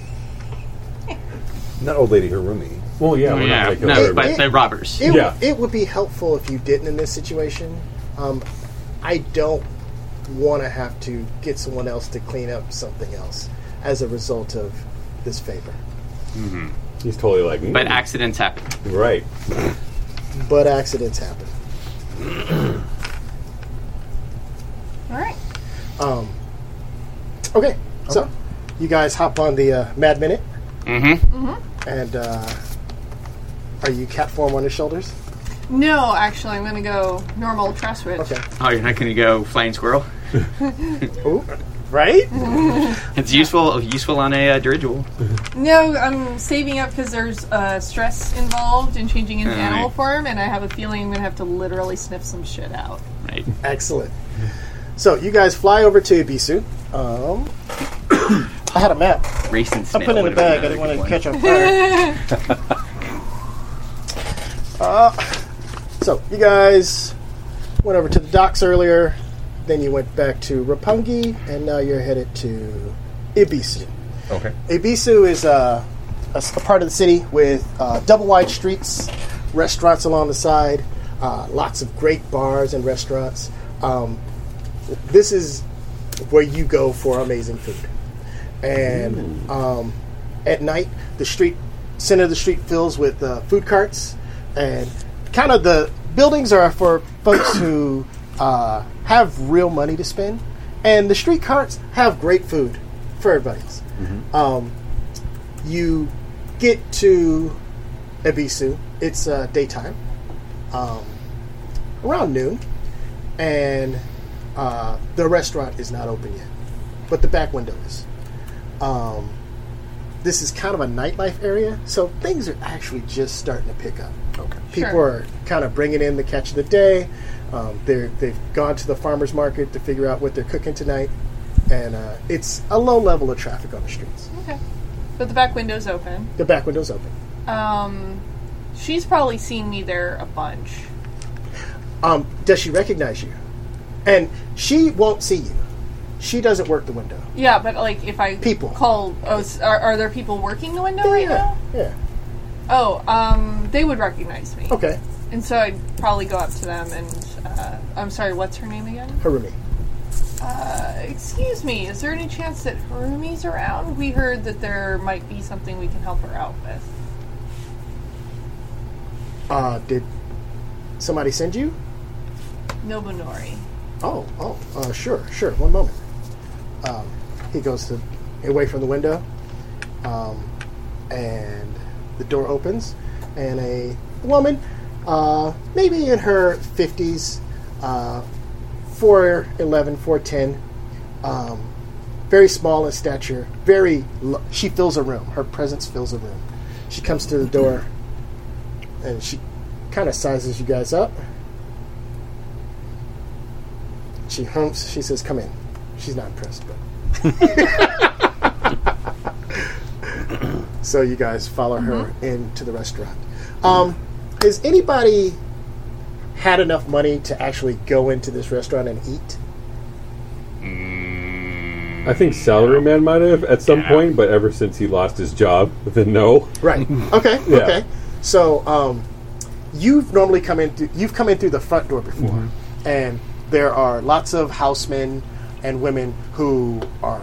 Speaker 2: Not old lady, her roomie.
Speaker 4: Well, Oh, yeah, we're
Speaker 3: Oh, yeah,
Speaker 4: not gonna kill
Speaker 3: no,
Speaker 4: everybody.
Speaker 3: but they're robbers.
Speaker 1: it,
Speaker 4: Yeah.
Speaker 1: it would be helpful if you didn't in this situation. Um, I don't want to have to get someone else to clean up something else as a result of this favor.
Speaker 4: He's totally like,
Speaker 3: But
Speaker 4: "Mm,
Speaker 3: accidents happen.
Speaker 4: right.
Speaker 1: But accidents happen.
Speaker 5: All right.
Speaker 1: Um, okay, so you guys hop on the uh, Mad Minute,
Speaker 3: Mm-hmm.
Speaker 1: and uh, are you cat form on his shoulders?
Speaker 5: No, actually, I'm going to go normal trust switch.
Speaker 1: Okay.
Speaker 3: Oh, you're not going to go flying squirrel.
Speaker 1: Ooh. Right?
Speaker 3: It's useful. Useful on a uh, dirigible.
Speaker 5: No, I'm saving up because there's uh, stress involved in changing into
Speaker 1: Mm-hmm.
Speaker 3: All right.
Speaker 5: animal form, and I have a feeling I'm going to have to literally sniff some shit out.
Speaker 3: Right.
Speaker 1: Excellent. So you guys fly over to Ibisu. Um, <coughs> I had a map.
Speaker 3: Racing.
Speaker 1: I put it in a bag. I didn't want to catch on fire. uh, so you guys went over to the docks earlier. Then you went back to Rapungi, and now you're headed to Ibisu.
Speaker 2: Okay.
Speaker 1: Ibisu is uh, a, s- a part of the city with uh, double wide streets, restaurants along the side, uh, lots of great bars and restaurants. Um, this is where you go for amazing food. And um, at night, the street center of the street fills with uh, food carts, and kind of the buildings are for folks who <coughs> uh, have real money to spend, and the street carts have great food for everybody else. Um, you get to Ebisu. It's uh, daytime, um, around noon, and uh, the restaurant is not open yet, but the back window is. Um, this is kind of a nightlife area, so things are actually just starting to pick up. Okay. People
Speaker 5: Sure.
Speaker 1: are kind of bringing in the catch of the day. Um, they're, they've gone to the farmer's market to figure out what they're cooking tonight, and uh, it's a low level of traffic on the streets.
Speaker 5: Okay. But the back window's open.
Speaker 1: The back window's open.
Speaker 5: Um, she's probably seen me there a bunch.
Speaker 1: um, does she recognize you? And she won't see you. She doesn't work the window.
Speaker 5: Yeah, but like if I
Speaker 1: People.
Speaker 5: call, oh, s- are, are there people working the window right
Speaker 1: yeah,
Speaker 5: now?
Speaker 1: yeah.
Speaker 5: Oh, um, they would recognize me.
Speaker 1: Okay,
Speaker 5: And so I'd probably go up to them and, uh, I'm sorry, what's her name again?
Speaker 1: Harumi.
Speaker 5: Uh, excuse me, is there any chance that Harumi's around? We heard that there might be something we can help her out with.
Speaker 1: Uh, did somebody send you?
Speaker 5: Nobunori.
Speaker 1: Oh, oh, uh, sure, sure. One moment. Um, he goes to away from the window, um, and the door opens, and a woman, uh, maybe in her fifties, uh, 4'11", 4'10", um, very small in stature. Very, lo- she fills a room. Her presence fills a room. She comes to the door, and she kind of sizes you guys up. She humps. She says, "Come in." She's not impressed, but. so you guys follow her into the restaurant. Um, has anybody had enough money to actually go into this restaurant and eat?
Speaker 4: I think Salaryman might have at some
Speaker 3: Yeah.
Speaker 4: point, but ever since he lost his job, <laughs> then no.
Speaker 1: Right. Okay.
Speaker 4: Yeah.
Speaker 1: Okay. So um, you've normally come in. Th- you've come in through the front door before, and there are lots of housemen and women who are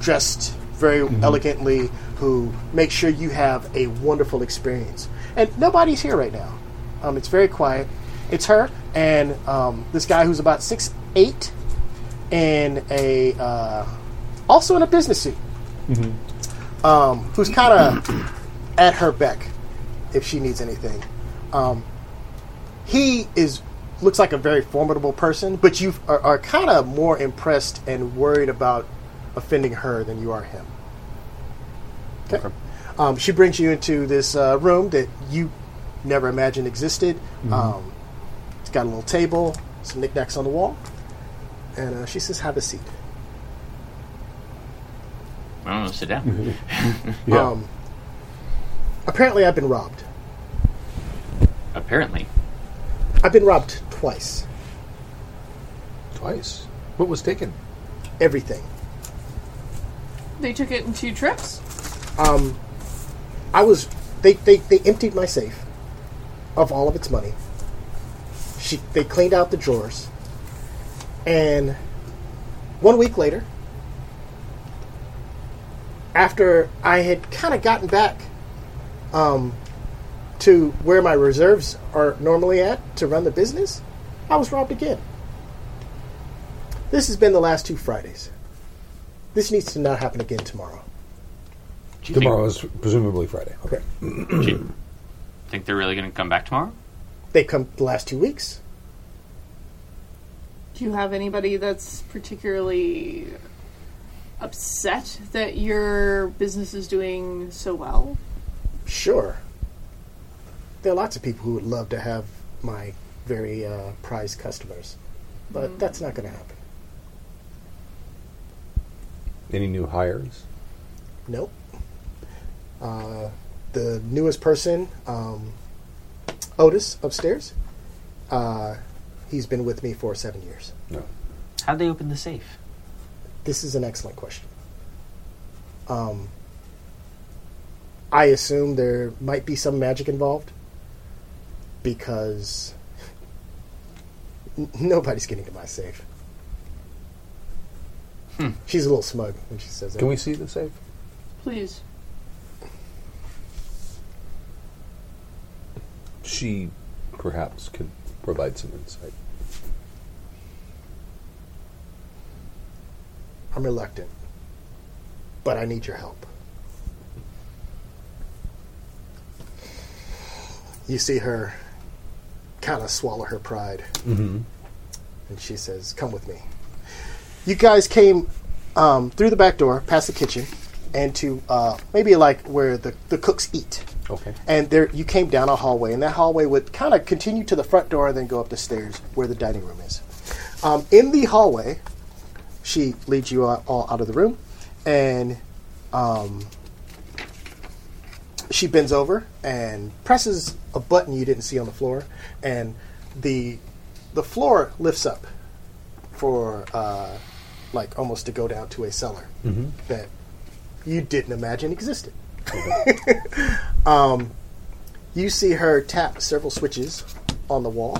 Speaker 1: dressed very elegantly, who make sure you have a wonderful experience. And nobody's here right now. Um, it's very quiet. It's her and um, this guy who's about six eight, in a uh, also in a business suit um, who's kind of at her beck if she needs anything. Um, he is looks like a very formidable person, but you are, are kind of more impressed and worried about offending her than you are him. Okay. Um, she brings you into this uh, room that you never imagined existed. Um, it's got a little table, some knickknacks on the wall, and uh, she says, "Have a seat."
Speaker 3: I don't know. Sit down.
Speaker 4: Yeah.
Speaker 1: Um, apparently, I've been robbed.
Speaker 3: Apparently,
Speaker 1: I've been robbed twice.
Speaker 2: Twice. What was taken?
Speaker 1: Everything.
Speaker 5: They took it in two trips.
Speaker 1: Um, I was. They, they, they emptied my safe of all of its money. She, they cleaned out the drawers. And one week later, after I had kind of gotten back um, to where my reserves are normally at to run the business, I was robbed again. This has been the last two Fridays. This needs to not happen again tomorrow.
Speaker 3: do you think-
Speaker 2: Tomorrow is presumably Friday. Okay.
Speaker 3: do you think they're really going to come back tomorrow?
Speaker 1: They come the last two weeks.
Speaker 5: Do you have anybody that's particularly upset that your business is doing so well?
Speaker 1: Sure. There are lots of people who would love to have my very uh, prized customers, but that's not going to happen.
Speaker 2: Any new hires?
Speaker 1: Nope. Uh, the newest person, um, Otis, upstairs, uh, he's been with me for seven years.
Speaker 2: No.
Speaker 3: How'd they open the safe?
Speaker 1: This is an excellent question. Um, I assume there might be some magic involved because n- nobody's getting to my safe. She's a little smug when she says that.
Speaker 2: Hmm. Can we see the safe?
Speaker 5: Please.
Speaker 2: She perhaps could provide some insight.
Speaker 1: I'm reluctant, but I need your help. You see her kind of swallow her pride.
Speaker 2: Mm-hmm.
Speaker 1: and she says, "Come with me." You guys came um, through the back door, past the kitchen, and to uh, maybe like where the, the cooks eat.
Speaker 2: Okay.
Speaker 1: And there, you came down a hallway, and that hallway would kind of continue to the front door and then go up the stairs where the dining room is. Um, in the hallway, she leads you all, all out of the room, and um, she bends over and presses a button you didn't see on the floor, and the the floor lifts up for uh, like almost to go down to a cellar that you didn't imagine existed. <laughs> um, you see her tap several switches on the wall,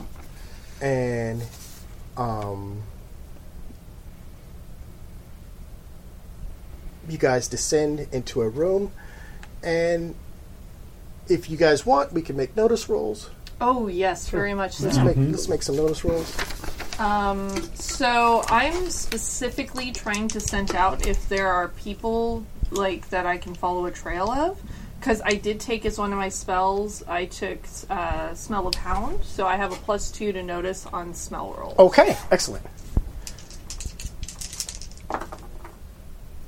Speaker 1: and um, you guys descend into a room. And if you guys want, we can make notice rolls.
Speaker 5: Oh, yes, very much so.
Speaker 1: Let's, make, let's make some notice rolls.
Speaker 5: Um, so I'm specifically trying to scent out if there are people like that I can follow a trail of. Because I did take as one of my spells, I took uh, smell of hound, so I have a plus two to notice on smell roll.
Speaker 1: Okay, excellent.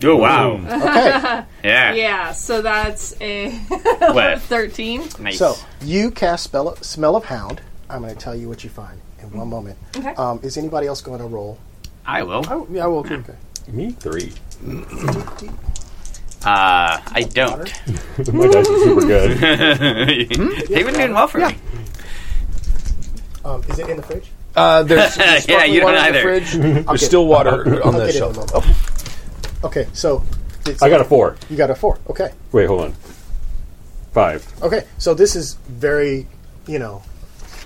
Speaker 3: Oh wow!
Speaker 1: Okay,
Speaker 3: yeah.
Speaker 5: Yeah, so that's a <laughs>
Speaker 3: <laughs> What?
Speaker 5: thirteen.
Speaker 3: Nice.
Speaker 1: so you cast spell of, smell of hound. I'm going to tell you what you find in one moment.
Speaker 5: Okay.
Speaker 1: Um, is anybody else going to roll?
Speaker 3: I will.
Speaker 1: I, Oh, yeah, I will. Okay.
Speaker 4: Me three. <laughs>
Speaker 3: Uh, I don't.
Speaker 4: My dice are
Speaker 3: <laughs>
Speaker 4: super good.
Speaker 3: They've been doing well for me.
Speaker 1: Um, is it in the fridge?
Speaker 2: Uh, <laughs> there's there's
Speaker 3: Yeah, you
Speaker 2: sparkling water
Speaker 3: don't
Speaker 2: in the
Speaker 3: either.
Speaker 2: fridge.
Speaker 1: I'll
Speaker 2: There's
Speaker 1: get-
Speaker 2: still water on
Speaker 1: I'll
Speaker 2: the
Speaker 1: get it in a
Speaker 2: shelf.
Speaker 1: moment. Okay, so it's-
Speaker 4: I got a four.
Speaker 1: You got a four. Okay.
Speaker 4: Wait, hold on. Five.
Speaker 1: Okay, so this is very, you know,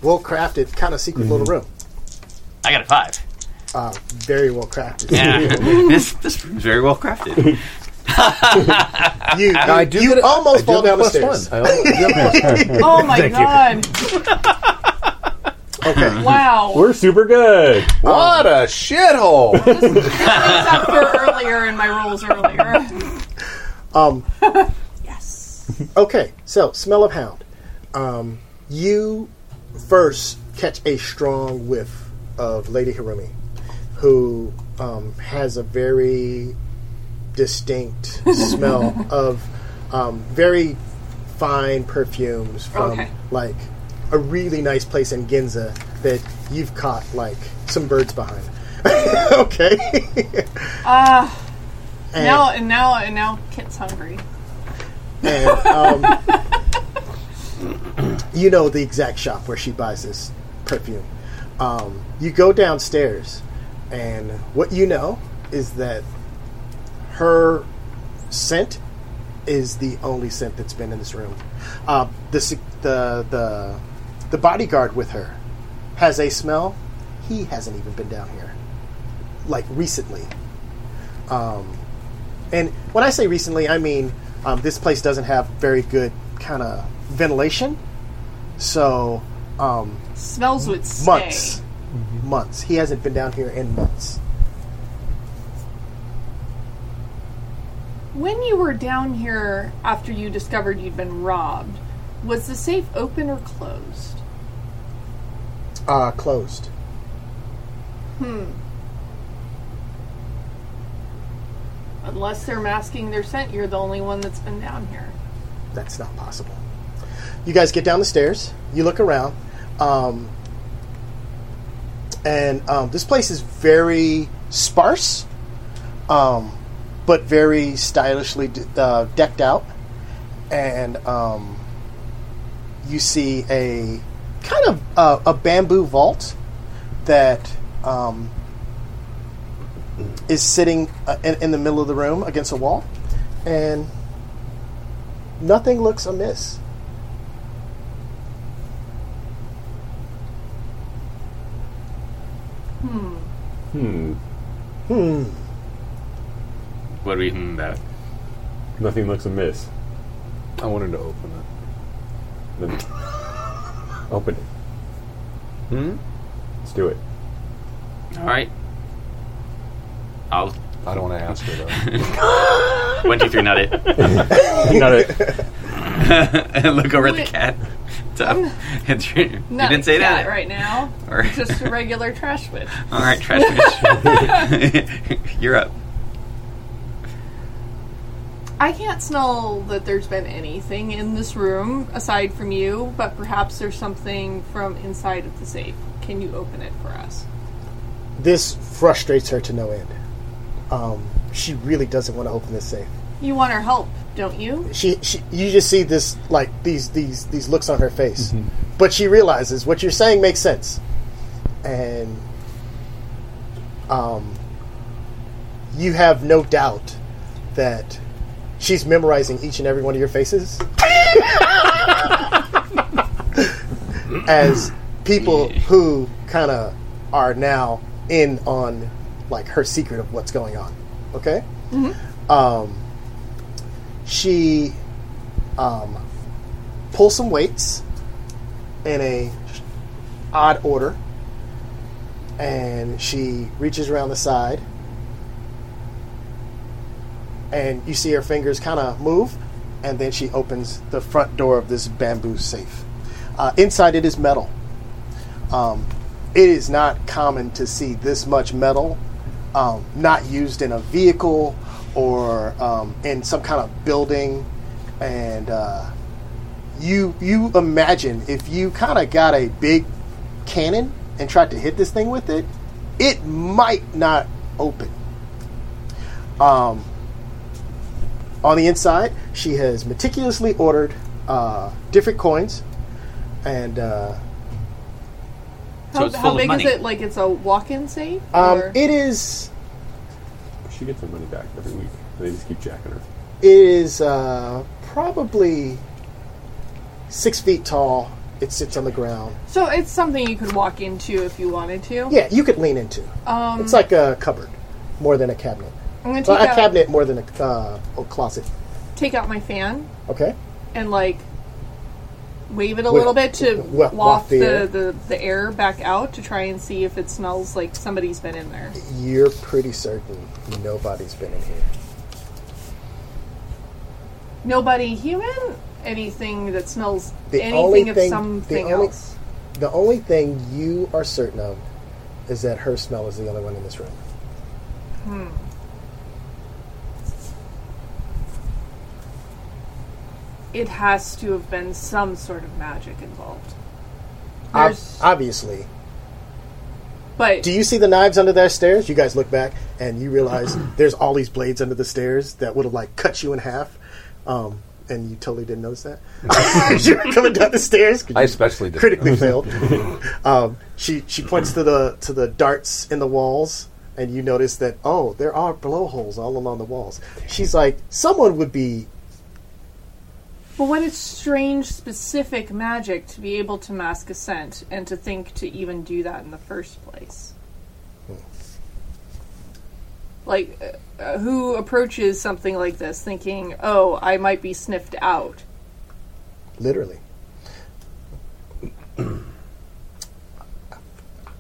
Speaker 1: well crafted, kind of
Speaker 2: Mm-hmm.
Speaker 1: secret little room.
Speaker 3: I got a five.
Speaker 1: Uh, very well crafted.
Speaker 3: <laughs> Yeah. this this room's very well <laughs> crafted.
Speaker 1: You, you,
Speaker 2: <laughs> I do
Speaker 1: you
Speaker 2: get a-
Speaker 1: almost
Speaker 2: I do
Speaker 1: fall
Speaker 2: have
Speaker 1: down
Speaker 2: a
Speaker 1: the
Speaker 2: plus
Speaker 1: stairs.
Speaker 2: one. I almost- I do have a plus one.
Speaker 5: Oh my
Speaker 2: Thank you.
Speaker 5: god!
Speaker 2: <laughs> Mm-hmm.
Speaker 1: Okay.
Speaker 5: Wow,
Speaker 4: We're super good.
Speaker 2: What a shithole!
Speaker 5: except for earlier in my rolls earlier.
Speaker 1: Um,
Speaker 5: Yes.
Speaker 1: Okay, so smell of hound. Um, you first catch a strong whiff of Lady Harumi, who um, has a very distinct smell of um, very fine perfumes from
Speaker 5: Okay.
Speaker 1: like a really nice place in Ginza that you've caught <laughs> like some birds behind. okay.
Speaker 5: Uh,
Speaker 1: And,
Speaker 5: Now and now and now Kit's hungry.
Speaker 1: and, um, <clears throat> you know the exact shop where she buys this perfume. Um, you go downstairs, and what you know is that her scent is the only scent that's been in this room. Uh, the, se- the the the bodyguard with her has a smell. He hasn't even been down here, like recently. Um, and when I say recently, I mean um, this place doesn't have very good kind of ventilation. So, um,
Speaker 5: Smells would stay.
Speaker 1: months. Months. He hasn't been down here in months.
Speaker 5: When you were down here after you discovered you'd been robbed, was the safe open or closed?
Speaker 1: Uh, closed.
Speaker 5: Unless they're masking their scent, you're the only one that's been down here.
Speaker 1: That's not possible. You guys get down the stairs. You look around. Um, and um, this place is very sparse, um, but very stylishly d- uh, decked out. And um, you see a kind of uh, a bamboo vault that um, is sitting uh, in, in the middle of the room against a wall. And nothing looks amiss.
Speaker 4: Hmm.
Speaker 3: What are we eating about?
Speaker 4: Nothing looks amiss.
Speaker 2: I wanted to open it.
Speaker 4: Then open it.
Speaker 2: Hmm?
Speaker 4: Let's do it.
Speaker 3: All right. I'll
Speaker 2: I don't want to ask her though.
Speaker 3: one two three nut it
Speaker 4: You got it. <laughs>
Speaker 3: <laughs> and look over at the
Speaker 5: Wait.
Speaker 3: cat.
Speaker 5: <laughs>
Speaker 3: Top. <laughs> you
Speaker 5: Not
Speaker 3: didn't say
Speaker 5: a cat
Speaker 3: that
Speaker 5: right now.
Speaker 3: All right.
Speaker 5: Just a regular trash witch.
Speaker 3: All right, trash
Speaker 5: <laughs>
Speaker 3: bitch. You're up.
Speaker 5: I can't smell that there's been anything in this room aside from you, but perhaps there's something from inside of the safe. Can you open it for us?
Speaker 1: This frustrates her to no end. Um, she really doesn't want to open this safe.
Speaker 5: You want our help, don't you?
Speaker 1: She, she, you just see this like these these these looks on her face, but she realizes what you're saying makes sense, and um, you have no doubt that she's memorizing each and every one of your faces as people who kind of are now in on like her secret of what's going on. Okay. Um, she um, pulls some weights in a odd order, and she reaches around the side, and you see her fingers kind of move, and then she opens the front door of this bamboo safe. Uh, inside, it is metal. Um, it is not common to see this much metal um, not used in a vehicle or um, in some kind of building. And uh, you you imagine if you kind of got a big cannon and tried to hit this thing with it, it might not open. Um, on the inside, she has meticulously ordered uh, different coins and. Uh,
Speaker 5: How,
Speaker 3: So it's full
Speaker 5: how
Speaker 3: of
Speaker 5: big
Speaker 3: money.
Speaker 5: is it? Like it's a walk-in safe?
Speaker 1: Um,
Speaker 5: or-
Speaker 1: it is.
Speaker 4: She gets her money back every week. They just keep jacking her.
Speaker 1: It is uh, probably six feet tall. It sits on the ground.
Speaker 5: so it's something you could walk into if you wanted to.
Speaker 1: Yeah, you could lean into.
Speaker 5: Um,
Speaker 1: It's like a cupboard, more than a cabinet.
Speaker 5: I'm gonna
Speaker 1: Uh,
Speaker 5: take,
Speaker 1: a
Speaker 5: out,
Speaker 1: cabinet more than a, uh, a closet.
Speaker 5: take out my fan
Speaker 1: Okay.
Speaker 5: and like wave it a
Speaker 1: Wa-
Speaker 5: little bit to
Speaker 1: wa-
Speaker 5: waft,
Speaker 1: waft the
Speaker 5: the,
Speaker 1: air.
Speaker 5: The, the air back out to try and see if it smells like somebody's been in there.
Speaker 1: You're pretty certain nobody's been in here.
Speaker 5: Nobody human? Anything that smells
Speaker 1: The only
Speaker 5: anything of
Speaker 1: thing- the
Speaker 5: something
Speaker 1: only-
Speaker 5: else.
Speaker 1: The only thing you are certain of is that her smell is the only one in this room.
Speaker 5: It has to have been some sort of magic involved.
Speaker 1: Ob-
Speaker 5: There's-
Speaker 1: obviously,
Speaker 5: But
Speaker 1: Do you see the knives under their stairs? You guys look back and you realize there's all these blades under the stairs that would have like cut you in half. Um, and you totally didn't notice
Speaker 2: <laughs>
Speaker 1: that. <laughs> you were coming down the stairs. 'cause
Speaker 2: I
Speaker 1: you
Speaker 2: especially did. <laughs>
Speaker 1: critically failed. Um, she she points to the to the darts in the walls, and you notice that oh, there are blowholes all along the walls. She's like, someone would be
Speaker 5: But what is strange, specific magic to be able to mask a scent and to think to even do that in the first place? Like, uh, uh, who approaches something like this thinking, oh, I might be sniffed out?
Speaker 1: literally. <clears throat>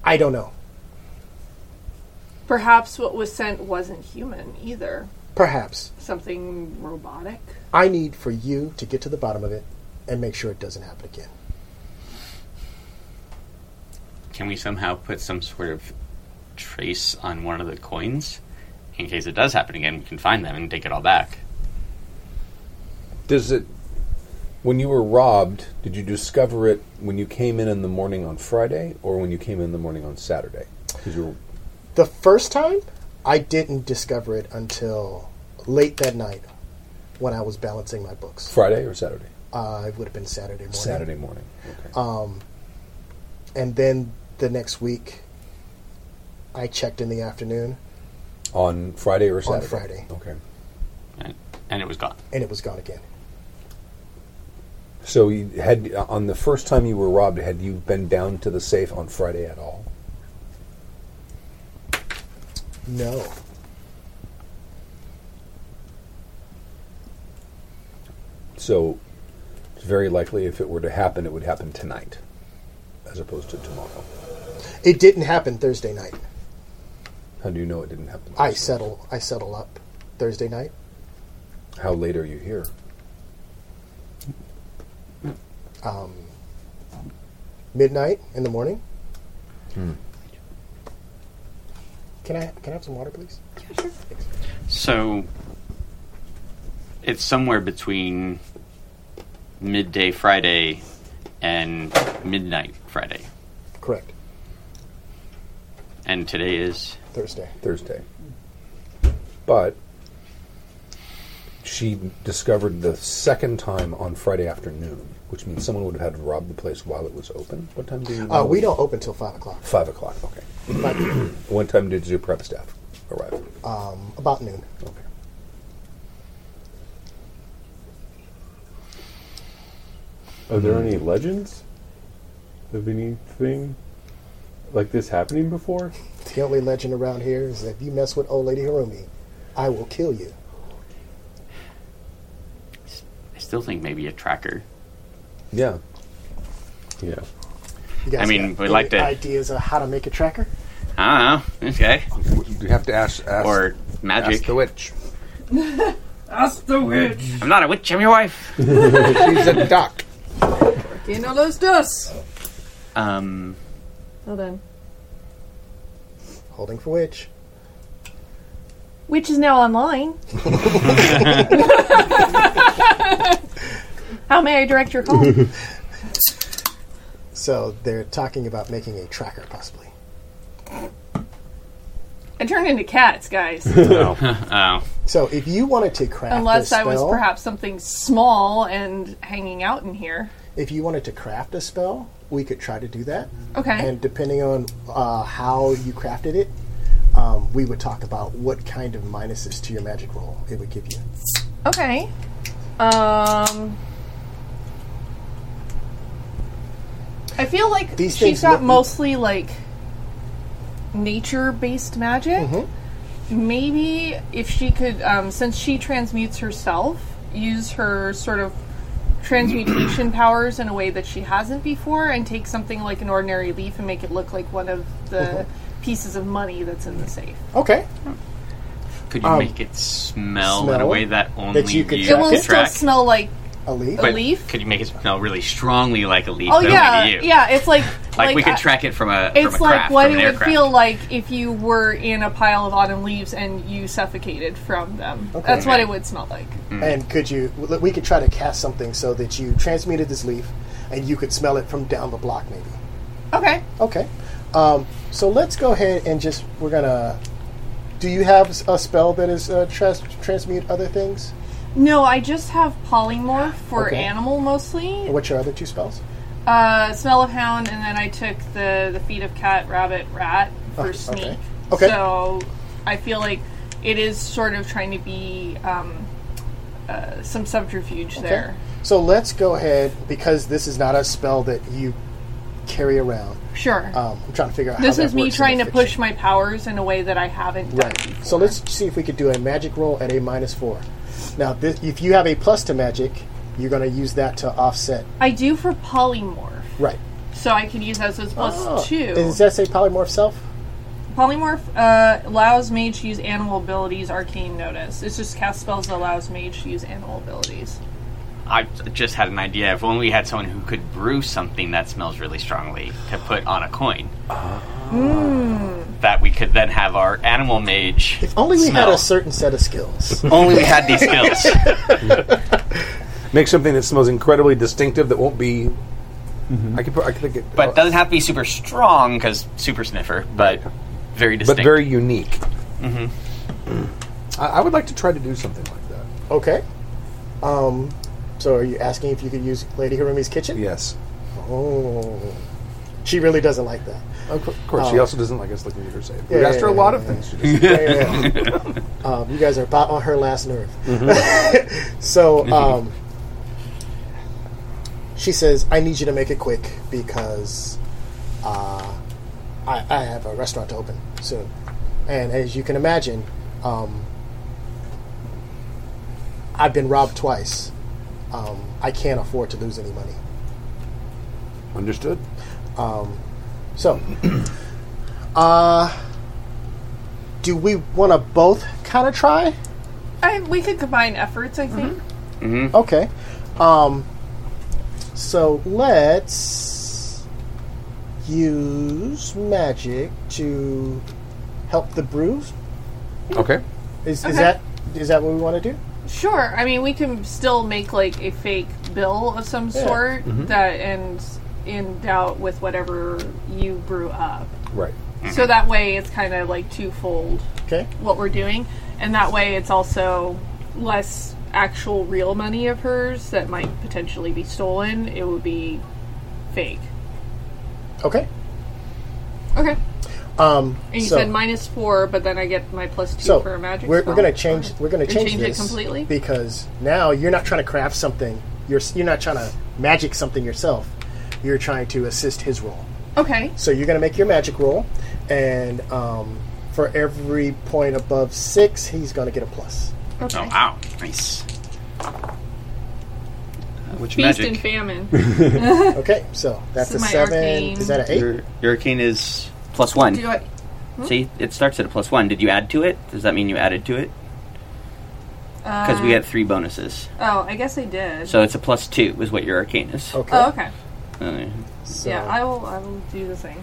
Speaker 1: I don't know.
Speaker 5: Perhaps what was sent wasn't human either.
Speaker 1: Perhaps
Speaker 5: Something robotic?
Speaker 1: I need for you to get to the bottom of it and make sure it doesn't happen again.
Speaker 3: Can we somehow put some sort of trace on one of the coins? In case it does happen again, we can find them and take it all back.
Speaker 2: Does it? When you were robbed, did you discover it when you came in in the morning on Friday, or when you came in the morning on Saturday? 'Cause you were-
Speaker 1: The first time, I didn't discover it until late that night when I was balancing my books.
Speaker 2: Friday or Saturday?
Speaker 1: Uh, it would have been Saturday morning.
Speaker 2: Saturday morning. Okay.
Speaker 1: and then the next week I checked in the afternoon
Speaker 2: on Friday or Saturday?
Speaker 1: Friday.
Speaker 2: Okay.
Speaker 3: And, and it was gone.
Speaker 1: and it was gone again.
Speaker 2: So you had on the first time you were robbed, had you been down to the safe on Friday at all?
Speaker 1: No.
Speaker 2: So it's very likely if it were to happen, it would happen tonight, as opposed to tomorrow.
Speaker 1: It didn't happen Thursday night.
Speaker 2: How do you know it didn't happen?
Speaker 1: I
Speaker 2: last
Speaker 1: settle I settle up Thursday night.
Speaker 2: night? How late are you here?
Speaker 1: Midnight in the morning. Can I can I have some water please?
Speaker 3: So it's somewhere between midday Friday and midnight Friday.
Speaker 1: Correct.
Speaker 3: And today is
Speaker 1: Thursday.
Speaker 2: Thursday. But she discovered the second time on Friday afternoon, which means someone would have had to rob the place while it was open. What time do you?
Speaker 1: Uh, we don't open till five o'clock.
Speaker 2: Five o'clock. Okay.
Speaker 1: Five p.m.,
Speaker 2: What time did your prep staff arrive?
Speaker 1: um, about noon.
Speaker 2: Okay.
Speaker 4: Are there any legends of anything like this happening before?
Speaker 1: The only legend around here is that if you mess with old lady Harumi, I will kill you.
Speaker 3: I still think maybe a tracker.
Speaker 2: Yeah.
Speaker 4: Yeah.
Speaker 1: You guys
Speaker 3: I mean,
Speaker 1: got
Speaker 3: we'd like
Speaker 1: any
Speaker 3: to-
Speaker 1: ideas of how to make a tracker?
Speaker 3: I don't know. Ah, Okay.
Speaker 2: You have to ask. ask
Speaker 3: Or magic.
Speaker 2: ask the witch.
Speaker 5: That's the witch!
Speaker 3: I'm not a witch, I'm your wife.
Speaker 2: She's <laughs> a duck.
Speaker 5: Que no los dos!
Speaker 3: Um
Speaker 5: Well then.
Speaker 1: Holding for which?
Speaker 5: Which is now
Speaker 1: <laughs>
Speaker 5: online. How may I direct your <laughs> call?
Speaker 1: So they're talking about making a tracker, possibly.
Speaker 5: I turned into
Speaker 1: <laughs>
Speaker 5: cats, guys.
Speaker 3: oh.
Speaker 1: So if you wanted to craft, a
Speaker 5: Unless
Speaker 1: spell,
Speaker 5: I was perhaps something small and hanging out in here.
Speaker 1: if you wanted to craft a spell, we could try to do that.
Speaker 5: Okay.
Speaker 1: And depending on uh, how you crafted it, um, we would talk about what kind of minuses to your magic roll it would give you.
Speaker 5: okay. Um. I feel like
Speaker 1: These things
Speaker 5: she's got
Speaker 1: look-
Speaker 5: mostly like nature-based magic.
Speaker 1: Mm-hmm.
Speaker 5: Maybe if she could, um, since she transmutes herself, use her sort of
Speaker 1: <clears throat>
Speaker 5: transmutation powers in a way that she hasn't before and take something like an ordinary leaf and make it look like one of the
Speaker 1: Mm-hmm.
Speaker 5: pieces of money that's in the safe.
Speaker 1: Okay.
Speaker 3: Could you
Speaker 1: Um,
Speaker 3: make it smell, in a
Speaker 1: smell
Speaker 3: way that only
Speaker 1: that you could
Speaker 5: It
Speaker 1: track
Speaker 5: will
Speaker 1: Okay.
Speaker 5: still
Speaker 3: track?
Speaker 5: smell like
Speaker 1: Ali.
Speaker 5: But-
Speaker 3: But
Speaker 5: leaf?
Speaker 3: Could you make it smell really strongly like a leaf?
Speaker 5: oh
Speaker 3: but
Speaker 5: yeah,
Speaker 3: only to you?
Speaker 5: yeah. It's like
Speaker 3: Like, we could
Speaker 5: I-
Speaker 3: track it from a. from
Speaker 5: It's
Speaker 3: a
Speaker 5: like
Speaker 3: craft,
Speaker 5: what
Speaker 3: from
Speaker 5: it
Speaker 3: an
Speaker 5: would
Speaker 3: aircraft.
Speaker 5: feel like if you were in a pile of autumn leaves and you suffocated from them. That's what it would smell like.
Speaker 1: And could you? We could try to cast something so that you transmuted this leaf, and you could smell it from down the block, maybe.
Speaker 5: Okay.
Speaker 1: Okay. Um, So let's go ahead and just we're gonna. Do you have s- a spell that is uh, trans- transmute other things?
Speaker 5: No, I just have polymorph for
Speaker 1: Okay.
Speaker 5: animal mostly.
Speaker 1: What's your other two spells?
Speaker 5: Uh, smell of hound, and then I took the the feet of cat, rabbit, rat for sneak.
Speaker 1: Oh, okay. Okay.
Speaker 5: So I feel like it is sort of trying to be um, uh, some subterfuge there.
Speaker 1: So let's go ahead because this is not a spell that you carry around.
Speaker 5: Sure.
Speaker 1: Um, I'm trying to figure out.
Speaker 5: this
Speaker 1: how that
Speaker 5: is me
Speaker 1: works in
Speaker 5: trying
Speaker 1: the
Speaker 5: to push
Speaker 1: fiction.
Speaker 5: my powers in a way that I haven't done.
Speaker 1: Right. So let's see if we could do a magic roll at a minus four. Now, this, if you have a plus to magic, you're going to use that to offset.
Speaker 5: I do for polymorph,
Speaker 1: Right.
Speaker 5: so I can use that. So it's plus
Speaker 1: Oh.
Speaker 5: two.
Speaker 1: Does that say polymorph self?
Speaker 5: Polymorph uh, allows mage to use animal abilities, arcane notice. It's just cast spells that allows mage to use animal abilities.
Speaker 3: I just had an idea. If only we had someone who could brew something that smells really strongly to put on a coin.
Speaker 5: Hmm.
Speaker 3: That we could then have our animal mage.
Speaker 1: If only we had
Speaker 3: smell.
Speaker 1: a certain set of
Speaker 3: <laughs>
Speaker 1: skills.
Speaker 3: only
Speaker 1: <laughs>
Speaker 3: we had these skills.
Speaker 2: Make something that smells incredibly distinctive that won't be.
Speaker 1: Mm-hmm.
Speaker 2: I could. put- I could think it. uh,
Speaker 3: But it doesn't have to be super strong because super sniffer, but very
Speaker 2: but
Speaker 3: distinct.
Speaker 2: very unique. Mm-hmm.
Speaker 1: Mm-hmm.
Speaker 2: <clears throat> I, I would like to try to do something like that.
Speaker 1: okay. Um, so are you asking if you could use Lady Hirumi's kitchen?
Speaker 2: Yes.
Speaker 1: Oh. She really doesn't like that.
Speaker 2: Of cour- of course, she also doesn't like us looking at her save.
Speaker 1: Oh. Yeah,
Speaker 2: we asked her a
Speaker 1: yeah,
Speaker 2: lot
Speaker 1: yeah,
Speaker 2: of
Speaker 1: yeah.
Speaker 2: things. She doesn't-
Speaker 1: Yeah, yeah, yeah. <laughs> um, you guys are about on her last nerve. <laughs> so um, she says, "I need you to make it quick because uh, I, I have a restaurant to open soon, and as you can imagine, um, I've been robbed twice. Um, I can't afford to lose any money." <laughs>
Speaker 2: Understood.
Speaker 1: So, <clears throat> uh, do we want to both kind of try?
Speaker 5: I, we could combine efforts,
Speaker 1: Mm-hmm.
Speaker 5: I think.
Speaker 1: Okay. Um, so let's use magic to help the brews.
Speaker 2: Okay.
Speaker 1: Is, is
Speaker 5: Okay.
Speaker 1: that is that what we want to do?
Speaker 5: Sure. I mean, we can still make like a fake bill of some
Speaker 1: Yeah.
Speaker 5: sort that ends in doubt with whatever you brew up.
Speaker 2: Right.
Speaker 1: Mm-hmm.
Speaker 5: So that way, it's kind of like twofold
Speaker 1: Okay.
Speaker 5: what we're doing, and that way, it's also less actual real money of hers that might potentially be stolen. It would be fake.
Speaker 1: Okay.
Speaker 5: Okay.
Speaker 1: Um,
Speaker 5: And you
Speaker 1: so,
Speaker 5: said minus four, but then I get my plus two
Speaker 1: so
Speaker 5: for a magic.
Speaker 1: we're, we're
Speaker 5: spell.
Speaker 1: gonna change.
Speaker 5: Okay.
Speaker 1: We're gonna
Speaker 5: And
Speaker 1: change,
Speaker 5: it
Speaker 1: this
Speaker 5: completely.
Speaker 1: because now you're not trying to craft something. You're s- you're not trying to magic something yourself. You're trying to assist his role.
Speaker 5: okay.
Speaker 1: So you're going to make your magic roll, and um, for every point above six, he's going to get a plus.
Speaker 5: Okay.
Speaker 3: Oh, wow. Nice. Uh, Which
Speaker 5: Feast
Speaker 3: magic?
Speaker 5: and famine.
Speaker 1: <laughs> Okay, so that's
Speaker 5: So
Speaker 1: a
Speaker 5: my
Speaker 1: seven.
Speaker 5: arcane-
Speaker 1: Is that an eight?
Speaker 3: Your, your arcane is plus one.
Speaker 5: Do I? Hmm?
Speaker 3: See, it starts at a plus one. Did you add to it? Does that mean you added to it? Because
Speaker 5: Uh,
Speaker 3: we had three bonuses.
Speaker 5: Oh, I guess I did.
Speaker 3: So it's a plus two, is what your arcane is.
Speaker 1: Okay.
Speaker 5: oh, okay.
Speaker 3: Uh,
Speaker 1: So,
Speaker 5: Yeah, I will. I will do the thing.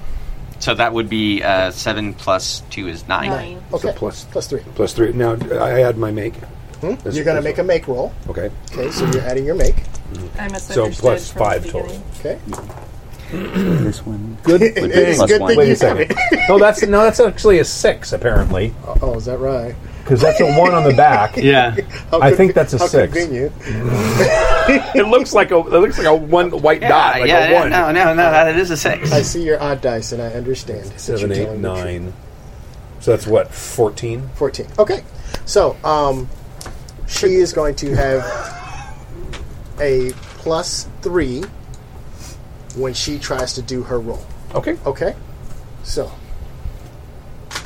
Speaker 3: so that would be uh, seven plus two is nine.
Speaker 5: Nine.
Speaker 1: okay.
Speaker 2: So plus-
Speaker 1: plus three.
Speaker 2: Plus three. Now I add my make. That's-
Speaker 1: Hmm? You're going to
Speaker 2: that's-
Speaker 1: make a make roll.
Speaker 2: Okay.
Speaker 1: <laughs> Okay, so you're adding your make.
Speaker 5: I misunderstood.
Speaker 4: plus
Speaker 5: from the
Speaker 4: five
Speaker 5: beginning.
Speaker 4: total.
Speaker 1: Okay.
Speaker 3: This one.
Speaker 1: Good. <laughs> it
Speaker 3: Would be
Speaker 1: is
Speaker 3: plus
Speaker 1: good
Speaker 3: one.
Speaker 1: thing
Speaker 3: Wait
Speaker 1: you
Speaker 4: a
Speaker 1: have
Speaker 4: second.
Speaker 1: it.
Speaker 2: <laughs>
Speaker 4: no, that's no, that's actually a six apparently,
Speaker 1: Oh, is that right?
Speaker 4: because that's a one on the back.
Speaker 3: Yeah.
Speaker 1: How
Speaker 4: I
Speaker 1: conve-
Speaker 4: think that's a
Speaker 1: how
Speaker 4: six.
Speaker 1: Convenient.
Speaker 2: <laughs> It looks like a. It looks like a one white dot. Like
Speaker 3: yeah,
Speaker 2: a one.
Speaker 3: no, no, no, that is a six.
Speaker 1: I see your odd dice, and I understand. that
Speaker 4: Seven,
Speaker 1: you're
Speaker 4: eight,
Speaker 1: telling the truth.
Speaker 4: nine. So that's what fourteen.
Speaker 1: 14. Okay. So, um, she is going to have a plus three when she tries to do her roll.
Speaker 2: Okay.
Speaker 1: Okay? So.
Speaker 5: All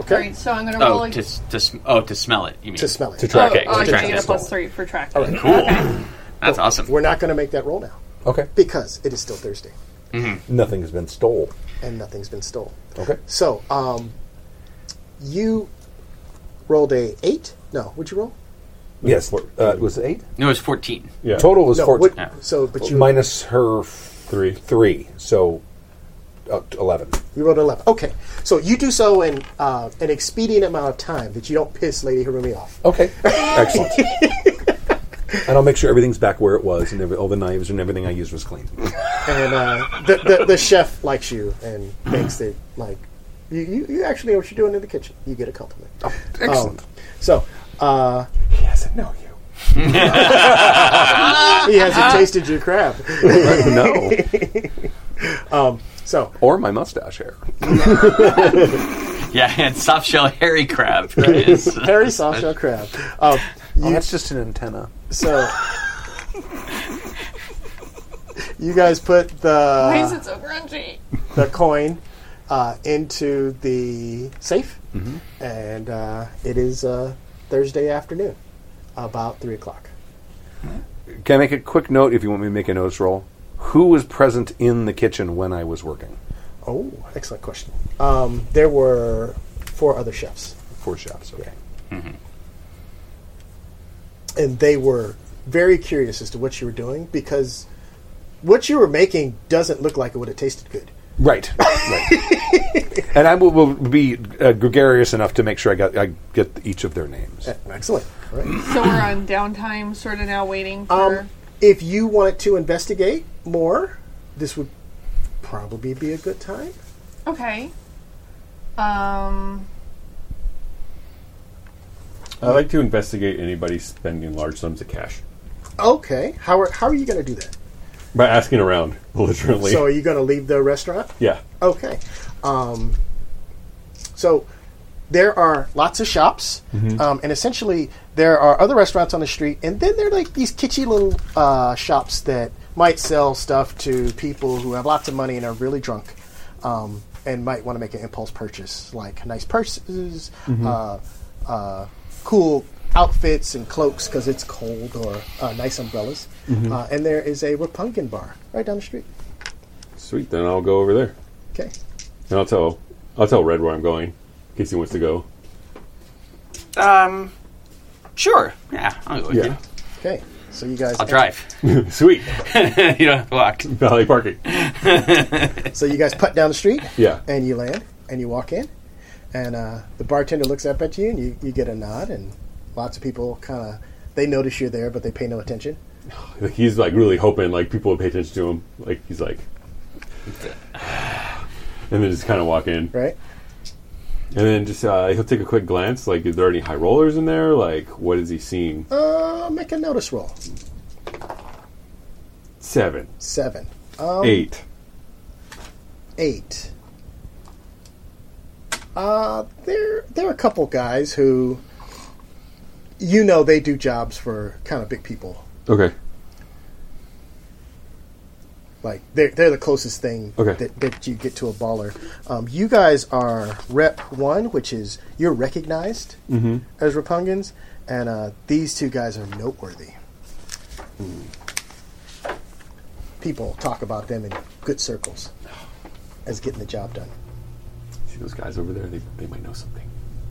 Speaker 1: Okay?
Speaker 5: right, so I'm gonna
Speaker 3: Oh,
Speaker 5: roll like,
Speaker 3: to, s- to, sm- oh, to smell it, you mean.
Speaker 1: To smell it.
Speaker 4: To track
Speaker 5: oh,
Speaker 4: it.
Speaker 5: oh, I
Speaker 4: To
Speaker 5: just
Speaker 4: track
Speaker 5: get
Speaker 4: it.
Speaker 5: a plus three for track.
Speaker 3: Cool. That's awesome.
Speaker 1: We're not going to make that roll now
Speaker 2: Okay.
Speaker 1: because it is still Thursday
Speaker 4: Nothing's been stole.
Speaker 1: and nothing's been stolen.
Speaker 4: Okay.
Speaker 1: So, um, you rolled a eight? No, what'd you roll?
Speaker 2: Yes. Uh, was it eight?
Speaker 3: No, it's 14.
Speaker 4: Yeah.
Speaker 2: Total was
Speaker 1: No,
Speaker 2: fourteen.
Speaker 1: what- so but you
Speaker 2: minus her f-
Speaker 4: three.
Speaker 2: three, so uh, t- eleven.
Speaker 1: You rolled an 11. Okay. So you do so in uh, an expedient amount of time that you don't piss Lady Harumi off.
Speaker 2: Okay, excellent. <laughs> and I'll make sure everything's back where it was, and every, all the knives and everything I used was clean.
Speaker 1: And uh, the, the, the chef likes you and thinks that, like, You, you, you actually know what you're doing in the kitchen. You get a compliment.
Speaker 2: Oh, Excellent.
Speaker 1: Um, so uh,
Speaker 4: He doesn't know you.
Speaker 1: <laughs> he hasn't tasted your crab.
Speaker 2: <laughs> no,
Speaker 1: So
Speaker 2: or my mustache hair.
Speaker 3: <laughs> Yeah, and soft shell hairy
Speaker 4: <laughs>
Speaker 3: crab. uh, That is.
Speaker 1: Harry soft shell crab. Um,
Speaker 2: Oh,
Speaker 1: you,
Speaker 2: that's just an antenna.
Speaker 1: so you guys put
Speaker 5: Why is
Speaker 1: the
Speaker 5: it so crunchy?
Speaker 1: the coin uh, into the safe, and uh, it is uh, Thursday afternoon, about three o'clock.
Speaker 2: Can I make a quick note if you want me to make a notice roll? Who was present in the kitchen when I was working?
Speaker 1: Oh, excellent question. Um, there were four other chefs,
Speaker 2: Four chefs. Okay.
Speaker 1: and they were very curious as to what you were doing because what you were making doesn't look like it would have tasted good. <laughs>
Speaker 2: Right. right. <laughs> and I will, will be uh, gregarious enough to make sure I got I get each of their names.
Speaker 1: Excellent. All right.
Speaker 5: So we're on downtime, sort of now waiting for.
Speaker 1: Um, if you wanted to investigate more, this would probably be a good time.
Speaker 5: okay. Um.
Speaker 4: I like to investigate anybody spending large sums of cash
Speaker 1: Okay. How are, how are you going to do that?
Speaker 4: by asking around, <laughs> literally.
Speaker 1: So, are you going to leave the restaurant?
Speaker 4: yeah.
Speaker 1: Okay. Um, so, there are lots of shops, um, and essentially, there are other restaurants on the street, and then there are like these kitschy little uh, shops that might sell stuff to people who have lots of money and are really drunk. Um, and might want to make an impulse purchase, like nice purses, uh, uh, cool outfits and cloaks because it's cold, or uh, nice umbrellas. Uh, and there is a Rapunkin bar right down the street.
Speaker 4: Sweet. Then I'll go over there,
Speaker 1: Okay.
Speaker 4: and I'll tell I'll tell Red where I'm going in case he wants to go.
Speaker 3: Um, sure. Yeah, I'll go with you.
Speaker 1: Okay. So you guys,
Speaker 3: I'll drive. <laughs>
Speaker 4: <laughs> Sweet.
Speaker 3: you don't have to walk.
Speaker 4: Valley parking.
Speaker 1: so you guys put down the street,
Speaker 4: Yeah.
Speaker 1: and you land, and you walk in, and uh, the bartender looks up at you, and you, you get a nod, and lots of people kind of they notice you're there, but they pay no attention.
Speaker 4: Like, he's like really hoping like people will pay attention to him. Like he's like, <sighs> and then just kind of walk in,
Speaker 1: Right?
Speaker 4: and then just uh, he'll take a quick glance. Like, is there any high rollers in there? Like, what is he seeing?
Speaker 1: Uh, make a notice roll.
Speaker 4: Seven,
Speaker 1: Seven. Um,
Speaker 4: eight.
Speaker 1: eight. Uh, there there are a couple guys who, you know, they do jobs for kind of big people.
Speaker 4: Okay,
Speaker 1: Like they're they're the closest thing
Speaker 4: Okay.
Speaker 1: that, that you get to a baller. Um, you guys are rep one, which is you're recognized
Speaker 4: Mm-hmm.
Speaker 1: as Rapungans, and uh, these two guys are noteworthy.
Speaker 4: Hmm.
Speaker 1: People talk about them in good circles as getting the job done.
Speaker 4: see those guys over there? They they might know something.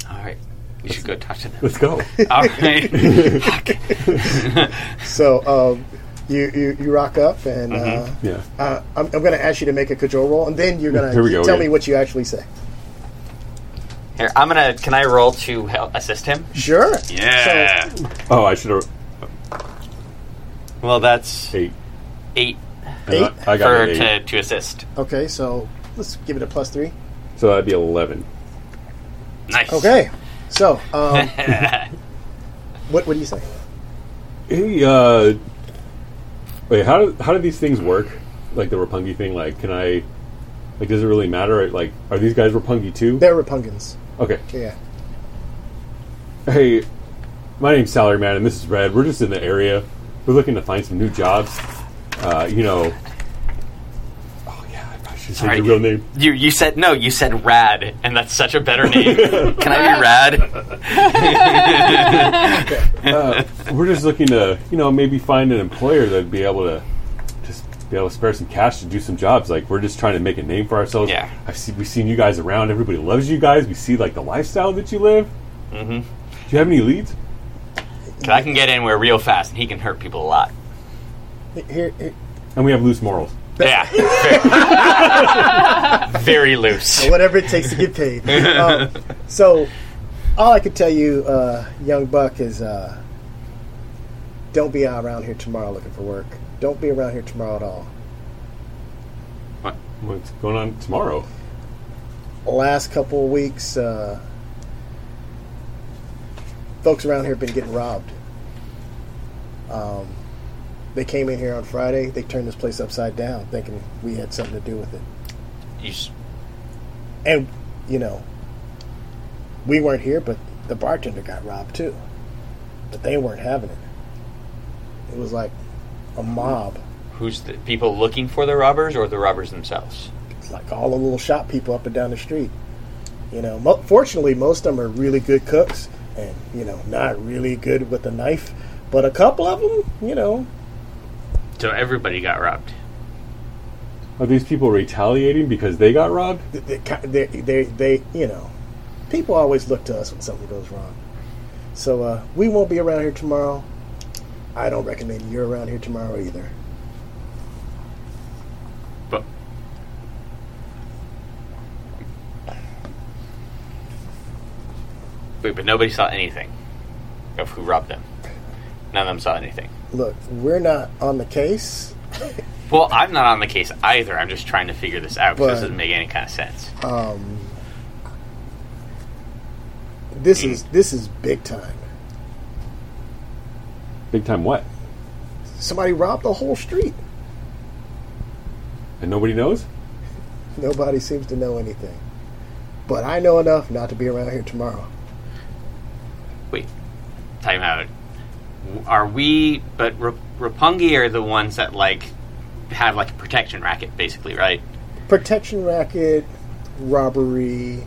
Speaker 3: All right. We should go talk to them.
Speaker 4: <laughs> Let's
Speaker 1: <laughs>
Speaker 4: go.
Speaker 3: All right.
Speaker 1: So um, you, you you rock up, and uh,
Speaker 4: yeah.
Speaker 1: uh, I'm, I'm going to ask you to make a cajole roll, and then you're going
Speaker 4: Mm-hmm. Here we
Speaker 1: to
Speaker 4: go
Speaker 1: tell
Speaker 4: again.
Speaker 1: me what you actually say.
Speaker 3: Here, I'm gonna. Can I roll to help assist him?
Speaker 1: Sure.
Speaker 3: Yeah.
Speaker 4: Oh, I should have
Speaker 3: well, that's
Speaker 4: eight.
Speaker 3: eight
Speaker 4: And I-
Speaker 1: Eight?
Speaker 3: for
Speaker 4: I, got an
Speaker 3: to,
Speaker 4: eight.
Speaker 3: to assist.
Speaker 1: So, okay, so let's give it a plus three.
Speaker 4: So that'd be eleven.
Speaker 3: Nice.
Speaker 1: Okay. So um, what what do you say?
Speaker 4: Hey, uh, wait, how do, how do these things work? Like the Rapungi thing, like, can I, like, does it really matter? Like, are these guys Rapungi too?
Speaker 1: They're Rapungans.
Speaker 4: okay.
Speaker 1: Yeah.
Speaker 4: Hey, my name's Salaryman, and this is Red. We're just in the area. We're looking to find some new jobs. Uh, you know. Oh, yeah, I should say
Speaker 3: Sorry.
Speaker 4: your real name.
Speaker 3: You you said no. You said rad, and that's such a better
Speaker 4: <laughs>
Speaker 3: name. Can I be rad?
Speaker 4: Uh, we're just looking to, you know, maybe find an employer that'd be able to just be able to spare some cash to do some jobs. Like we're just trying to make a name for ourselves.
Speaker 3: Yeah.
Speaker 4: I've seen, we've seen you guys around. Everybody loves you guys. We see like the lifestyle that you live. Mm-hmm. Do you have any leads?
Speaker 3: 'Cause I can get in where real fast, and he can hurt people a lot.
Speaker 1: Here, here-
Speaker 4: And we have loose morals.
Speaker 3: Yeah. Very <laughs> loose.
Speaker 1: whatever it takes to get paid. um, so all I could tell you, uh, young buck, is uh, don't be around here tomorrow looking for work. Don't be around here tomorrow at all.
Speaker 4: What's going on tomorrow?
Speaker 1: the last couple of weeks, uh, folks around here have been getting robbed. Um, they came in here on Friday. They turned this place upside down, thinking we had something to do with it.
Speaker 3: You s-
Speaker 1: And you know, we weren't here, but the bartender got robbed too. But they weren't having it. It was like a mob,
Speaker 3: who's the people looking for the robbers or the robbers themselves?
Speaker 1: It's like all the little shop people up and down the street. You know, mo- fortunately, most of them are really good cooks, and you know, not really good with a knife. But a couple of them, you know,
Speaker 3: So everybody got robbed.
Speaker 4: Are these people retaliating because they got robbed?
Speaker 1: they, they, they, they, you know, people always look to us when something goes wrong. So uh, we won't be around here tomorrow. I don't recommend you're around here tomorrow either.
Speaker 3: But wait, but nobody saw anything of who robbed them. None of them saw anything.
Speaker 1: Look, we're not on the case.
Speaker 3: Well, I'm not on the case either. I'm just trying to figure this out because this
Speaker 1: But-
Speaker 3: doesn't make any kind of sense.
Speaker 1: Um, this is this is big time.
Speaker 4: Big time what?
Speaker 1: Somebody robbed the whole street.
Speaker 4: And nobody knows?
Speaker 1: Nobody seems to know anything. But I know enough not to be around here tomorrow.
Speaker 3: Wait, time out. W- Are we? But Ra- Rapungi are the ones that like have like a protection racket, basically, right?
Speaker 1: Protection racket, robbery.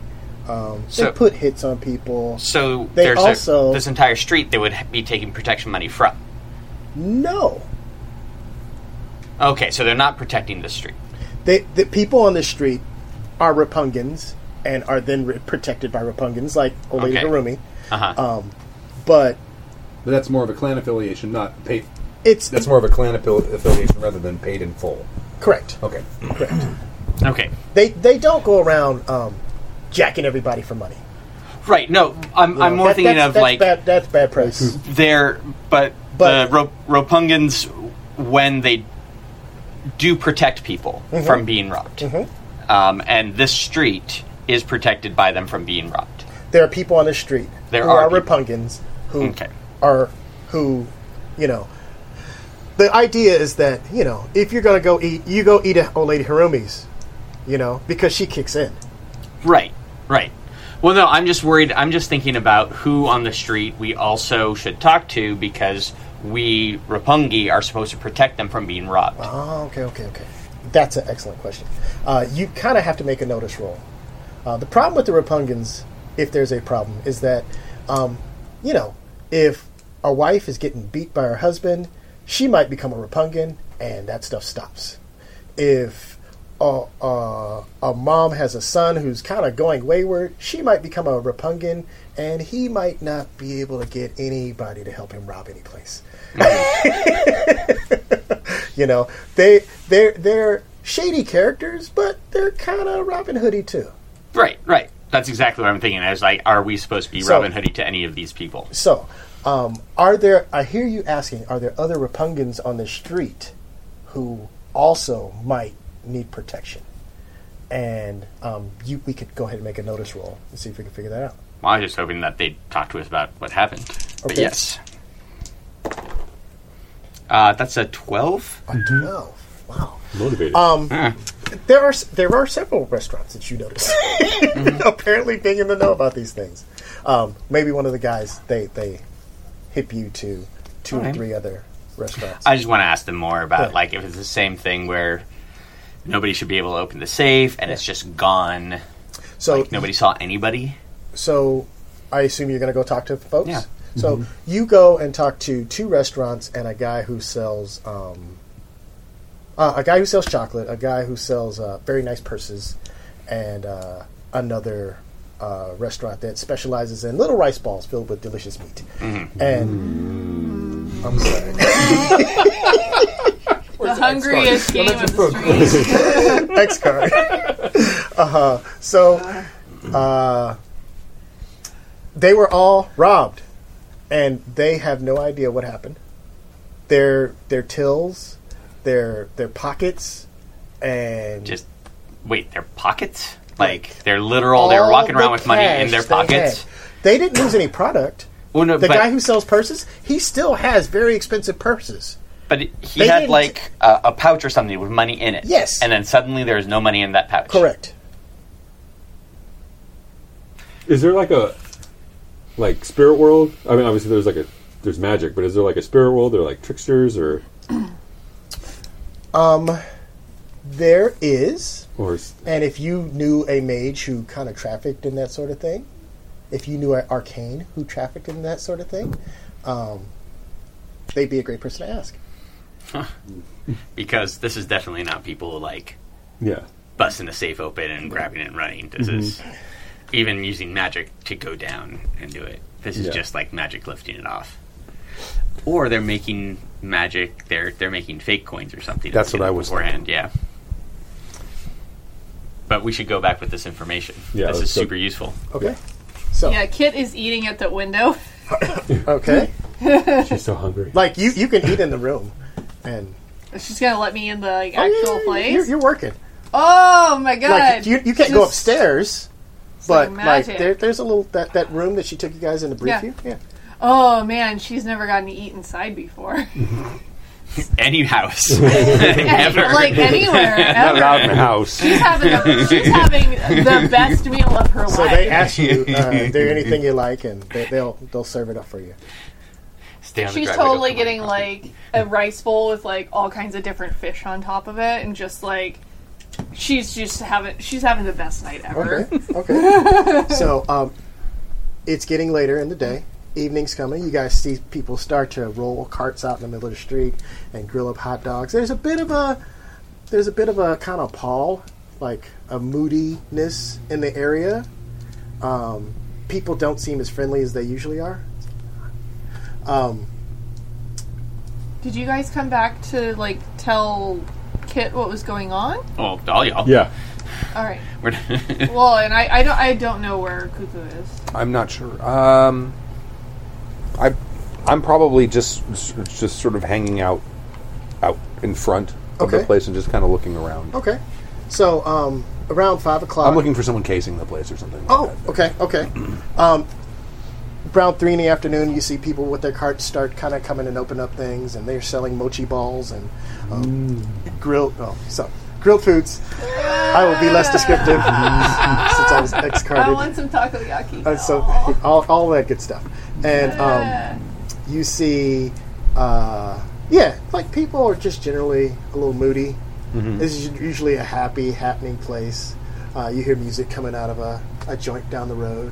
Speaker 1: Um,
Speaker 3: So-
Speaker 1: they put hits on people.
Speaker 3: So
Speaker 1: They
Speaker 3: there's
Speaker 1: also-
Speaker 3: a, this entire street they would ha- be taking protection money from.
Speaker 1: No,
Speaker 3: Okay, so they're not protecting the street.
Speaker 1: they, the people on the street are Rapungans and are then re- protected by Rapungans, like Old Lady
Speaker 3: Okay.
Speaker 1: Harumi.
Speaker 3: Uh huh.
Speaker 1: Um, but
Speaker 2: But that's more of a clan affiliation, not paid.
Speaker 1: it's
Speaker 2: That's more of a clan affil- affiliation rather than paid in full.
Speaker 1: correct.
Speaker 2: Okay.
Speaker 3: okay.
Speaker 1: They they don't go around um, jacking everybody for money.
Speaker 3: Right. No, I'm,
Speaker 1: You
Speaker 3: I'm
Speaker 1: know,
Speaker 3: more
Speaker 1: that-
Speaker 3: thinking
Speaker 1: that's-
Speaker 3: of
Speaker 1: that's
Speaker 3: like
Speaker 1: bad, that's bad press.
Speaker 3: they're but,
Speaker 1: But-
Speaker 3: the Ro- Ropungans when they do protect people
Speaker 1: Mm-hmm.
Speaker 3: from being robbed, um, and this street is protected by them from being robbed.
Speaker 1: there are people on the street
Speaker 3: There
Speaker 1: who
Speaker 3: are
Speaker 1: are,
Speaker 3: people.
Speaker 1: Rapungans who
Speaker 3: Okay.
Speaker 1: are who, you know. The idea is that you know if you're going to go eat, you go eat at Old Lady Harumi's, you know, because she kicks in.
Speaker 3: Right, right. Well, no, I'm just worried. I'm just thinking about who on the street we also should talk to because we Rapungi are supposed to protect them from being robbed.
Speaker 1: Oh, okay, okay, okay. That's an excellent question. Uh, you kind of have to make a notice roll. Uh, the problem with the Rapungans, if there's a problem, is that, um, you know, if a wife is getting beat by her husband, she might become a Rapungan, and that stuff stops. If a, a, a mom has a son who's kind of going wayward, she might become a Rapungan, and he might not be able to get anybody to help him rob any place you know they they're they're shady characters but they're kind of robin hoody too
Speaker 3: Right, right. That's exactly what I'm thinking. I was like, are we supposed to be
Speaker 1: So-
Speaker 3: Robin Hoodie to any of these people?
Speaker 1: so um, are there i hear you asking are there other rapungans on the street who also might need protection and um, you, we could go ahead and make a notice roll and see if we can figure that out
Speaker 3: Well, I was just hoping that they'd talk to us about what happened. But
Speaker 1: Okay.
Speaker 3: yes. Uh, that's a 12?
Speaker 1: a 12 wow
Speaker 4: Motivated.
Speaker 1: there are there are several restaurants that you notice <laughs> apparently being in the know about these things. Um, maybe one of the guys they they hip you to two or
Speaker 3: Alright.
Speaker 1: three other restaurants.
Speaker 3: I just want to ask them more about
Speaker 1: Yeah.
Speaker 3: like if it's the same thing where nobody should be able to open the safe and it's just gone.
Speaker 1: so
Speaker 3: Nobody saw anybody.
Speaker 1: so I assume you're going to go talk to folks.
Speaker 3: Yeah.
Speaker 1: So you go and talk to two restaurants and a guy who sells um, uh, a guy who sells chocolate, a guy who sells uh, very nice purses, and uh, another uh, restaurant that specializes in little rice balls filled with delicious meat. And I'm sorry.
Speaker 5: the hungriest game of the
Speaker 1: <laughs>
Speaker 5: street.
Speaker 1: X card. <laughs> uh-huh. So, uh, they were all robbed, and they have no idea what happened. Their their tills, their their pockets, and
Speaker 3: Just wait, their pockets? Like they're literal. They were
Speaker 1: All
Speaker 3: walking around
Speaker 1: the
Speaker 3: with money in
Speaker 1: cash
Speaker 3: their
Speaker 1: they
Speaker 3: pockets.
Speaker 1: had. They didn't lose any product.
Speaker 3: Well, no,
Speaker 1: The
Speaker 3: but,
Speaker 1: guy who sells purses, he still has very expensive purses.
Speaker 3: but he
Speaker 1: they
Speaker 3: had
Speaker 1: didn't-
Speaker 3: like a, a pouch or something with money in it.
Speaker 1: Yes.
Speaker 3: And then suddenly there was no money in that pouch.
Speaker 1: Correct.
Speaker 4: Is there like a like spirit world? I mean, obviously there's like a there's magic, but is there like a spirit world? They're like tricksters or
Speaker 1: There is,
Speaker 4: or s-
Speaker 1: and if you knew a mage who kind of trafficked in that sort of thing, if you knew an arcane who trafficked in that sort of thing, um, they'd be a great person to ask.
Speaker 3: Because this is definitely not people like
Speaker 4: yeah.
Speaker 3: busting a safe open and grabbing it and running. This
Speaker 2: Mm-hmm.
Speaker 3: is even using magic to go down and do it. This is
Speaker 4: Yeah.
Speaker 3: just like magic lifting it off. Or they're making magic. They're they're making fake coins or something.
Speaker 2: That's what I was
Speaker 3: beforehand. Yeah. But we should go back with this information.
Speaker 4: Yeah,
Speaker 3: this
Speaker 4: let's
Speaker 3: is
Speaker 4: go.
Speaker 3: super useful.
Speaker 1: Okay. So
Speaker 5: Yeah, Kit is eating at the window.
Speaker 1: okay,
Speaker 4: She's so hungry.
Speaker 1: like you, you can eat in the room, and
Speaker 5: She's gonna let me in the like,
Speaker 1: Oh, yeah,
Speaker 5: actual
Speaker 1: yeah, yeah,
Speaker 5: place.
Speaker 1: You're, you're working.
Speaker 5: oh my god!
Speaker 1: Like you, you can't go
Speaker 5: Just
Speaker 1: upstairs,
Speaker 5: some
Speaker 1: but like
Speaker 5: magic.
Speaker 1: there, there's a little that that room that she took you guys in to brief
Speaker 5: Yeah.
Speaker 1: you. Yeah.
Speaker 5: Oh man, she's never gotten to eat inside before. <laughs>
Speaker 3: Any
Speaker 2: <laughs>
Speaker 3: house, <laughs> ever.
Speaker 5: like anywhere ever.
Speaker 2: out in the house.
Speaker 5: She's having, a, she's having the best meal of her
Speaker 1: So
Speaker 5: life.
Speaker 1: they ask you, uh, "Is there anything you like?" and they, they'll they'll serve it up for you.
Speaker 3: Stay on the
Speaker 5: She's
Speaker 3: driveway, don't
Speaker 5: totally
Speaker 3: come on.
Speaker 5: getting like a rice bowl with like all kinds of different fish on top of it, and just like she's just having she's having the best night ever.
Speaker 1: Okay. Okay. so um, it's getting later in the day. Evening's coming. You guys see people start to roll carts out in the middle of the street and grill up hot dogs. There's a bit of a there's a bit of a kind of pall, like a moodiness in the area. Um, people don't seem as friendly as they usually are. Um,
Speaker 5: Did you guys come back to like tell Kit what was going on?
Speaker 3: Well, Oh, all y'all.
Speaker 4: Yeah.
Speaker 5: All right.
Speaker 3: We're-
Speaker 5: <laughs> Well, and I, I don't I don't know where Cuckoo is.
Speaker 1: Oh,
Speaker 2: I'm not sure. Um, I, I'm probably just just sort of hanging out out in front of the
Speaker 1: Okay.
Speaker 2: place and just kind of looking around.
Speaker 1: okay. So um, around five o'clock.
Speaker 2: I'm looking for someone casing the place or something. like
Speaker 1: Oh,
Speaker 2: that.
Speaker 1: okay, okay. Um, around three in the afternoon, you see people with their carts start kind of coming and open up things, and they're selling mochi balls and um, grilled. Oh, so grilled foods. I will be less descriptive <laughs> since I was
Speaker 5: I
Speaker 1: ex-carded.
Speaker 5: want some takoyaki.
Speaker 1: And Uh, so all, all that good stuff, and um, you see, uh, yeah, like people are just generally a little moody. This is usually a happy, happening place. Uh, you hear music coming out of a, a joint down the road,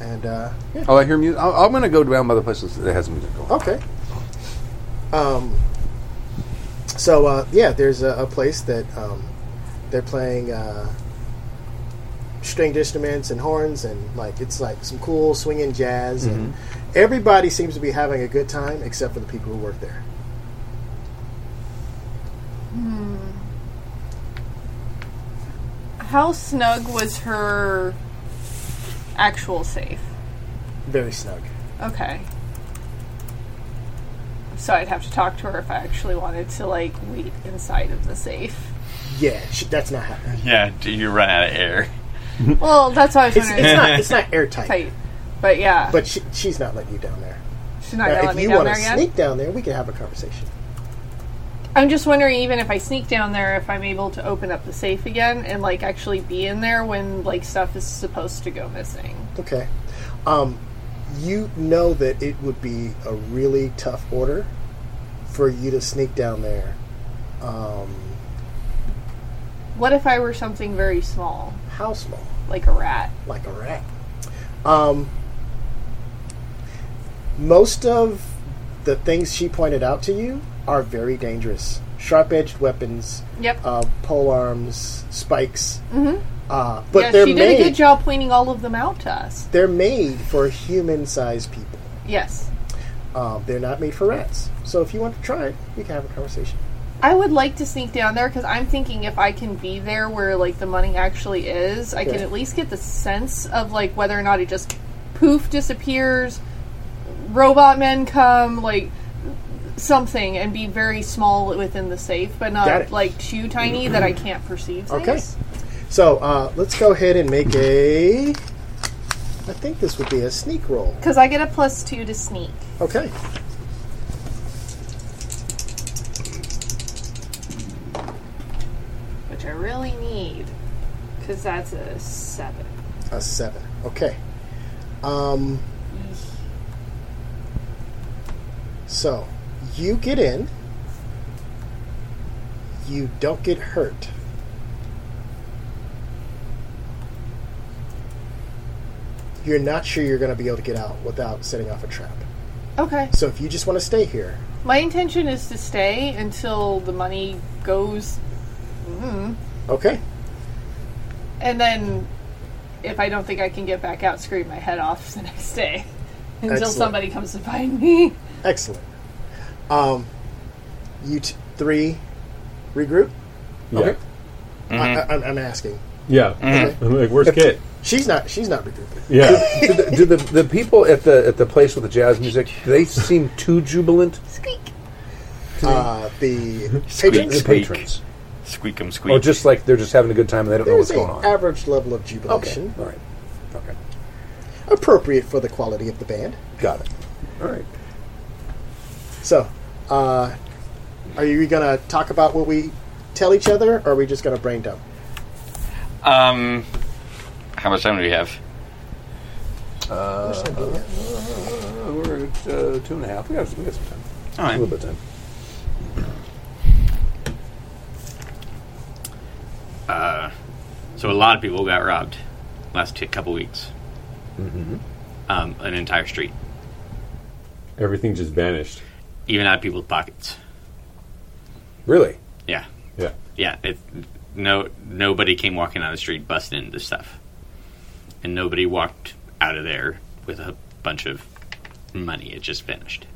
Speaker 1: and uh, yeah,
Speaker 2: Oh, I hear music. I, I'm going to go down by the place that has music going.
Speaker 1: okay. Um, so uh, yeah, there's a, a place that um, they're playing uh, stringed instruments and horns, and like it's like some cool swinging jazz, and everybody seems to be having a good time except for the people who work there.
Speaker 5: How snug was her actual safe?
Speaker 1: Very snug.
Speaker 5: Okay. So I'd have to talk to her if I actually wanted to like wait inside of the safe.
Speaker 1: <laughs> Yeah, sh- that's not happening.
Speaker 3: yeah, do you run out of air?
Speaker 5: Well, that's why I was
Speaker 1: It's,
Speaker 5: wondering.
Speaker 1: it's not. It's not airtight.
Speaker 5: <laughs> tight, but yeah,
Speaker 1: But she, she's not letting you down there.
Speaker 5: she's not
Speaker 1: Now,
Speaker 5: gonna let
Speaker 1: if
Speaker 5: me
Speaker 1: you
Speaker 5: down
Speaker 1: want to
Speaker 5: there
Speaker 1: sneak
Speaker 5: again.
Speaker 1: down there, we can have a conversation.
Speaker 5: I'm just wondering, even if I sneak down there, if I'm able to open up the safe again and like actually be in there when like stuff is supposed to go missing.
Speaker 1: Okay. Um, you know that it would be a really tough order for you to sneak down there. Um,
Speaker 5: What if I were something very small,
Speaker 1: how small?
Speaker 5: like a rat?
Speaker 1: Like a rat. Um, most of the things she pointed out to you are very dangerous. Sharp edged weapons,
Speaker 5: Yep.
Speaker 1: uh, pole arms, spikes.
Speaker 5: Mhm.
Speaker 1: Uh, but
Speaker 5: yeah,
Speaker 1: they're
Speaker 5: she
Speaker 1: made
Speaker 5: did a good job pointing all of them out to us.
Speaker 1: they're made for human sized people.
Speaker 5: Yes.
Speaker 1: Um, they're not made for rats. So if you want to try it, we can have a conversation.
Speaker 5: I would like to sneak down there because I'm thinking if I can be there where like the money actually is, I can
Speaker 1: Yeah.
Speaker 5: at least get the sense of like whether or not it just poof disappears, robot men come, like something, and be very small within the safe, but
Speaker 1: Got it.
Speaker 5: not like too tiny that I can't perceive.
Speaker 1: Okay.
Speaker 5: Things.
Speaker 1: So uh, let's go ahead and make a. I think this would be a sneak roll.
Speaker 5: Because I get a plus two to sneak.
Speaker 1: Okay.
Speaker 5: which I really need because that's a seven.
Speaker 1: A seven. Okay. Um, so you get in. You don't get hurt. You're not sure you're going to be able to get out without setting off a trap.
Speaker 5: Okay.
Speaker 1: So if you just want to stay here,
Speaker 5: My intention is to stay until the money goes, mm,
Speaker 1: okay?
Speaker 5: and then if I don't think I can get back out, scream my head off the next day <laughs> until
Speaker 1: Excellent.
Speaker 5: somebody comes to find me.
Speaker 1: Excellent. Um, you t- three regroup.
Speaker 4: Yeah.
Speaker 2: Okay.
Speaker 1: I, I, I'm- I'm asking.
Speaker 4: Yeah.
Speaker 2: Mm-hmm.
Speaker 4: I'm like, where's Kit?
Speaker 1: She's not. She's not regrouping.
Speaker 4: Yeah.
Speaker 2: do the, do the, the people at the at the place with the jazz music? Do they seem too jubilant?
Speaker 5: Squeak.
Speaker 1: Uh, the patron
Speaker 2: The
Speaker 3: Squeak.
Speaker 2: patrons,
Speaker 3: Squeak 'em, squeak.
Speaker 2: or just like they're just having a good time and they don't know
Speaker 1: there's
Speaker 2: what's
Speaker 1: an
Speaker 2: going on.
Speaker 1: average level of
Speaker 2: okay,
Speaker 1: jubilation,
Speaker 2: all right, okay,
Speaker 1: appropriate for the quality of the band.
Speaker 2: got it. All right.
Speaker 1: So, uh, are you gonna talk about what we tell each other, or are we just gonna brain dump?
Speaker 3: um, how much time do we have?
Speaker 2: Uh, we're at uh, two and a half. We got, we got some time.
Speaker 3: All right.
Speaker 2: A little bit of time.
Speaker 3: So a lot of people got robbed last t- couple weeks. Um, an entire street,
Speaker 4: Everything just vanished.
Speaker 3: even out of people's pockets.
Speaker 2: Really?
Speaker 3: Yeah,
Speaker 4: Yeah.
Speaker 3: yeah. It, no, nobody came walking down the street busting into stuff, and nobody walked out of there with a bunch of money. It just vanished.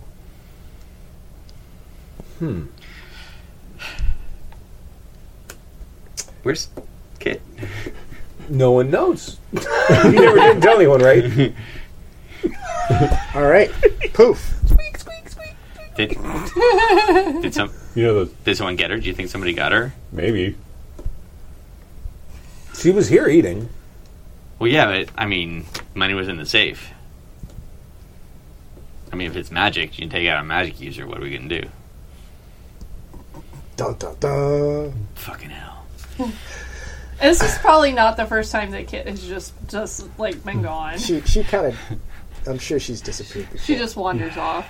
Speaker 3: Hmm. Where's Kit?
Speaker 2: No one <laughs> knows. you never didn't tell anyone, right?
Speaker 1: All right,
Speaker 2: <laughs>
Speaker 1: poof. <laughs>
Speaker 3: Did did some
Speaker 4: You know those?
Speaker 3: did someone get her? Do you think somebody got her?
Speaker 4: Maybe.
Speaker 2: She was here eating.
Speaker 3: Well, yeah, but I mean, money was in the safe. I mean, if it's magic, you can take out a magic user. What are we gonna do?
Speaker 1: Dun dun dun.
Speaker 3: Fucking hell!
Speaker 5: And this is probably not the first time that Kit has just just like been gone.
Speaker 1: She she kind of. I'm sure she's disappeared. Before.
Speaker 5: She just wanders off.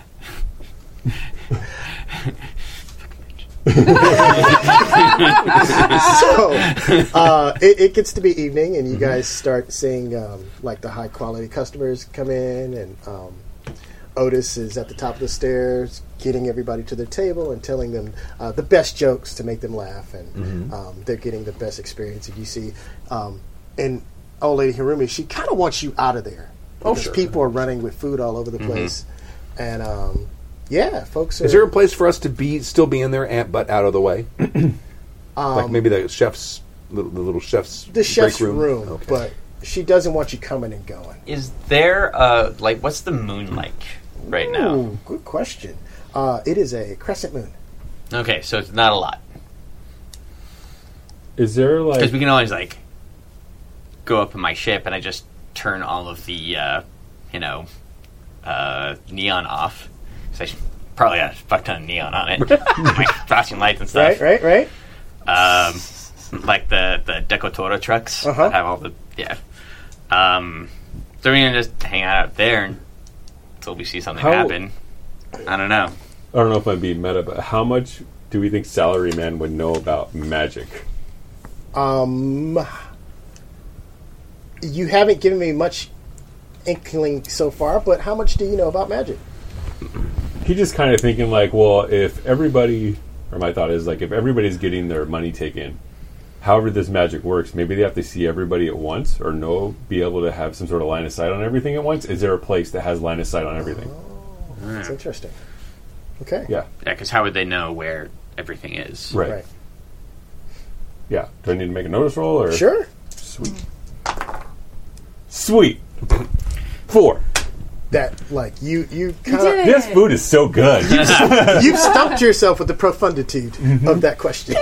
Speaker 1: <laughs>
Speaker 2: <laughs>
Speaker 1: so uh, it, it gets to be evening, and you
Speaker 2: Mm-hmm.
Speaker 1: guys start seeing um, like the high quality customers come in, and um, Otis is at the top of the stairs getting everybody to their table and telling them uh, the best jokes to make them laugh, and
Speaker 2: Mm-hmm.
Speaker 1: um, they're getting the best experience. And you see, um, and old lady Harumi, she kind of wants you out of there.
Speaker 2: Oh,
Speaker 1: because
Speaker 2: sure. Mm-hmm.
Speaker 1: People are running with food all over the place, and um, yeah, folks. Are,
Speaker 2: Is there a place for us to be still be in there, and, but out of the <clears throat> way? like maybe the chef's the, the little chef's
Speaker 1: the chef's
Speaker 2: break
Speaker 1: room,
Speaker 2: Okay.
Speaker 1: but she doesn't want you coming and going.
Speaker 3: Is there uh like what's the moon like right now?
Speaker 1: Ooh, good question. Uh, it is a crescent moon.
Speaker 3: Okay, so it's not a lot
Speaker 4: Is there like?
Speaker 3: because we can always like go up in my ship and I just turn all of the uh, you know uh, neon off. So I should probably got a fuck ton of neon
Speaker 1: <laughs>
Speaker 3: on it, <laughs> my flashing lights and stuff.
Speaker 1: Right, right, right.
Speaker 3: um, like the the Decotora trucks
Speaker 1: Uh-huh.
Speaker 3: that have all the yeah. Um, so we're gonna just hang out out there until we see something
Speaker 4: How-
Speaker 3: happen. I don't know.
Speaker 4: I don't know if I'm being meta, but how much do we think salaryman would know about magic?
Speaker 1: Um, you haven't given me much inkling so far, but how much do you know about magic?
Speaker 4: He just kind of thinking like, well, if everybody, or my thought is like, if everybody's getting their money taken, however this magic works, maybe they have to see everybody at once, or know, be able to have some sort of line of sight on everything at once. Is there a place that has line of sight on everything?
Speaker 1: It's interesting. Okay.
Speaker 4: Yeah,
Speaker 3: Yeah, because how would they know where everything is?
Speaker 4: right.
Speaker 1: Right.
Speaker 4: Yeah. Do I need to make a notice roll or
Speaker 1: Sure.
Speaker 4: Sweet, sweet. Four.
Speaker 1: That like you you kind
Speaker 5: did
Speaker 1: of
Speaker 3: <laughs>
Speaker 5: it.
Speaker 4: This food is so good.
Speaker 1: you stumped yourself with the profunditude of that question.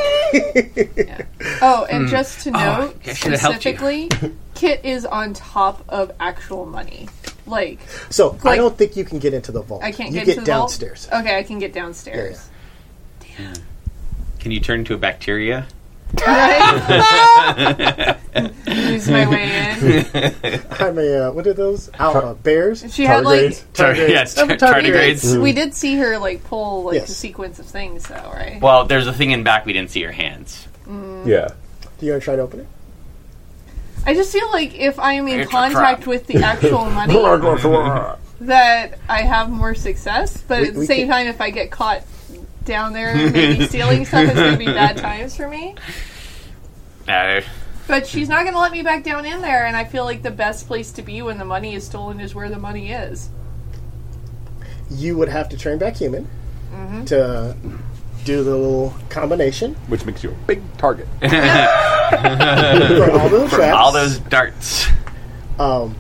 Speaker 5: Oh, and
Speaker 1: Mm.
Speaker 5: just to note
Speaker 3: I should have helped you.
Speaker 5: specifically,
Speaker 1: <laughs>
Speaker 5: Kit is on top of actual money. Like
Speaker 1: So I
Speaker 5: Like-
Speaker 1: don't think you can get into the vault.
Speaker 5: I can't
Speaker 1: you
Speaker 5: get,
Speaker 1: get
Speaker 5: to the vault?
Speaker 1: downstairs.
Speaker 5: Okay, I can get downstairs.
Speaker 3: Can you turn into a bacteria?
Speaker 5: Lose
Speaker 1: <laughs>
Speaker 5: my way in.
Speaker 1: I'm a uh, what are those? Alpha bears.
Speaker 5: She had like
Speaker 4: Tardigrades?
Speaker 1: Tardigrades.
Speaker 3: yes,
Speaker 1: Oh, tardigrades.
Speaker 3: tardigrades.
Speaker 5: we did see her like pull like
Speaker 1: Yes.
Speaker 5: a sequence of things though, right?
Speaker 3: Well, there's a thing in back we didn't see your hands.
Speaker 4: Yeah.
Speaker 1: Do you want to try to open it?
Speaker 5: I just feel like if I am in
Speaker 3: It's a
Speaker 5: contact
Speaker 3: trap.
Speaker 5: with
Speaker 1: <laughs>
Speaker 5: the actual money that I have more success, but
Speaker 1: We-
Speaker 5: at the
Speaker 1: we
Speaker 5: same
Speaker 1: can-
Speaker 5: time if I get caught
Speaker 1: <laughs>
Speaker 5: down there maybe stealing stuff it's gonna be bad times for me.
Speaker 3: Uh,
Speaker 5: But she's not going to let me back down in there, and I feel like the best place to be when the money is stolen is where the money is.
Speaker 1: You would have to turn back human to do the little combination
Speaker 2: which makes you a big target.
Speaker 1: <laughs> for all those traps.
Speaker 3: all those darts.
Speaker 1: Um,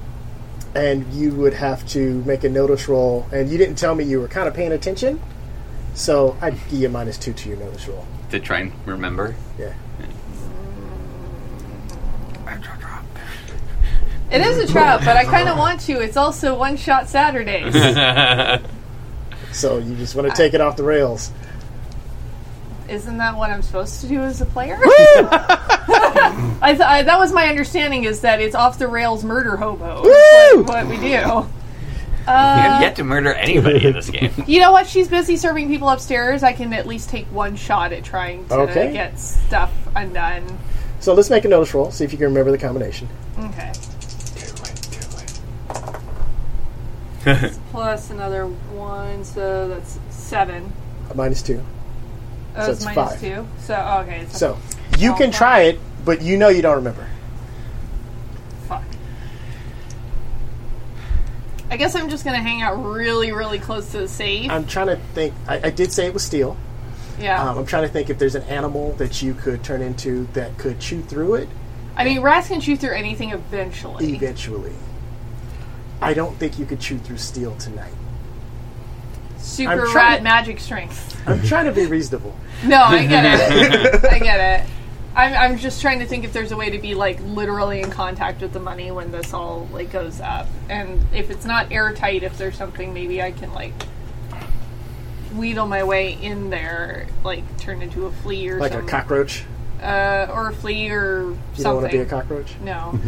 Speaker 1: and you would have to make a notice roll. And you didn't tell me you were kind of paying attention, so I'd give you minus two to your notice roll.
Speaker 3: To try and remember. <laughs>
Speaker 1: Yeah.
Speaker 5: It is a trap, but I kind of want to. It's also one
Speaker 3: <laughs>
Speaker 5: shot Saturdays.
Speaker 1: So you just want to take it off the rails.
Speaker 5: Isn't that what I'm supposed to do as a player? <laughs> I th- I, that was my understanding is that it's off the rails murder hobo. It's like what we do. Uh,
Speaker 3: you have yet to murder anybody in this
Speaker 4: <laughs>
Speaker 3: game.
Speaker 5: You know what? She's busy serving people upstairs. I can at least take one shot at trying to
Speaker 1: Okay.
Speaker 5: get stuff undone.
Speaker 1: So let's make a notice roll. See if you can remember the combination.
Speaker 5: Okay. Plus another one, so that's seven.
Speaker 1: A minus two.
Speaker 5: Oh,
Speaker 1: So
Speaker 5: it's
Speaker 1: it's
Speaker 5: minus
Speaker 1: five.
Speaker 5: two. So oh, okay, it's
Speaker 1: So you can try it, but you know you don't remember.
Speaker 5: a fuck. I guess I'm just gonna hang out really, really close to the safe.
Speaker 1: I'm trying to think. I, I did say it was steel.
Speaker 5: yeah.
Speaker 1: Um, I'm trying to think if there's an animal that you could turn into that could chew through it
Speaker 5: I mean, rats can chew through anything eventually.
Speaker 1: eventually. I don't think you could chew through steel tonight. I'm
Speaker 5: Super
Speaker 1: trying
Speaker 5: rat
Speaker 1: to-
Speaker 5: magic strength.
Speaker 1: I'm trying to be reasonable.
Speaker 5: No, I get it. I get it. I'm, I'm just trying to think if there's a way to be like literally in contact with the money when this all like goes up, and if it's not airtight, if there's something maybe I can like wheedle my way in there, like turn into a flea or
Speaker 1: Like a
Speaker 5: some-
Speaker 1: cockroach.
Speaker 5: uh, or a flea or
Speaker 1: You don't
Speaker 5: something.
Speaker 1: want to be a cockroach?
Speaker 5: no,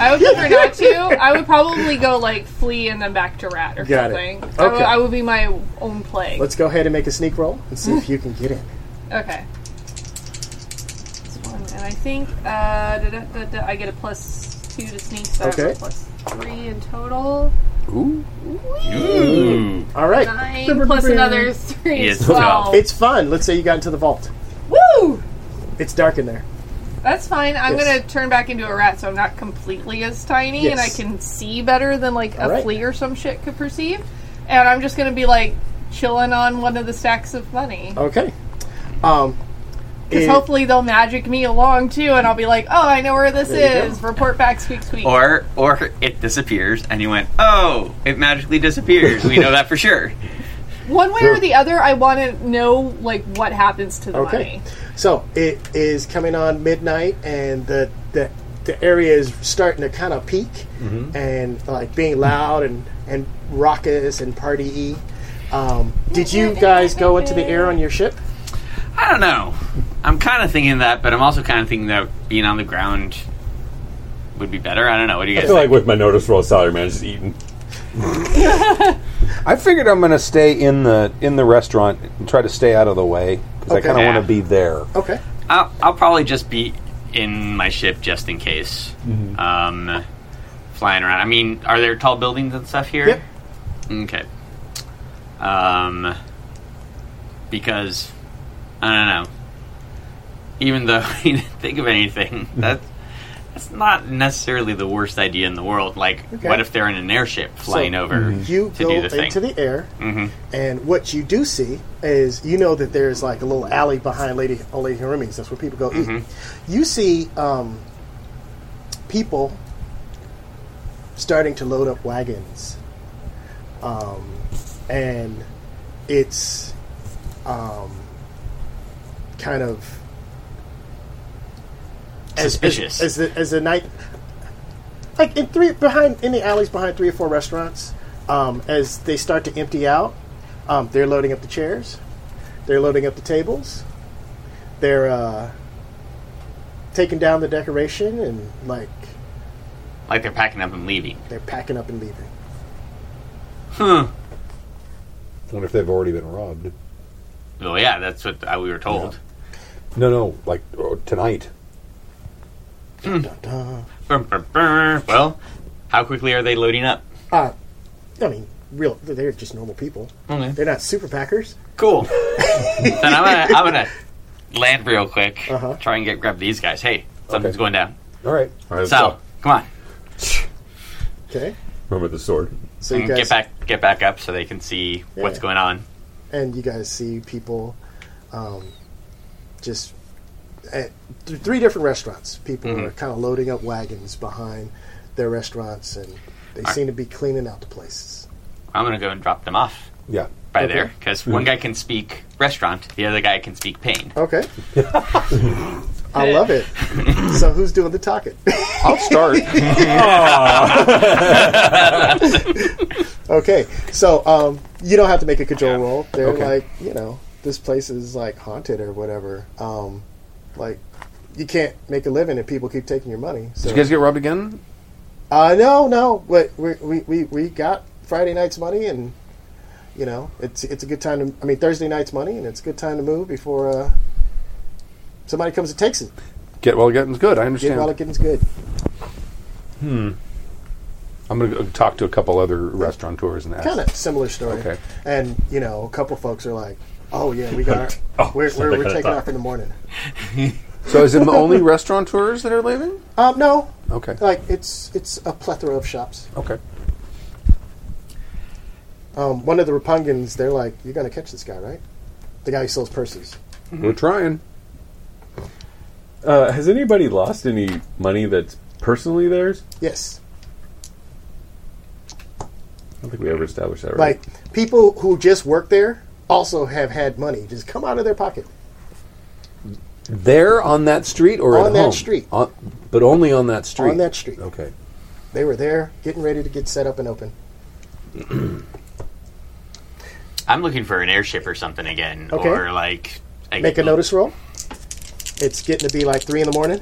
Speaker 5: I would
Speaker 1: <laughs>
Speaker 5: prefer not to. I would probably go like flea and then back to rat or
Speaker 1: Got it.
Speaker 5: something. I would-
Speaker 1: Okay.
Speaker 5: I would be my own
Speaker 1: <laughs>
Speaker 5: plague.
Speaker 1: Let's go ahead and make a sneak roll and see if you can get in.
Speaker 5: Okay. This one, and I think uh, da, da, da, da, I get a plus two to sneak, so I
Speaker 1: Okay.
Speaker 5: have a plus three in total.
Speaker 3: Ooh.
Speaker 1: All right.
Speaker 5: Nine plus another three
Speaker 3: Yes,
Speaker 5: is twelve.
Speaker 1: It's fun. Let's say you got into the vault.
Speaker 5: Woo!
Speaker 1: It's dark in there.
Speaker 5: That's fine. I'm
Speaker 1: Yes.
Speaker 5: gonna turn back into a rat, so I'm not completely as tiny, and I
Speaker 1: Yes.
Speaker 5: can see better than like a
Speaker 1: All right.
Speaker 5: flea or some shit could perceive. And I'm just gonna be like chilling on one of the stacks of money.
Speaker 1: Okay. Um,
Speaker 5: Because
Speaker 1: it-
Speaker 5: hopefully they'll magic me along too, and I'll be like, "Oh, I know where this
Speaker 1: There you
Speaker 5: is." Report back, squeak, squeak.
Speaker 3: Or or it disappears and you went, Oh, it magically disappears. We know that for sure.
Speaker 5: One way
Speaker 1: Sure.
Speaker 5: or the other, I want to know like what happens to the
Speaker 1: Okay.
Speaker 5: money.
Speaker 1: So it is coming on midnight, and the the, the area is starting to kind of peak and like being loud and and raucous and party y. Um, did you guys go into the air on your ship?
Speaker 3: I don't know. I'm kind of thinking that, but I'm also kind of thinking that being on the ground would be better. I don't know. What do you
Speaker 4: I
Speaker 3: guys
Speaker 4: feel
Speaker 3: think?
Speaker 4: like with my notice roll salary man, just eating.
Speaker 2: I figured I'm going to stay in the in the restaurant and try to stay out of the way because I
Speaker 1: Okay.
Speaker 2: kind of
Speaker 3: Yeah.
Speaker 2: want to be there.
Speaker 1: Okay.
Speaker 3: I'll, I'll probably just be in my ship just in case.
Speaker 1: Mm-hmm.
Speaker 3: Um, flying around. I mean, are there tall buildings and stuff here?
Speaker 1: Yep.
Speaker 3: Okay. Um, because I don't know. Even though <laughs> you didn't think of
Speaker 1: <laughs>
Speaker 3: anything, that that's not necessarily the worst idea in the world. Like,
Speaker 1: Okay.
Speaker 3: what if they're in an airship flying over?
Speaker 1: You
Speaker 3: To
Speaker 1: go
Speaker 3: do the
Speaker 1: into
Speaker 3: thing.
Speaker 1: the air,
Speaker 3: Mhm.
Speaker 1: and what you do see is you know that there's like a little alley behind Lady Old Lady Hirumi's. That's where people go eat.
Speaker 3: Mm-hmm.
Speaker 1: You see um, people starting to load up wagons, um, and it's um, kind of
Speaker 3: Suspicious.
Speaker 1: as, as, as, the, as the night like in three behind in the alleys behind three or four restaurants um, as they start to empty out um, they're loading up the chairs they're loading up the tables they're uh, taking down the decoration and like
Speaker 3: like they're packing up and leaving.
Speaker 1: they're packing up and leaving
Speaker 2: wonder if they've already been robbed.
Speaker 3: Oh yeah, that's what uh, we were told.
Speaker 2: No, no, like oh, tonight.
Speaker 1: Dun, dun.
Speaker 3: Brr, brr, brr. <laughs> Well, how quickly are they loading up?
Speaker 1: Uh, I mean real they're just normal people
Speaker 3: Okay.
Speaker 1: they're not super packers
Speaker 3: Cool. <laughs> then I'm gonna
Speaker 1: <laughs>
Speaker 3: I'm gonna land real quick.
Speaker 1: Uh-huh.
Speaker 3: Try and get grab these guys. Hey, something's
Speaker 2: Okay.
Speaker 3: going down.
Speaker 2: All right.
Speaker 4: All right,
Speaker 3: Sal, come on.
Speaker 1: okay
Speaker 4: remember the sword.
Speaker 1: so you
Speaker 3: And
Speaker 1: guys
Speaker 3: Mm, get back get back up so they can see what's
Speaker 1: Yeah.
Speaker 3: going on.
Speaker 1: and you guys see people um, just at th- three different restaurants. People
Speaker 3: Mm-hmm.
Speaker 1: are kind of loading up wagons behind their restaurants, and they seem to be cleaning out the places.
Speaker 3: I'm gonna go and drop them off
Speaker 2: <laughs> Yeah.
Speaker 3: by
Speaker 1: Okay.
Speaker 3: there because one guy can speak restaurant, the other guy can speak pain.
Speaker 1: Okay, I love
Speaker 3: <laughs>
Speaker 1: it. So who's doing the talking?
Speaker 2: I'll <laughs> start.
Speaker 1: okay, so um, you don't have to make a control roll. They're
Speaker 2: Okay.
Speaker 1: like, you know, this place is like haunted or whatever. Um, like. You can't make a living and people keep taking your money. So.
Speaker 2: Did you guys get robbed again?
Speaker 1: Uh, no, no. But we, we, we, we got Friday night's money, and you know, it's it's a good time to. I mean, Thursday night's money, and it's a good time to move before uh, somebody comes and takes it.
Speaker 2: Get well, getting's good. I
Speaker 1: Get
Speaker 2: understand.
Speaker 1: while getting's good.
Speaker 2: I'm going to go talk to a couple other restaurateurs and ask.
Speaker 1: Kind of similar story.
Speaker 2: Okay.
Speaker 1: And you know, a couple folks are like, "Oh yeah, we
Speaker 2: <laughs>
Speaker 1: got. Our,
Speaker 4: Oh,
Speaker 1: we're
Speaker 4: so
Speaker 1: we're,
Speaker 4: they
Speaker 1: we're
Speaker 4: kinda
Speaker 1: taking
Speaker 4: thought-
Speaker 1: off in the morning."
Speaker 2: So is it
Speaker 1: <laughs>
Speaker 2: only restaurateurs that are leaving?
Speaker 1: Um, no,
Speaker 2: Okay.
Speaker 1: like it's it's a plethora of shops.
Speaker 2: Okay.
Speaker 1: Um, one of the Rapungans, they're like, "You're gonna catch this guy, right? The guy who sells purses."
Speaker 2: We're trying.
Speaker 4: Uh, has anybody lost any money that's personally theirs?
Speaker 1: Yes.
Speaker 4: I don't think we ever established that, right?
Speaker 1: Like people who just work there also have had money just come out of their pocket.
Speaker 2: There on that street or
Speaker 1: On
Speaker 2: at
Speaker 1: that
Speaker 2: home?
Speaker 1: street.
Speaker 2: On, but only on that street.
Speaker 1: On that street.
Speaker 2: Okay.
Speaker 1: They were there getting ready to get set up and open.
Speaker 3: I'm looking for an airship or something again,
Speaker 1: Okay.
Speaker 3: or like a,
Speaker 1: Make a notice roll. It's getting to be like three in the morning.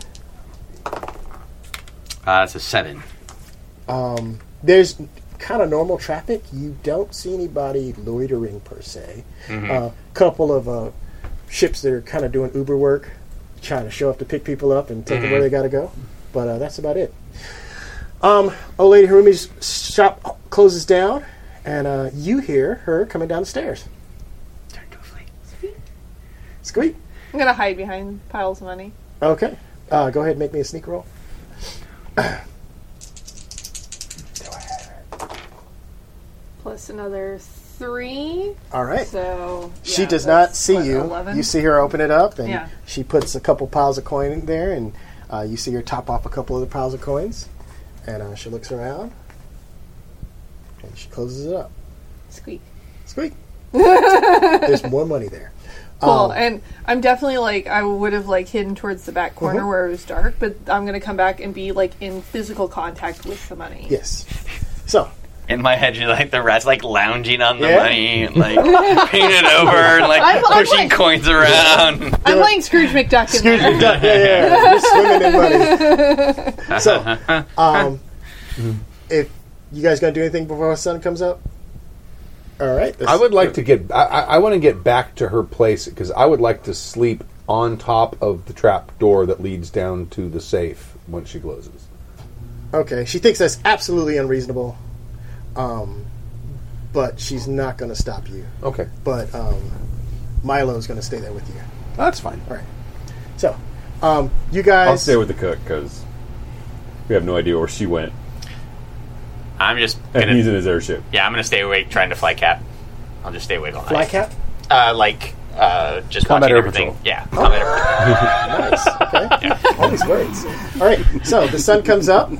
Speaker 3: Uh, it's a seven.
Speaker 1: There's kind of normal traffic. You don't see anybody loitering per se. A couple of uh, ships that are kind of doing Uber work, trying to show up to pick people up and take them where they got to go. But uh, that's about it. Um, old lady Harumi's shop closes down, and uh, you hear her coming down the stairs.
Speaker 3: Turn to a flame.
Speaker 1: Squeak.
Speaker 5: I'm gonna hide behind piles of money.
Speaker 1: Okay. Uh, go ahead and make me a sneak roll. <clears throat>
Speaker 5: Plus another three.
Speaker 1: All right.
Speaker 5: So
Speaker 1: she
Speaker 5: yeah,
Speaker 1: does not
Speaker 5: that's,
Speaker 1: see
Speaker 5: what,
Speaker 1: you.
Speaker 5: 11?
Speaker 1: You see her open it up, and
Speaker 5: Yeah.
Speaker 1: she puts a couple piles of coin in there, and uh, you see her top off a couple of the piles of coins, and uh, she looks around, and she closes it up.
Speaker 5: Squeak. <laughs>
Speaker 1: Squeak. There's more money there.
Speaker 5: Cool.
Speaker 1: Um,
Speaker 5: and I'm definitely like I would have like hidden towards the
Speaker 1: Mm-hmm.
Speaker 5: back corner where it was dark, but I'm gonna come back and be like in physical contact with the money.
Speaker 1: Yes. So
Speaker 3: In my head, you're like the rat's like lounging on the
Speaker 1: Yeah.
Speaker 3: money, and,
Speaker 5: <laughs>
Speaker 3: like leaning over, and, like
Speaker 5: I'm- I'm
Speaker 3: pushing
Speaker 5: like-
Speaker 3: coins around.
Speaker 5: I'm playing Scrooge McDuck in
Speaker 1: Scrooge
Speaker 5: there.
Speaker 1: McDuck. Yeah, yeah, yeah. You're swimming in money. So, um, if you guys gonna do anything before the sun comes up? All right.
Speaker 2: I would like to get. I, I, I want to get back to her place because I would like to sleep on top of the trap door that leads down to the safe once she closes.
Speaker 1: Okay, she thinks that's absolutely unreasonable, um, but she's not going to stop you.
Speaker 2: Okay,
Speaker 1: But um, Milo's going to stay there with you.
Speaker 2: that's fine.
Speaker 1: All right. So, um, you
Speaker 4: I'll
Speaker 1: guys. <laughs>
Speaker 4: stay with the cook because we have no idea where she went.
Speaker 3: I'm just
Speaker 4: And he's
Speaker 3: gonna,
Speaker 4: in his airship.
Speaker 3: yeah, I'm gonna stay awake trying to fly cap. I'll just stay awake all night.
Speaker 1: Fly cap.
Speaker 3: Uh, like uh, just
Speaker 2: Combat
Speaker 3: watching
Speaker 2: Air
Speaker 3: everything.
Speaker 2: Patrol.
Speaker 3: Yeah, combat air patrol.
Speaker 1: Nice. Okay. All these words. All right. So the sun comes up,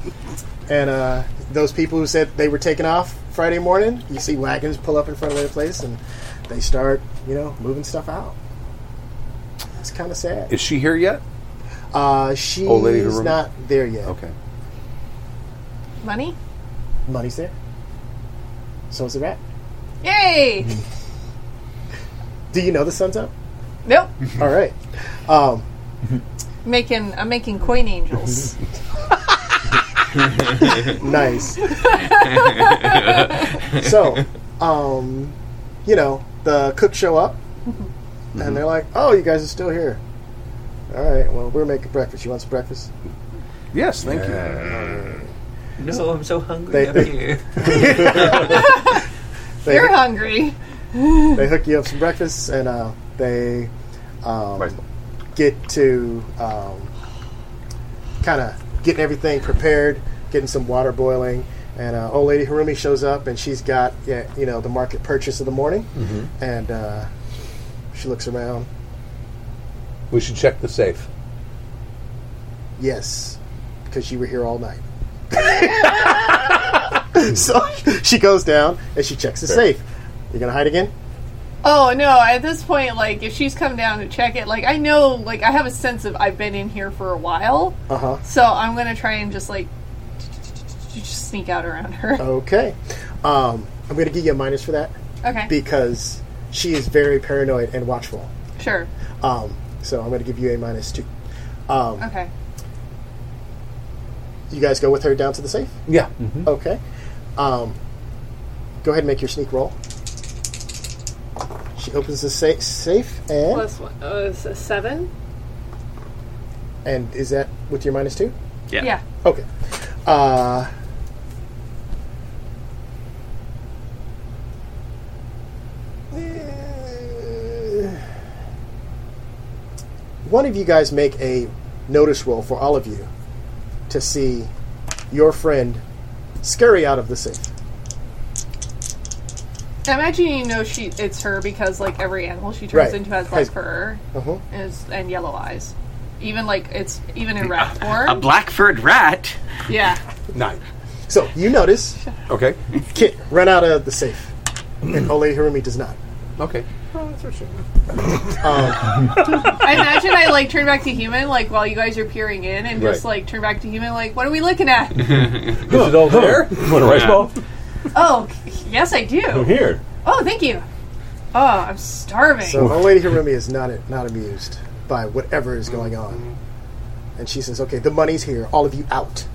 Speaker 1: and uh, those people who said they were taking off Friday morning, you see wagons pull up in front of their place, and they start, you know, moving stuff out. It's kind of sad.
Speaker 2: Is she here yet?
Speaker 1: Uh, she's
Speaker 2: Old lady who runs-
Speaker 1: not there yet.
Speaker 2: Okay.
Speaker 5: Money?
Speaker 1: Money's there. So is the rat.
Speaker 5: Yay!
Speaker 1: Mm-hmm. Do you know the sun's up?
Speaker 5: nope.
Speaker 1: All right. Um,
Speaker 5: Making I'm making coin angels.
Speaker 1: Mm-hmm. nice. so, um, you know, the cooks show up, and they're like, "Oh, you guys are still here." All right. Well, we're making breakfast. You want some breakfast?
Speaker 2: Yes, thank
Speaker 8: No, I'm so
Speaker 1: <laughs>
Speaker 8: hungry
Speaker 1: They-
Speaker 8: up
Speaker 1: they-
Speaker 8: here.
Speaker 1: They,
Speaker 5: You're hungry.
Speaker 1: they hook you up some breakfast, and uh, they um,
Speaker 2: Oh.
Speaker 4: Rice ball.
Speaker 1: get to um, kind of getting everything prepared, getting some water boiling. And uh, old lady Harumi shows up, and she's got yeah, you know the market purchase of the morning, and uh, she looks around.
Speaker 2: you. We should check the safe.
Speaker 1: Yes, because you were here all night. <laughs> so she goes down and she checks the safe. You're gonna hide again?
Speaker 5: Oh no, at this point, like if she's come down to check it, like I know like I have a sense of I've been in here for a while.
Speaker 1: Uh huh.
Speaker 5: So I'm gonna try and just like just sneak out around her.
Speaker 1: Okay. Um, I'm gonna give you a minus for that
Speaker 5: Okay.
Speaker 1: because she is very paranoid and watchful.
Speaker 5: Sure.
Speaker 1: Um, so I'm gonna give you a minus two. Um,
Speaker 5: Okay.
Speaker 1: You guys go with her down to the safe.
Speaker 2: Yeah.
Speaker 1: Okay. Um, go ahead and make your sneak roll. She opens the sa- safe and
Speaker 5: Plus one. Uh, it's a seven.
Speaker 1: and is that with your minus two?
Speaker 3: Yeah.
Speaker 5: Yeah.
Speaker 1: Okay. Uh, one of you guys make a notice roll for all of you to see your friend scurry out of the safe.
Speaker 5: I imagine you know she it's her because like every animal she turns
Speaker 1: Right.
Speaker 5: into has
Speaker 1: Has-
Speaker 5: black fur
Speaker 1: Uh-huh.
Speaker 5: is and yellow eyes. Even like it's even
Speaker 2: <laughs>
Speaker 5: in rat form.
Speaker 3: A black-furred rat.
Speaker 5: yeah.
Speaker 2: Nine.
Speaker 1: So you notice
Speaker 2: Okay.
Speaker 1: Kit run out of the safe, and Ole Hirumi does not.
Speaker 2: Okay.
Speaker 5: I imagine I like turn back to human like while you guys are peering in and just
Speaker 2: Right.
Speaker 5: like turn back to human like what are we looking
Speaker 2: <laughs>
Speaker 5: at?
Speaker 4: This is all <laughs> there. You want a rice
Speaker 3: Yeah.
Speaker 4: ball?
Speaker 5: oh c- yes I
Speaker 4: I'm
Speaker 5: do.
Speaker 4: here.
Speaker 5: Oh thank you. Oh I'm starving.
Speaker 1: So old lady Harumi is not not amused by whatever is going on, and she says, "Okay, the money's here. All of you out."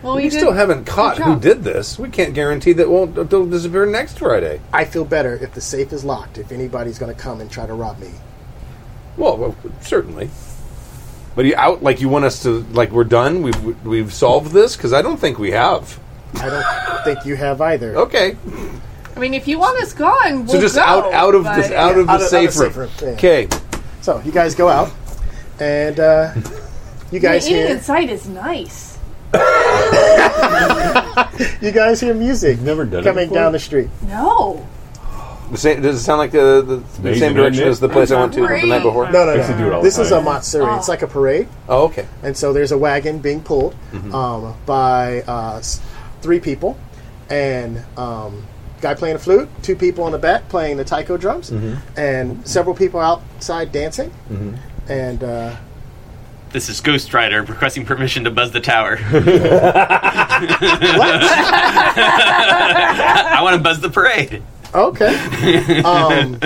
Speaker 5: well
Speaker 2: We
Speaker 5: you
Speaker 2: still haven't caught
Speaker 5: good
Speaker 2: who
Speaker 5: job.
Speaker 2: did this. We can't guarantee that won't it'll disappear next Friday.
Speaker 1: I feel better if the safe is locked. If anybody's going to come and try to rob me,
Speaker 2: Well, well certainly. But you out like you want us to like we're done. We've we've solved this because I don't think we have.
Speaker 1: I don't think you have either.
Speaker 2: Okay,
Speaker 5: I mean if you want us gone we'll
Speaker 2: so just
Speaker 5: go,
Speaker 2: out out of
Speaker 5: but-
Speaker 2: the out of the
Speaker 1: out of- out of
Speaker 2: safe
Speaker 1: safe
Speaker 2: room.
Speaker 1: room, yeah.
Speaker 2: Okay,
Speaker 1: So you guys go out, and uh, you
Speaker 5: I mean,
Speaker 1: guys
Speaker 5: eating
Speaker 1: hear
Speaker 5: inside is nice.
Speaker 1: you guys hear music
Speaker 4: Never done it
Speaker 1: coming
Speaker 4: before?
Speaker 1: down the street.
Speaker 5: No.
Speaker 2: the same, does it sound like the, the, the
Speaker 4: Amazing,
Speaker 2: same direction
Speaker 4: isn't it?
Speaker 2: as the place I went to the night
Speaker 5: Great.
Speaker 2: before?
Speaker 1: No, no,
Speaker 4: used to do it
Speaker 1: no.
Speaker 4: all
Speaker 1: This
Speaker 4: the
Speaker 1: is a
Speaker 4: time.
Speaker 1: matsuri. It's like a parade,
Speaker 2: Oh, okay.
Speaker 1: and so there's a wagon being pulled
Speaker 4: Mm-hmm.
Speaker 1: um, by uh, s- three people, and um, guy playing a flute, two people in the back playing the taiko drums,
Speaker 4: Mm-hmm.
Speaker 1: and several people outside dancing, and. Uh,
Speaker 3: This is Ghost Rider requesting permission to buzz the
Speaker 5: <laughs>
Speaker 3: tower. <laughs> I want to buzz the parade.
Speaker 1: Okay.
Speaker 3: <laughs>
Speaker 1: Um,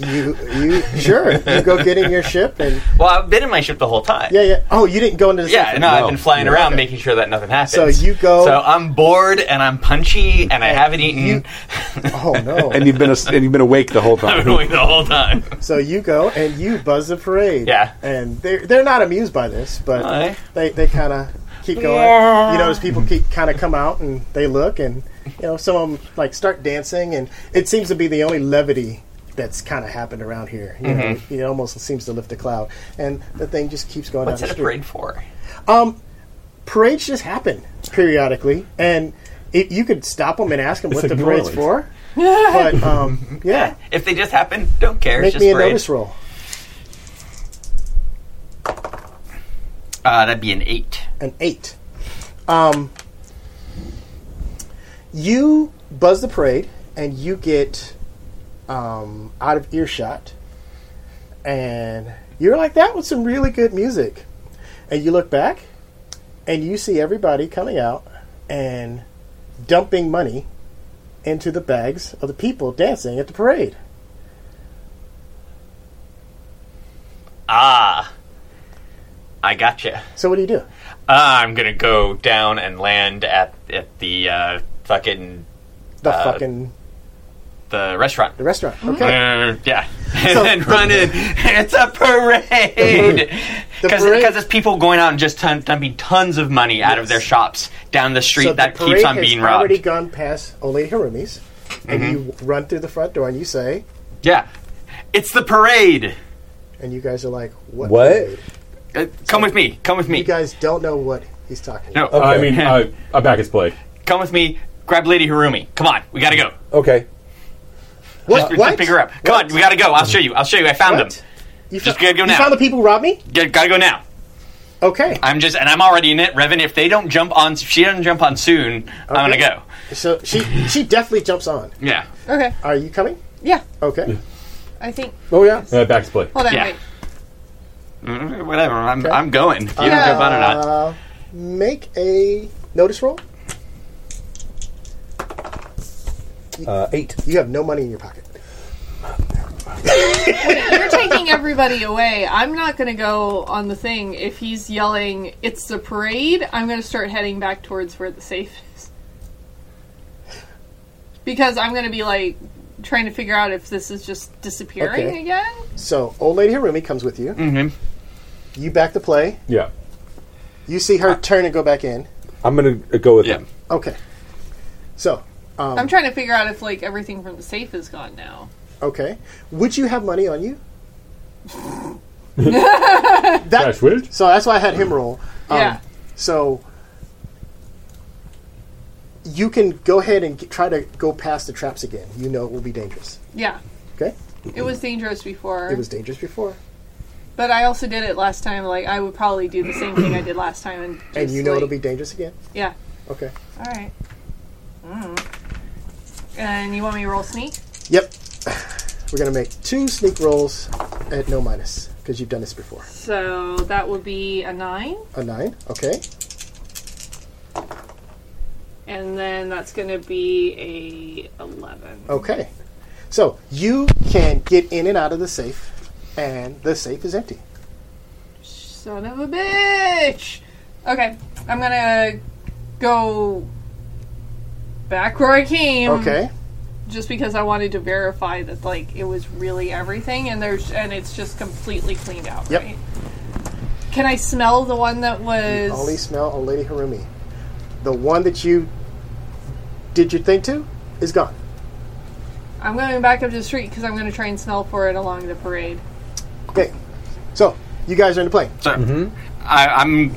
Speaker 1: you you sure you go get in your ship and
Speaker 3: Well, I've been in my ship the whole time.
Speaker 1: yeah yeah oh you didn't go into the
Speaker 3: Yeah,
Speaker 1: safe-
Speaker 3: no,
Speaker 2: No.
Speaker 3: I've been flying
Speaker 2: Yeah.
Speaker 3: around making sure that nothing happens.
Speaker 1: So you go-
Speaker 3: So I'm bored and I'm punchy and I haven't
Speaker 1: <laughs>
Speaker 3: eaten.
Speaker 1: you- oh no
Speaker 3: <laughs>
Speaker 2: And you've been as- and you've been awake the whole
Speaker 3: I've
Speaker 2: time.
Speaker 3: been awake the whole
Speaker 1: <laughs>
Speaker 3: time.
Speaker 1: so you go and you buzz the parade
Speaker 3: Yeah. eh?
Speaker 1: and they're they're not amused by this but
Speaker 3: Aye.
Speaker 1: they they kind of keep going you notice people keep kind of come out and they look and you know some of them like start dancing and it seems to be the only levity that's kind of happened around here you know
Speaker 3: Mm-hmm.
Speaker 1: it, it almost seems to lift a cloud and the thing just keeps going
Speaker 3: What's
Speaker 1: down
Speaker 3: it
Speaker 1: the
Speaker 3: a
Speaker 1: street.
Speaker 3: parade for?
Speaker 1: parades just happen periodically, and it, you could stop them and ask them what
Speaker 4: like
Speaker 1: the
Speaker 4: New
Speaker 1: parade's
Speaker 4: Orleans.
Speaker 1: for. but um, yeah,
Speaker 3: If they just happen, don't care.
Speaker 1: make
Speaker 3: it's just
Speaker 1: me a
Speaker 3: parade.
Speaker 1: notice roll.
Speaker 3: Uh, that'd be an eight.
Speaker 1: An eight. Um, you buzz the parade, and you get um, out of earshot and you're like that was some really good music and you look back and you see everybody coming out and dumping money into the bags of the people dancing at the parade
Speaker 3: Ah, I gotcha.
Speaker 1: so what do you do
Speaker 3: Ah, I'm gonna go down and land at at the uh, fucking
Speaker 1: the
Speaker 3: Uh,
Speaker 1: fucking
Speaker 3: the restaurant.
Speaker 1: the restaurant okay
Speaker 3: Uh, yeah, <laughs> and
Speaker 1: So-
Speaker 3: then run in. It's a parade <laughs>
Speaker 1: The
Speaker 3: because
Speaker 1: parade-
Speaker 3: it's people going out and just ton, dumping tons of money out of their shops down the street
Speaker 1: so
Speaker 3: that
Speaker 1: the parade
Speaker 3: keeps on
Speaker 1: has
Speaker 3: being robbed. Mm-hmm.
Speaker 1: already gone past Ole Hirumi's and you run through the front door and you say
Speaker 3: Yeah, it's the parade.
Speaker 1: and you guys are like what
Speaker 2: What?
Speaker 1: parade?
Speaker 3: Uh, come with me. Come with me.
Speaker 1: you guys don't know what he's talking
Speaker 3: no,
Speaker 1: about
Speaker 4: I mean, uh, I back his play.
Speaker 3: <laughs> come with me. Grab Lady Harumi. Come on, we gotta go.
Speaker 2: Okay.
Speaker 1: what,
Speaker 3: Just pick her up. Come on, we gotta go. I'll show you. I'll show you. I found
Speaker 1: What?
Speaker 3: them.
Speaker 1: you,
Speaker 3: Just
Speaker 1: fo-
Speaker 3: gotta go
Speaker 1: you
Speaker 3: now.
Speaker 1: found the people who robbed me
Speaker 3: Get, gotta go now.
Speaker 1: okay
Speaker 3: I'm just, and I'm already in it, Revan. If they don't jump on, if she doesn't jump on soon, I'm gonna
Speaker 1: Okay.
Speaker 3: go.
Speaker 1: So she she definitely jumps on.
Speaker 3: Yeah.
Speaker 5: Okay.
Speaker 1: Are you coming?
Speaker 5: Yeah.
Speaker 1: Okay.
Speaker 5: I think.
Speaker 2: Oh yeah.
Speaker 4: Uh, back his play.
Speaker 5: Hold on.
Speaker 3: Yeah.
Speaker 5: Wait.
Speaker 3: Mm, Whatever. I'm, I'm going. If you don't
Speaker 5: Yeah.
Speaker 3: jump on or not.
Speaker 1: Uh, make a notice roll.
Speaker 2: Uh, eight.
Speaker 1: You have no money in your pocket.
Speaker 5: You're taking everybody away. I'm not going to go on the thing. If he's yelling, "It's the parade!" I'm going to start heading back towards where the safe is because I'm going to be like trying to figure out if this is just disappearing
Speaker 1: Okay.
Speaker 5: again.
Speaker 1: So old lady Harumi comes with you. Mm-hmm. You back the play.
Speaker 4: Yeah.
Speaker 1: You see
Speaker 3: Uh.
Speaker 1: her turn and go back in.
Speaker 2: I'm gonna uh, go with
Speaker 3: Yeah.
Speaker 2: him.
Speaker 1: Okay. So
Speaker 5: I'm trying to figure out if like everything from the safe is gone now.
Speaker 1: okay, would you have money on you?
Speaker 4: Cash
Speaker 1: that,
Speaker 4: wizard.
Speaker 1: so that's why I had him roll. Um,
Speaker 5: yeah.
Speaker 1: So you can go ahead and g try to go past the traps again. You know it will be dangerous.
Speaker 5: Yeah.
Speaker 1: Okay.
Speaker 5: It was dangerous before.
Speaker 1: It was dangerous before.
Speaker 5: But I also did it last time. Like I would probably do the same thing I did last time, and just,
Speaker 1: and you know
Speaker 5: like-
Speaker 1: it'll be dangerous again.
Speaker 5: yeah.
Speaker 1: Okay.
Speaker 5: All right. Mm. And you want me to roll sneak?
Speaker 1: Yep. We're gonna make two sneak rolls at no minus because you've done this before.
Speaker 5: So that would be a nine,
Speaker 1: A nine. Okay.
Speaker 5: and then that's going to be a eleven.
Speaker 1: Okay. So you can get in and out of the safe, and the safe is empty.
Speaker 5: Son of a bitch. Okay, I'm gonna go back where I came.
Speaker 1: Okay.
Speaker 5: Just because I wanted to verify that like it was really everything, and there's and it's just completely cleaned out.
Speaker 1: Yep.
Speaker 5: Right? Can I smell the one that was?
Speaker 1: Only smell old lady Harumi. The one that you did your thing to is gone.
Speaker 5: I'm going back up to the street because I'm going to try and smell for it along
Speaker 3: <laughs>
Speaker 5: the parade.
Speaker 1: Okay. So you guys are in the plane.
Speaker 3: So
Speaker 1: Mm-hmm.
Speaker 3: I, I'm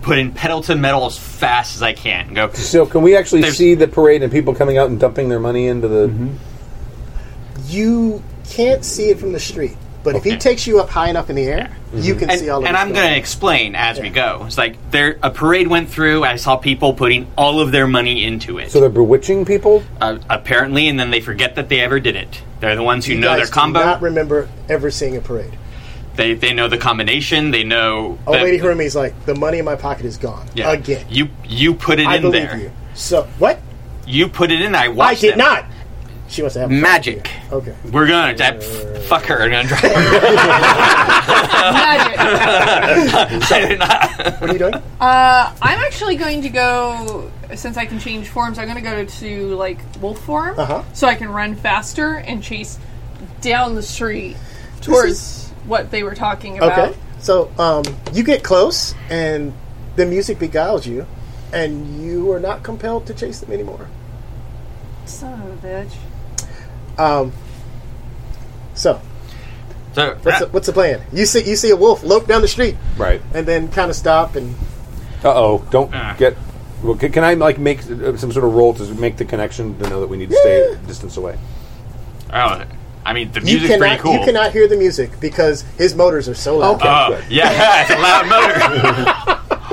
Speaker 3: putting pedal to metal as fast as I can. Go.
Speaker 2: So can we actually
Speaker 3: There's-
Speaker 2: see the parade and people coming out and dumping their money into the?
Speaker 4: Mm-hmm.
Speaker 1: You can't see it from the street, but if he
Speaker 3: Okay.
Speaker 1: takes you up high enough in the air, you can
Speaker 3: And,
Speaker 1: see all of
Speaker 3: and
Speaker 1: it.
Speaker 3: I'm going to explain as we go. It's like there a parade went through. I saw people putting all of their money into it.
Speaker 2: So they're bewitching people.
Speaker 3: uh, apparently, and then they forget that they ever did it. They're the ones who
Speaker 1: You
Speaker 3: know their
Speaker 1: guys Do
Speaker 3: combo.
Speaker 1: not remember ever seeing a parade.
Speaker 3: they they know the combination. They know.
Speaker 1: Oh,
Speaker 3: that-
Speaker 1: Lady Hermes, like the money in my pocket is gone
Speaker 3: yeah.
Speaker 1: again.
Speaker 3: You you put it
Speaker 1: I
Speaker 3: in
Speaker 1: believe
Speaker 3: there.
Speaker 1: you. So what?
Speaker 3: You put it in. I
Speaker 1: I
Speaker 3: watched.
Speaker 1: did
Speaker 3: them.
Speaker 1: not. She wants to have a fight
Speaker 3: Magic.
Speaker 1: with you. Okay.
Speaker 3: We're gonna I,
Speaker 1: Uh,
Speaker 3: f- fuck her. I'm gonna drive her. Oh.
Speaker 5: Magic.
Speaker 3: I did not-
Speaker 1: What are you doing?
Speaker 5: uh, I'm actually going to go since I can change forms. I'm going to go to like wolf form
Speaker 1: Uh-huh.
Speaker 5: so I can run faster and chase down the street towards what they were talking about.
Speaker 1: Okay. So um, you get close, and the music beguiles you, and you are not compelled to chase them anymore.
Speaker 5: Son of a bitch.
Speaker 1: Um, so
Speaker 3: so,
Speaker 1: what's, the, what's the plan? You see, you see a wolf lope down the street,
Speaker 2: Right.
Speaker 1: and then kind of stop and
Speaker 2: Uh oh. Don't
Speaker 3: Ah.
Speaker 2: get. Well, can, can I like make uh, some sort of roll to make the connection to know that we need to stay a distance away?
Speaker 3: Oh, I mean, the
Speaker 1: you
Speaker 3: music's
Speaker 1: cannot
Speaker 3: pretty cool.
Speaker 1: you cannot hear the music because his motors are so loud.
Speaker 3: Oh, yeah, <laughs> it's a loud motor.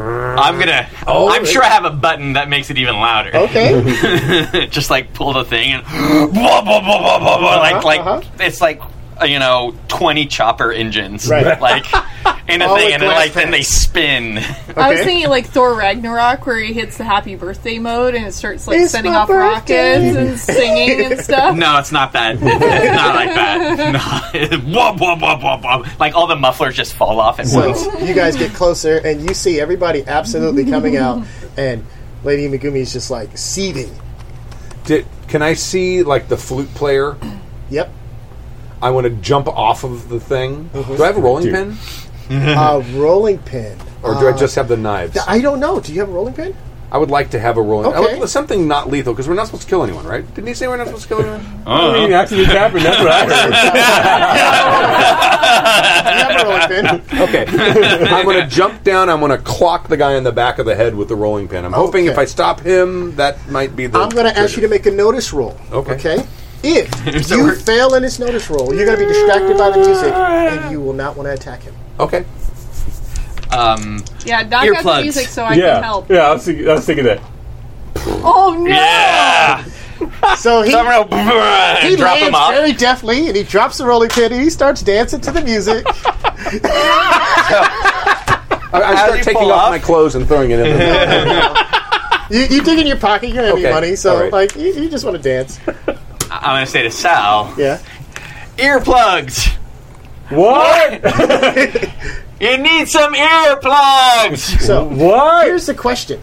Speaker 3: I'm gonna. I'm sure I have a button that makes it even louder.
Speaker 1: Oh, Uh,
Speaker 3: <laughs>
Speaker 1: Okay.
Speaker 2: <laughs>
Speaker 3: <gasps> Just like pull the thing and blah, blah, blah, blah, blah, blah, like like
Speaker 1: uh-huh.
Speaker 3: it's like you know, twenty chopper engines,
Speaker 1: Right.
Speaker 3: <laughs> like in a
Speaker 1: All with
Speaker 3: thing, and then,
Speaker 1: glass
Speaker 3: like then they spin. <laughs>
Speaker 5: I was
Speaker 1: Okay.
Speaker 5: thinking like Thor Ragnarok, where he hits the happy birthday mode and it starts like
Speaker 1: It's
Speaker 5: sending
Speaker 1: my
Speaker 5: off
Speaker 1: birthday. <laughs>
Speaker 5: rockets and singing and stuff.
Speaker 3: No, it's not that. It's not like
Speaker 1: <laughs>
Speaker 3: that. <laughs> No, Whoop, whoop, whoop, whoop, whoop. Like all the mufflers just fall off at once.
Speaker 1: So you guys get closer, and you see everybody absolutely coming out, and Lady Megumi is just like seething.
Speaker 2: Did, can I see like the flute player?
Speaker 3: <laughs>
Speaker 1: Yep.
Speaker 2: I want to jump off of the thing.
Speaker 1: Mm-hmm.
Speaker 2: Do I have a rolling
Speaker 4: Dude.
Speaker 2: pin,
Speaker 1: Uh, rolling pin. Uh,
Speaker 2: or do I just have the knives?
Speaker 1: I don't know. Do you have a rolling
Speaker 3: <laughs>
Speaker 1: pin?
Speaker 2: I would like to have a rolling. I would-
Speaker 1: Okay.
Speaker 2: something not lethal because we're not supposed to kill anyone, right? Didn't he say we're not supposed to kill
Speaker 3: <laughs>
Speaker 2: anyone?
Speaker 4: I mean, accidents happen. That's what I heard.
Speaker 1: Do you have a rolling pin?
Speaker 3: <laughs>
Speaker 2: okay, I'm going to jump down. I'm going to clock the guy in the back of the head with the rolling pin. I'm hoping
Speaker 1: Okay.
Speaker 2: if I stop him, that might be the.
Speaker 1: I'm going to ask you to make a notice roll.
Speaker 2: Okay.
Speaker 1: Okay.
Speaker 3: <laughs>
Speaker 1: If you fail in this notice roll, you're going to be distracted by the music, and you will not want to attack him.
Speaker 2: Okay,
Speaker 3: Um,
Speaker 5: Yeah, knock out the
Speaker 3: Earplugs.
Speaker 5: music so <laughs> I can
Speaker 4: Yeah,
Speaker 5: help.
Speaker 4: yeah. I was, thinking, I was thinking that.
Speaker 5: Oh no!
Speaker 3: yeah,
Speaker 1: So he,
Speaker 3: I'm gonna
Speaker 1: he
Speaker 3: <laughs> drop
Speaker 1: lands
Speaker 3: them off.
Speaker 1: very deftly, and he drops the rolling pin, and he starts dancing to the
Speaker 3: <laughs>
Speaker 1: music.
Speaker 2: I, I
Speaker 3: do
Speaker 2: start
Speaker 3: you
Speaker 2: taking
Speaker 3: pull
Speaker 2: off,
Speaker 3: off?
Speaker 2: my clothes and throwing it in.
Speaker 3: <laughs>
Speaker 2: the
Speaker 1: you, you dig in your pocket, you don't have any
Speaker 2: Okay,
Speaker 1: money, so
Speaker 2: all right.
Speaker 1: like you, you just want to dance.
Speaker 3: I'm gonna say to Sal,
Speaker 1: Yeah.
Speaker 3: earplugs.
Speaker 4: What?
Speaker 3: You need some earplugs.
Speaker 1: So
Speaker 4: what?
Speaker 1: Here's the question: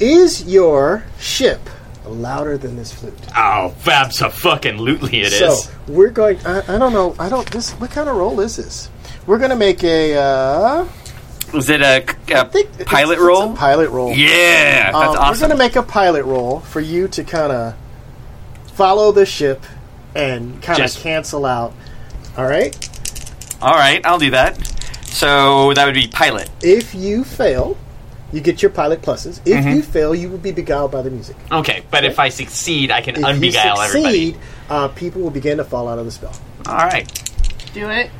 Speaker 1: Is your ship louder than this flute?
Speaker 3: oh, fabs a fucking lootly it
Speaker 1: so
Speaker 3: is.
Speaker 1: we're going. I, I don't know. I don't. This. What kind of roll is this? We're going to make a uh,
Speaker 3: Was it a, a
Speaker 1: I think it's-
Speaker 3: pilot
Speaker 1: it's a
Speaker 3: roll?
Speaker 1: pilot roll.
Speaker 3: yeah,
Speaker 1: Um,
Speaker 3: that's
Speaker 1: We're
Speaker 3: awesome.
Speaker 1: going to make a pilot roll for you to kind of follow the ship and kind of
Speaker 3: Just-
Speaker 1: cancel out. All right.
Speaker 3: All right, I'll do that. So that would be pilot.
Speaker 1: If you fail, you get your pilot pluses. If
Speaker 3: Mm-hmm.
Speaker 1: you fail, you will be beguiled by the music.
Speaker 3: Okay, but if I succeed, I can
Speaker 1: If you
Speaker 3: unbeguile everybody.
Speaker 1: succeed, uh, people will begin to fall out of the spell.
Speaker 3: All right.
Speaker 5: Do it.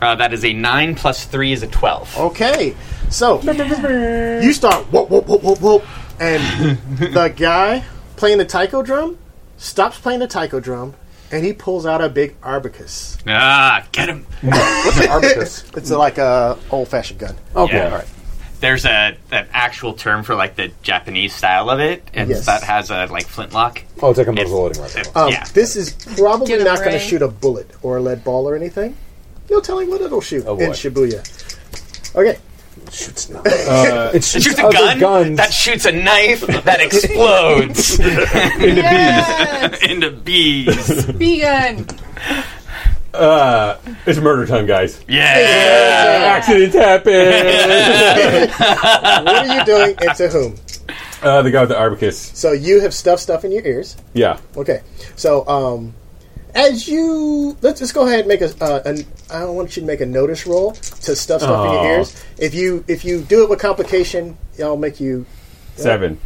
Speaker 3: Uh, that is a 9 plus 3 is a 12.
Speaker 1: Okay, so you start whoop whoop whoop whoop whoop,
Speaker 3: <laughs>
Speaker 1: and the guy playing the taiko drum stops playing the taiko drum, and he pulls out a big arbicus.
Speaker 3: Ah, get him.
Speaker 2: arbicus.
Speaker 1: It's like a old fashioned gun.
Speaker 2: <laughs> Okay,
Speaker 3: Yeah.
Speaker 2: all right.
Speaker 3: There's a an actual term for like the Japanese style of it, and
Speaker 1: Yes.
Speaker 3: that has a like flintlock.
Speaker 2: Oh, it's like a muzzle loading rifle.
Speaker 1: Um,
Speaker 3: yeah.
Speaker 1: This is probably
Speaker 5: Get him,
Speaker 1: not going to
Speaker 5: Ray.
Speaker 1: shoot a bullet or a lead ball or anything. You'll tell him what it'll shoot
Speaker 2: Oh, boy.
Speaker 1: in Shibuya. Okay,
Speaker 2: Shoots not. Uh, it
Speaker 3: It
Speaker 2: shoots,
Speaker 3: shoots a
Speaker 2: other
Speaker 3: gun
Speaker 2: guns.
Speaker 3: that shoots a knife that explodes <laughs>
Speaker 5: Yes!
Speaker 3: into bees.
Speaker 5: Bee gun.
Speaker 4: Uh, it's murder time, guys.
Speaker 3: Yeah.
Speaker 4: Accidents happen.
Speaker 1: what are you doing and to whom?
Speaker 4: <laughs> uh, the guy with the arbicus.
Speaker 1: So you have stuffed stuff in your ears.
Speaker 4: Yeah.
Speaker 1: Okay. So, um, as you let's just go ahead and make a. Uh, an, I don't want you to make a notice roll to stuff stuff in your
Speaker 4: Aw.
Speaker 2: Oh.
Speaker 1: ears. If you if you do it with complication, I'll make you
Speaker 4: Seven.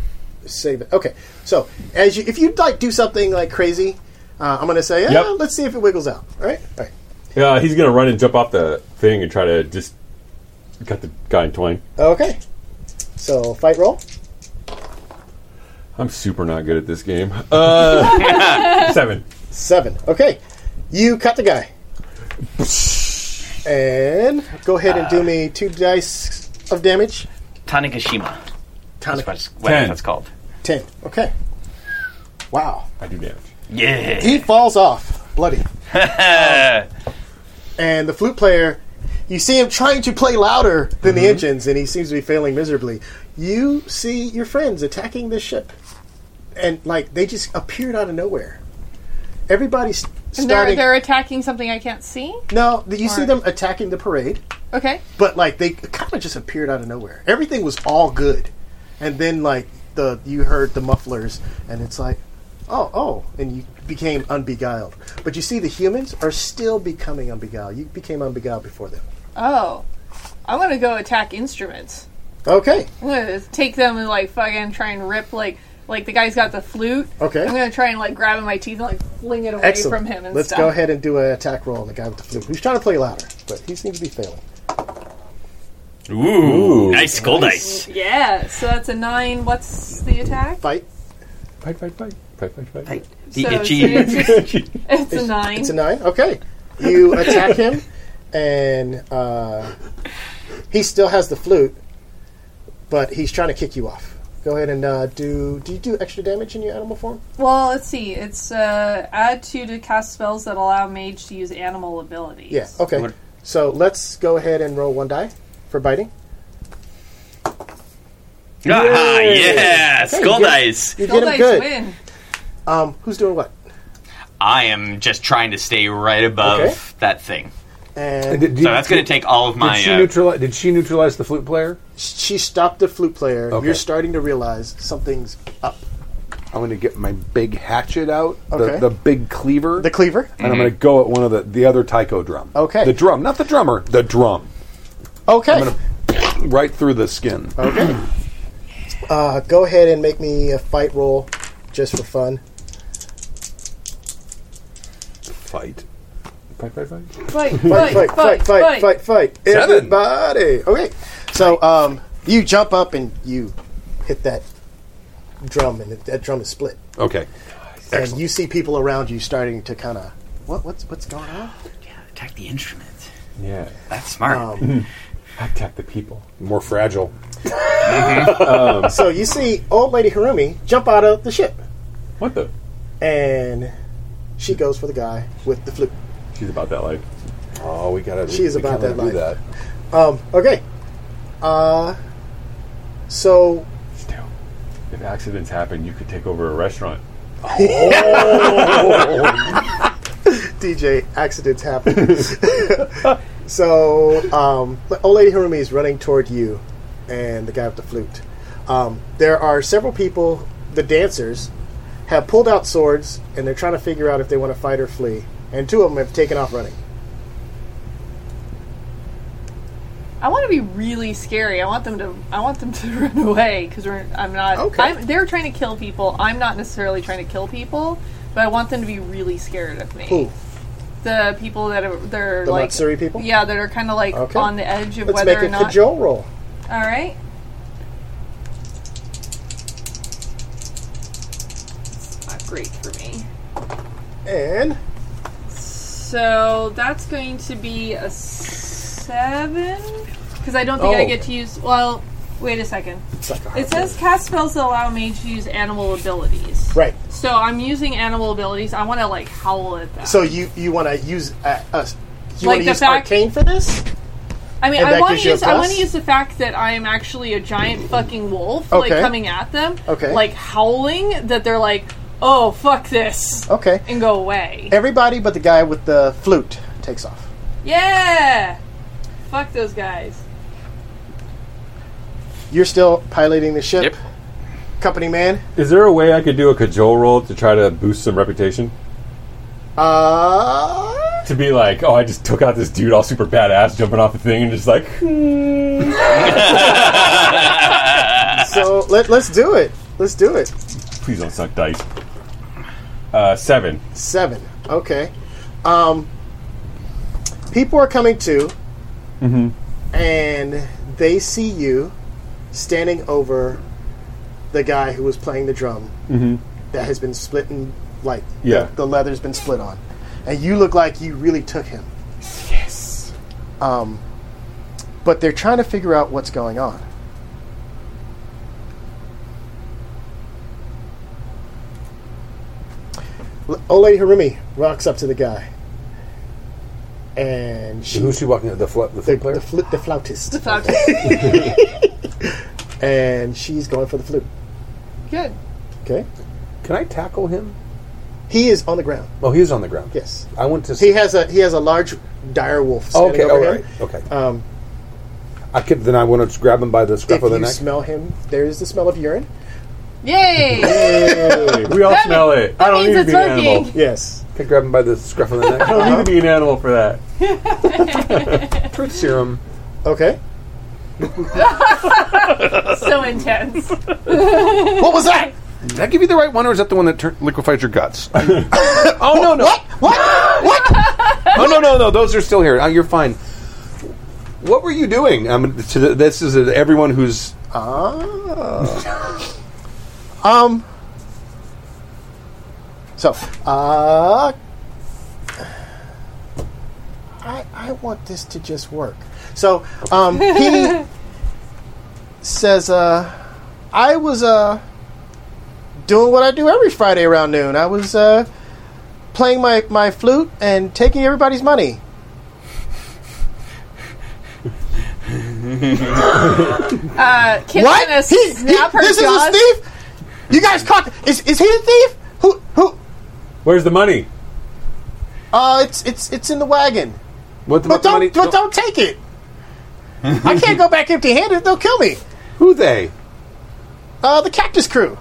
Speaker 1: save it. Okay. So as you if you like do something like crazy, uh, I'm gonna say, eh,
Speaker 4: Yep.
Speaker 1: let's see if it wiggles out. All right. All right.
Speaker 4: Yeah, he's gonna run and jump off the thing and try to just cut the guy in twine.
Speaker 1: Okay. So fight roll.
Speaker 4: I'm super not good at this game. Uh, seven.
Speaker 1: Seven. Okay. You cut the guy. And go ahead and do me two dice of damage.
Speaker 3: Tanigashima. That's what,
Speaker 1: Tonic
Speaker 3: it's, what
Speaker 4: Ten.
Speaker 3: that's called.
Speaker 1: ten. Okay. Wow.
Speaker 4: I do damage.
Speaker 3: Yeah.
Speaker 1: He falls off, bloody. Um, And the flute player, you see him trying to play louder than the engines, and he seems to be failing miserably. You see your friends attacking this ship, and like they just appeared out of nowhere. Everybody's
Speaker 5: And they're,
Speaker 1: starting.
Speaker 5: they're attacking something I can't see.
Speaker 1: no, you see
Speaker 5: Or-
Speaker 1: them attacking the parade,
Speaker 5: Okay.
Speaker 1: but like they kind of just appeared out of nowhere. Everything was all good, and then like the you heard the mufflers, and it's like, oh oh, and you became unbeguiled. But you see, the humans are still becoming unbeguiled. You became unbeguiled before them.
Speaker 5: Oh, I want to go attack instruments.
Speaker 1: Okay,
Speaker 5: I'm gonna take them and like fucking try and rip like like the guy's got the flute.
Speaker 1: Okay.
Speaker 5: I'm gonna try and like grab it in my teeth and like fling it away
Speaker 1: excellent.
Speaker 5: from him and
Speaker 1: Let's
Speaker 5: stuff.
Speaker 1: go ahead and do an attack roll on the guy with the flute. He's trying to play louder, but he seems to be failing.
Speaker 3: Ooh. Nice skull dice.
Speaker 5: Yeah. So that's a nine. What's the attack?
Speaker 1: Fight.
Speaker 4: Fight, fight, fight. Fight, fight, fight.
Speaker 3: Like,
Speaker 5: So
Speaker 3: the
Speaker 5: it's,
Speaker 3: itchy.
Speaker 1: <laughs>
Speaker 5: it's, it's a nine.
Speaker 1: It's a nine. Okay,
Speaker 2: <laughs>
Speaker 1: you attack him, and uh, he still has the flute, but he's trying to kick you off. Go ahead and uh, do. Do you do extra damage in your animal form?
Speaker 5: well, let's see. It's uh, add two to cast spells that allow mage to use animal abilities.
Speaker 1: Yeah. Okay.
Speaker 3: What-
Speaker 1: So let's go ahead and roll one die for biting.
Speaker 3: Ah, yeah,
Speaker 1: Okay,
Speaker 3: skull
Speaker 1: you get-
Speaker 3: dice.
Speaker 1: You
Speaker 5: Roll
Speaker 1: get him
Speaker 5: dice,
Speaker 1: good.
Speaker 5: win.
Speaker 1: Um, who's doing what?
Speaker 9: I am just trying to stay right above
Speaker 1: Okay.
Speaker 9: that thing.
Speaker 1: And
Speaker 2: <laughs> Did- did-
Speaker 9: So that's going to take all of my.
Speaker 2: Did she,
Speaker 9: uh,
Speaker 2: neutralize, did she neutralize the flute player?
Speaker 1: she stopped the flute player.
Speaker 2: Okay.
Speaker 1: You're starting to realize something's up.
Speaker 2: I'm going to get my big hatchet out,
Speaker 1: Okay.
Speaker 2: the, the big cleaver,
Speaker 1: The cleaver.
Speaker 2: and I'm going to go at one of the, the other taiko drum.
Speaker 1: Okay.
Speaker 2: The drum, not the drummer, the drum.
Speaker 1: Okay.
Speaker 2: I'm going to right through the skin.
Speaker 1: Okay. Uh, go ahead and make me a fight roll, just for fun.
Speaker 2: Fight.
Speaker 4: Fight, fight, fight.
Speaker 5: Fight,
Speaker 1: fight, fight, fight, fight, fight, fight.
Speaker 2: Seven.
Speaker 1: Everybody. Okay. So um, you jump up and you hit that drum, and that drum is split.
Speaker 2: Okay.
Speaker 1: And you see people around you starting to kind of, what, what's, what's going on?
Speaker 3: Attack the instrument.
Speaker 4: Yeah.
Speaker 3: That's smart.
Speaker 1: Um,
Speaker 4: Attack the people.
Speaker 2: More fragile.
Speaker 1: So you see old lady Harumi jump out of the ship,
Speaker 4: What the?
Speaker 1: and she goes for the guy with the flute.
Speaker 4: She's about that life.
Speaker 2: Oh, we got to.
Speaker 1: She is
Speaker 2: we
Speaker 1: about
Speaker 2: can't
Speaker 1: that
Speaker 2: let her do
Speaker 1: life.
Speaker 2: that.
Speaker 1: Um, okay. Uh, so
Speaker 4: Still. If accidents happen, you could take over a restaurant.
Speaker 1: DJ, accidents happen. <laughs> so, um, the old lady Harumi is running toward you and the guy with the flute. Um, there are several people, the dancers, have pulled out swords and they're trying to figure out if they want to fight or flee. And two of them have taken off running.
Speaker 5: I want to be really scary. I want them to. I want them to <laughs> run away because we're. I'm not.
Speaker 1: Okay.
Speaker 5: I'm, they're trying to kill people. I'm not necessarily trying to kill people, but I want them to be really scared of me.
Speaker 1: Who?
Speaker 5: The people that are they're
Speaker 1: The
Speaker 5: like
Speaker 1: Matsuri people?
Speaker 5: Yeah, that are kind of like
Speaker 1: Okay.
Speaker 5: on the edge of
Speaker 1: Let's
Speaker 5: whether
Speaker 1: make
Speaker 5: or
Speaker 1: a
Speaker 5: not.
Speaker 1: cajole roll.
Speaker 5: All right. It's not great for me.
Speaker 1: And
Speaker 5: So that's going to be a seven because I don't think I
Speaker 2: Oh.
Speaker 5: get to use. Well, wait a second. It says cast spells that allow me to use animal abilities.
Speaker 1: right.
Speaker 5: So I'm using animal abilities. I want to like howl at that.
Speaker 1: So you you want to use uh, us? You
Speaker 5: Like
Speaker 1: want
Speaker 5: the
Speaker 1: to use
Speaker 5: fact-
Speaker 1: arcane for this?
Speaker 5: I mean,
Speaker 1: and
Speaker 5: I
Speaker 1: that
Speaker 5: want
Speaker 1: gives
Speaker 5: to
Speaker 1: you a
Speaker 5: use. I want to
Speaker 1: plus?
Speaker 5: use the fact that I am actually a giant fucking wolf,
Speaker 1: Okay.
Speaker 5: like coming at them,
Speaker 1: Okay.
Speaker 5: like howling that they're like, "Oh fuck this,"
Speaker 1: Okay.
Speaker 5: and go away.
Speaker 1: Everybody but the guy with the flute takes off.
Speaker 5: Yeah, fuck those guys.
Speaker 1: You're still piloting the ship,
Speaker 3: Yep.
Speaker 1: company man.
Speaker 4: Is there a way I could do a cajole roll to try to boost some reputation?
Speaker 1: Uh,
Speaker 4: To be like, oh, I just took out this dude all super badass, jumping off a thing, and just like,
Speaker 1: so let, let's do it. Let's do it.
Speaker 4: please don't suck dice. Uh, seven.
Speaker 1: Seven. Okay. Um, people are coming to, and they see you standing over the guy who was playing the drum that has been split in, like,
Speaker 4: Yeah.
Speaker 1: the, the leather's been split on. And you look like you really took him. Yes. Um, but they're trying to figure out what's going on. L- Old Lady Harumi rocks up to the guy. And she
Speaker 2: Who's she walking? The fl- the
Speaker 1: the,
Speaker 2: flute player.
Speaker 1: the, flute, the flautist. <laughs>
Speaker 5: Fuck.
Speaker 1: and she's going for the flute.
Speaker 5: Good.
Speaker 1: Okay?
Speaker 2: Can I tackle him?
Speaker 1: He is on the ground.
Speaker 2: Oh, he is on the ground.
Speaker 1: Yes.
Speaker 2: I want to.
Speaker 1: He
Speaker 2: See.
Speaker 1: has a he has a large dire wolf standing
Speaker 2: Okay.
Speaker 1: over
Speaker 2: All
Speaker 1: him.
Speaker 2: right. Okay.
Speaker 1: Um,
Speaker 2: I could. Then I want to grab him by the scruff
Speaker 1: if
Speaker 2: of the
Speaker 1: you
Speaker 2: neck.
Speaker 1: smell him, there is the smell of urine.
Speaker 5: Yay!
Speaker 4: Hey, we all smell it. I don't
Speaker 5: means
Speaker 4: need to
Speaker 5: it's
Speaker 4: be an animal.
Speaker 5: working.
Speaker 1: Yes.
Speaker 2: Can I grab him by the scruff of the
Speaker 1: <laughs>
Speaker 4: I
Speaker 2: neck.
Speaker 4: don't need to be an animal for that.
Speaker 2: Truth serum.
Speaker 1: Okay.
Speaker 5: so intense.
Speaker 1: What was that?
Speaker 2: Did I give you the right one, or is that the one that tur- liquefies your
Speaker 1: <laughs>
Speaker 2: guts? oh no no what what what? oh no no no those are still here. Oh, you're fine. What were you doing? Um, to the, this is everyone who's
Speaker 1: Ah. um. So, uh, I, I want this to just work. So, um,
Speaker 5: <laughs>
Speaker 1: he says, uh, I was uh, doing what I do every Friday around noon. I was uh, playing my, my flute and taking everybody's money.
Speaker 5: Uh, Kit's
Speaker 1: What?
Speaker 5: gonna
Speaker 1: He- he-
Speaker 5: snap her
Speaker 1: this
Speaker 5: jaws.
Speaker 1: is a thief? You guys caught. Is, is he a thief? Who? Who?
Speaker 4: Where's the money?
Speaker 1: Uh, it's it's it's in the wagon.
Speaker 2: What the
Speaker 1: But don't
Speaker 2: money?
Speaker 1: but don't take it. I can't go back empty-handed. They'll kill me.
Speaker 2: Who they?
Speaker 1: Uh, the cactus crew.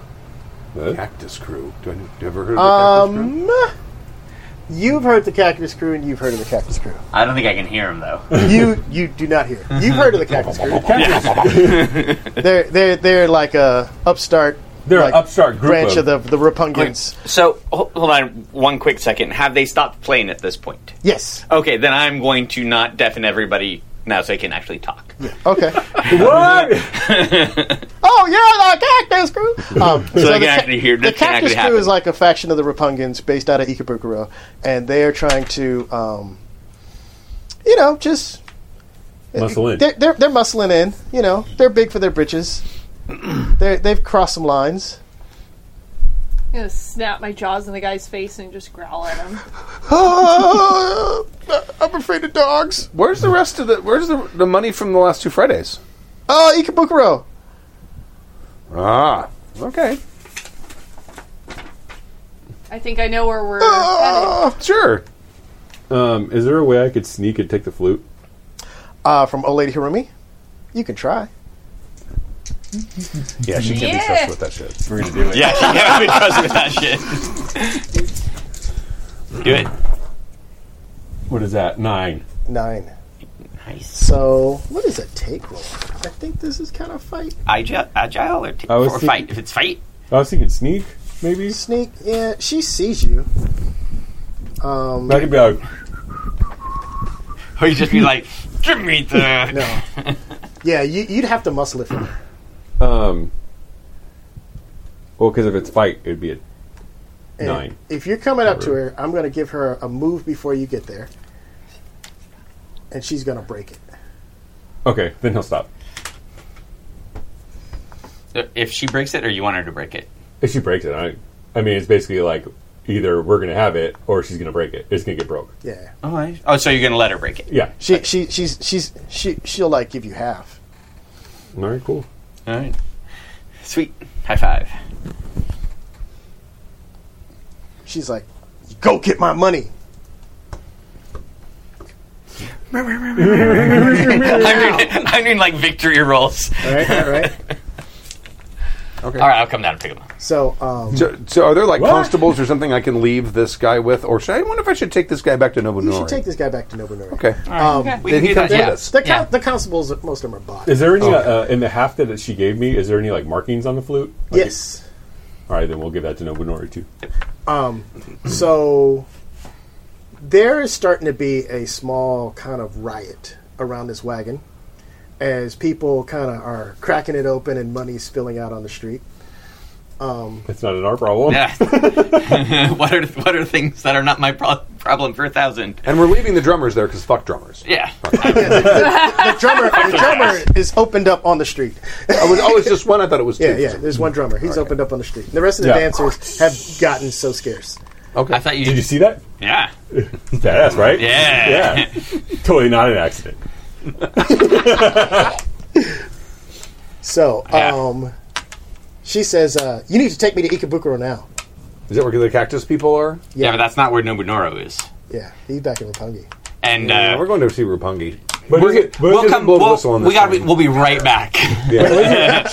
Speaker 2: Cactus Crew. Do I do you ever heard of the Cactus Crew?
Speaker 1: Um, you've heard the cactus crew, and you've heard of the cactus <coughs> crew.
Speaker 9: I don't think I can hear him though.
Speaker 1: You you do not hear. You've heard of the cactus crew. they're they're they're like a upstart.
Speaker 4: They're an
Speaker 1: like,
Speaker 4: upstart group
Speaker 1: branch of,
Speaker 4: of-
Speaker 1: the the Rapungians.
Speaker 3: So ho- hold on one quick second. Have they stopped playing at this point?
Speaker 1: Yes.
Speaker 3: Okay, then I'm going to not deafen everybody now, so they can actually talk. <laughs>
Speaker 1: Okay.
Speaker 4: What?
Speaker 1: oh, you're the cactus <laughs> crew. Um, so
Speaker 3: they
Speaker 1: the
Speaker 3: can
Speaker 1: ca-
Speaker 3: actually hear-
Speaker 1: The
Speaker 3: this can
Speaker 1: cactus
Speaker 3: actually
Speaker 1: crew is
Speaker 3: happen.
Speaker 1: like a faction of the Rapungians based out of Ikebukuro, and they're trying to, um, you know, just
Speaker 4: Muscle in.
Speaker 1: They're, they're they're muscling in. You know, they're big for their
Speaker 4: <clears throat>
Speaker 1: britches. They're, they've crossed some lines.
Speaker 5: I'm gonna snap my jaws in the guy's face and just growl at him.
Speaker 1: Oh, <laughs> I'm afraid of dogs.
Speaker 2: Where's the rest of the? Where's the, the money from the last two Fridays?
Speaker 1: Oh, Ikebukuro.
Speaker 2: Ah, okay,
Speaker 5: I think I know where we're headed.
Speaker 1: Oh.
Speaker 2: Ah, sure.
Speaker 4: Um, is there a way I could sneak and take the flute?
Speaker 1: Uh, from Old Lady Hirumi. You can try.
Speaker 2: Yeah, she can't be
Speaker 5: Yeah.
Speaker 2: trusted with that shit.
Speaker 4: We're gonna do it.
Speaker 9: Yeah, she
Speaker 3: <laughs>
Speaker 9: can't be trusted with that shit. Do it.
Speaker 4: What is that? Nine.
Speaker 1: Nine.
Speaker 3: Nice.
Speaker 1: So, what is a take roll? I think this is kind of fight.
Speaker 3: Agile, agile or, t-
Speaker 4: I was
Speaker 3: or
Speaker 4: thinking-
Speaker 3: fight? If it's fight,
Speaker 4: I was thinking sneak, maybe.
Speaker 1: Sneak, yeah, she sees you. Um,
Speaker 4: I could be like,
Speaker 9: Or you just be like, give me the.
Speaker 4: <laughs>
Speaker 1: no. Yeah, you, you'd have to muscle it from her.
Speaker 4: um, well, because if it's fight, it'd be a
Speaker 1: And
Speaker 4: nine.
Speaker 1: If you're coming up to her, I'm going to give her a move before you get there. And she's going to break it.
Speaker 4: Okay, then he'll stop.
Speaker 3: Uh,
Speaker 9: If she breaks it, or you want her to break it.
Speaker 4: If she breaks it, I, I mean, it's basically like either we're gonna have it or she's gonna break it. It's gonna get broke.
Speaker 1: Yeah.
Speaker 9: Oh, I,
Speaker 3: Oh, so you're gonna let her break it?
Speaker 4: Yeah.
Speaker 1: She, she, she's, she's, she, she'll like give you half.
Speaker 4: All right. Cool.
Speaker 3: All right. Sweet. High five.
Speaker 1: She's like, go get my money.
Speaker 3: <laughs>
Speaker 9: I'm, doing, I'm doing like victory rolls.
Speaker 1: All right, all right.
Speaker 2: Okay.
Speaker 9: All right, I'll come down and pick him up.
Speaker 1: So, um,
Speaker 2: So, so are there like
Speaker 4: What?
Speaker 2: constables or something I can leave this guy with, or should I I wonder if I should take this guy back to Nobunori?
Speaker 1: you should take this guy back to Nobunori.
Speaker 2: Okay.
Speaker 1: Um,
Speaker 9: We
Speaker 2: Then
Speaker 9: can
Speaker 2: he
Speaker 9: do
Speaker 2: comes
Speaker 9: that.
Speaker 2: with
Speaker 9: Yeah.
Speaker 2: us.
Speaker 1: The, con-
Speaker 9: Yeah.
Speaker 1: the constables, most of them are bots.
Speaker 4: Is there any uh, in the half that she gave me? Is there any like markings on the flute? Like,
Speaker 1: yes.
Speaker 4: All right, then we'll give that to Nobunori too.
Speaker 1: So there is starting to be a small kind of riot around this wagon as people kind of are cracking it open and money's spilling out on the street.
Speaker 4: It's not in our problem.
Speaker 9: Yeah. <laughs> what are what are things that are not my pro- problem for a thousand?
Speaker 2: And we're leaving the drummers there because fuck drummers.
Speaker 9: Yeah.
Speaker 1: The drummer, the drummer is opened up on the street. <laughs>
Speaker 2: I was, oh, it's just one. I thought it was two.
Speaker 1: Yeah, yeah. There's one drummer. He's opened up on the street. The rest of the
Speaker 4: Yeah.
Speaker 1: dancers have gotten so scarce.
Speaker 2: Okay.
Speaker 9: I thought you.
Speaker 4: Did you see that?
Speaker 9: Yeah.
Speaker 4: It's badass, right?
Speaker 9: Yeah.
Speaker 4: Yeah. <laughs> totally not an accident.
Speaker 1: So
Speaker 9: Yeah.
Speaker 1: um, she says, uh, "You need to take me to Ikebukuro now."
Speaker 2: Is that where the cactus people are?
Speaker 9: Yeah, but that's not where Nobunoro is.
Speaker 1: Yeah, he's back in Rapungi.
Speaker 9: And
Speaker 2: Yeah,
Speaker 9: uh,
Speaker 2: we're going to see Rupungi.
Speaker 4: But
Speaker 9: we're
Speaker 4: is it-
Speaker 9: g-
Speaker 4: but
Speaker 9: we'll
Speaker 4: is it-
Speaker 9: come.
Speaker 2: blow the
Speaker 9: We'll,
Speaker 2: whistle on
Speaker 9: we
Speaker 2: this
Speaker 9: got.
Speaker 2: one.
Speaker 9: We'll be right back <laughs>
Speaker 2: <laughs> she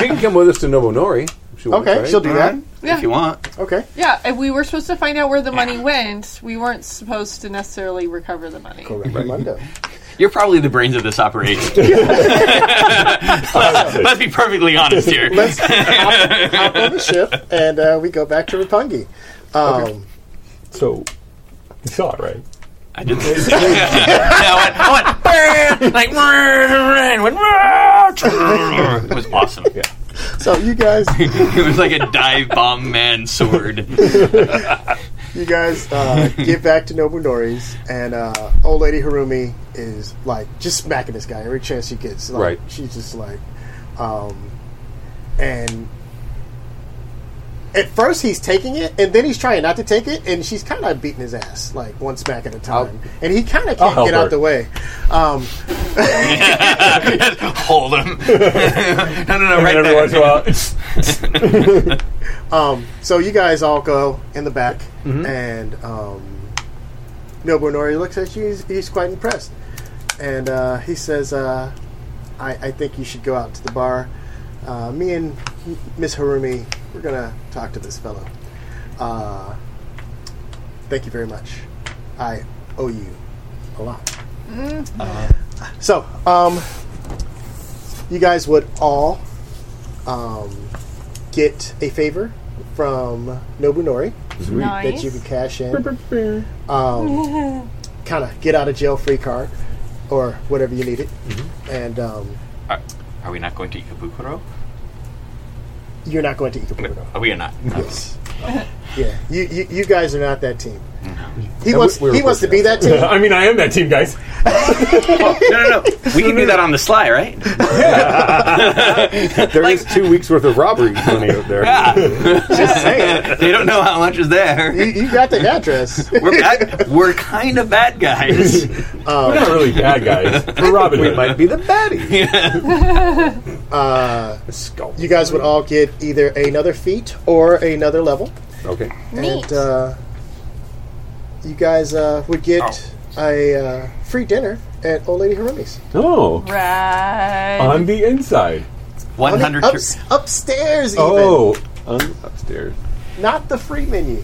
Speaker 2: can come with us to Nobunori. if she wants,
Speaker 1: Okay,
Speaker 2: right?
Speaker 1: she'll do that.
Speaker 5: Yeah.
Speaker 9: if you want.
Speaker 1: Okay,
Speaker 5: Yeah, if we were supposed to find out where the money went, we weren't supposed to necessarily recover the money.
Speaker 1: Ramundo.
Speaker 9: You're probably the brains of this
Speaker 2: <laughs>
Speaker 9: operation. let's, let's be perfectly honest
Speaker 2: <laughs>
Speaker 9: here.
Speaker 1: let's hop, hop on the ship and uh, we go back to Rapungi. Um,
Speaker 4: So you saw it, right? <laughs>
Speaker 9: I didn't. <laughs> yeah, I went, I went like ran, went. <laughs> It was awesome.
Speaker 1: So you guys,
Speaker 9: It was like a dive bomb man sword.
Speaker 1: you guys uh, get back to Nobunori's, and uh, old lady Harumi is like just smacking this guy every chance she gets. Like,
Speaker 2: Right.
Speaker 1: She's just like, um, and at first he's taking it, and then he's trying not to take it, and she's kind of beating his ass like one smack at a time, and he kind of can't
Speaker 10: help
Speaker 1: get out
Speaker 10: her.
Speaker 1: the way. Um,
Speaker 3: <laughs> Hold <laughs> him. no, no, no, right
Speaker 10: every
Speaker 3: there.
Speaker 10: once in a while,
Speaker 1: Um, so you guys all go in the back, and um, Nobunori looks at you. He's, he's quite impressed, and uh, he says, uh, I, "I think you should go out to the bar. Uh, me and Miss Harumi, we're gonna talk to this fellow. Uh, thank you very much. I owe you a lot." So, um, you guys would all um, get a favor from Nobunori that you could cash in. Um, kind of get out of jail free card or whatever you need it. And um,
Speaker 3: <laughs> Are, are we not going to Ikebukuro?
Speaker 1: you're not going to Ikebukuro.
Speaker 3: Are Oh, we or not?
Speaker 1: Yes. yeah. You, you you guys are not that team. He
Speaker 2: we-
Speaker 1: wants
Speaker 2: we were
Speaker 1: he wants to be
Speaker 2: working
Speaker 1: that team.
Speaker 10: I mean, I am that team, guys.
Speaker 3: No, no, no. We can do that on the sly, <laughs> right?
Speaker 2: There is two weeks worth of robbery money out there.
Speaker 1: Just saying.
Speaker 3: They don't know how much is there.
Speaker 1: You, you got
Speaker 2: <laughs>
Speaker 1: the address.
Speaker 3: <laughs> We're bad, we're kind of bad <laughs> guys.
Speaker 10: We're not really bad guys. We're Robin
Speaker 2: We
Speaker 10: Hood.
Speaker 2: might be the <laughs> baddie.
Speaker 1: Uh,
Speaker 2: Skull.
Speaker 1: you guys would all get either another feat or another level.
Speaker 2: Okay.
Speaker 5: Neat.
Speaker 1: And uh, you guys uh, would get a uh, free dinner at Old Lady Harumi's.
Speaker 10: No,
Speaker 5: Right.
Speaker 10: on the inside.
Speaker 1: On
Speaker 3: One
Speaker 1: the
Speaker 3: hundred.
Speaker 1: ups- upstairs, even.
Speaker 10: Oh, um, upstairs.
Speaker 1: Not the free menu.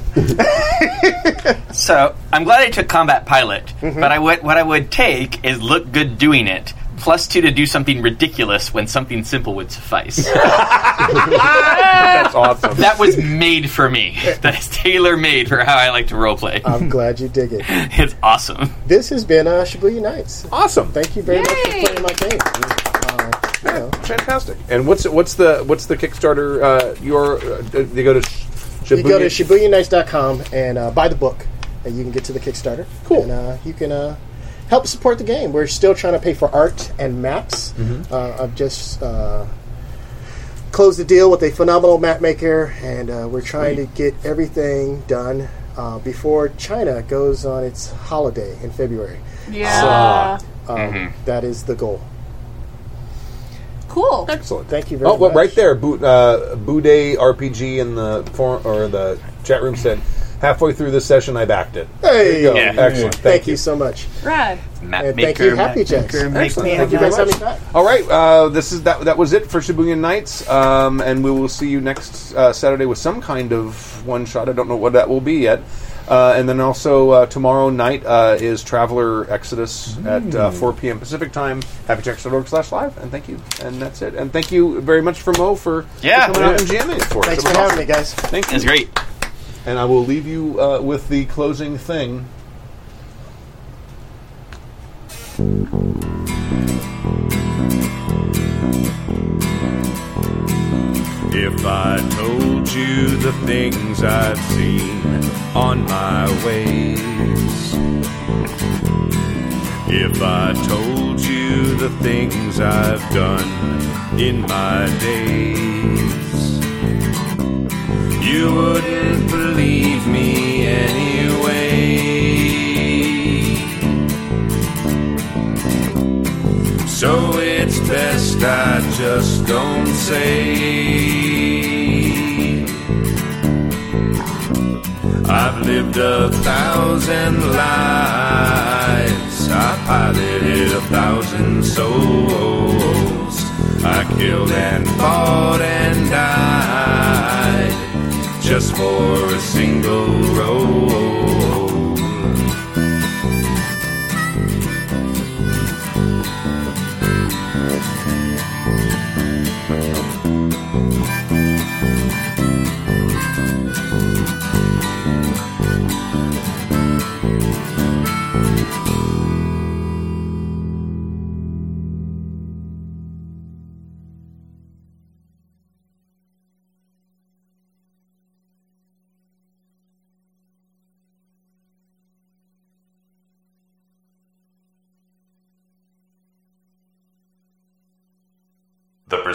Speaker 3: So I'm glad I took combat pilot, but I would, what I would take is look good doing it. Plus two to do something ridiculous when something simple would suffice. <laughs>
Speaker 2: That's awesome.
Speaker 3: that was made for me. <laughs> That is tailor made for how I like to roleplay.
Speaker 1: I'm glad you dig it.
Speaker 3: it's awesome.
Speaker 1: This has been uh, Shibuya Nights.
Speaker 2: awesome.
Speaker 1: Thank you very much for
Speaker 5: Yay!
Speaker 1: playing my game. Uh, you know,
Speaker 2: Fantastic. And what's what's the what's the Kickstarter? Uh, your uh, they go to Sh- Shibuya.
Speaker 1: you go to shibuyanights.com and uh, buy the book, and you can get to the Kickstarter. Cool. And uh, you can uh, help support the game. We're still trying to pay for art and maps. Uh, I've just uh, closed the deal with a phenomenal map maker, and uh, we're trying to get everything done uh, before China goes on its holiday in February.
Speaker 5: Yeah.
Speaker 1: Um, that is the goal.
Speaker 5: Cool.
Speaker 2: Excellent.
Speaker 1: Thank you very
Speaker 2: Oh, well,
Speaker 1: much.
Speaker 2: right there, Boot, uh, Boudet RPG in the form or the chat room said, halfway through this session, I backed it.
Speaker 1: There you go.
Speaker 3: Yeah.
Speaker 2: Excellent. Thank,
Speaker 1: Thank you so much.
Speaker 5: Rad.
Speaker 3: Map
Speaker 1: And thank
Speaker 3: maker,
Speaker 1: you, Happy Jacks.
Speaker 2: Excellent.
Speaker 11: me
Speaker 2: Thank
Speaker 1: You
Speaker 2: you
Speaker 1: guys
Speaker 2: very
Speaker 1: have
Speaker 2: much.
Speaker 1: any time?
Speaker 2: All right, uh, this is that. That was it for Shibuya Nights, um, and we will see you next uh, Saturday with some kind of one shot. I don't know what that will be yet. Uh, and then also uh, tomorrow night uh, is Traveler Exodus at
Speaker 1: Mm.
Speaker 2: uh, 4 p.m. Pacific time. HappyTechs.org slash live. And thank you. And that's it. And thank you very much for Mo for, for
Speaker 3: Yeah.
Speaker 2: coming out and jamming it for us.
Speaker 1: Thanks
Speaker 2: It was
Speaker 1: for having
Speaker 2: awesome.
Speaker 1: me, guys.
Speaker 2: Thank you.
Speaker 3: It's great.
Speaker 2: And I will leave you uh, with the closing thing.
Speaker 4: If I told you the things I've seen on my ways, if I told you the things I've done in my days, you wouldn't believe me anyway. So it's best I just don't say. I've lived a thousand lives. I piloted a thousand souls. I killed and fought and died just for a single role.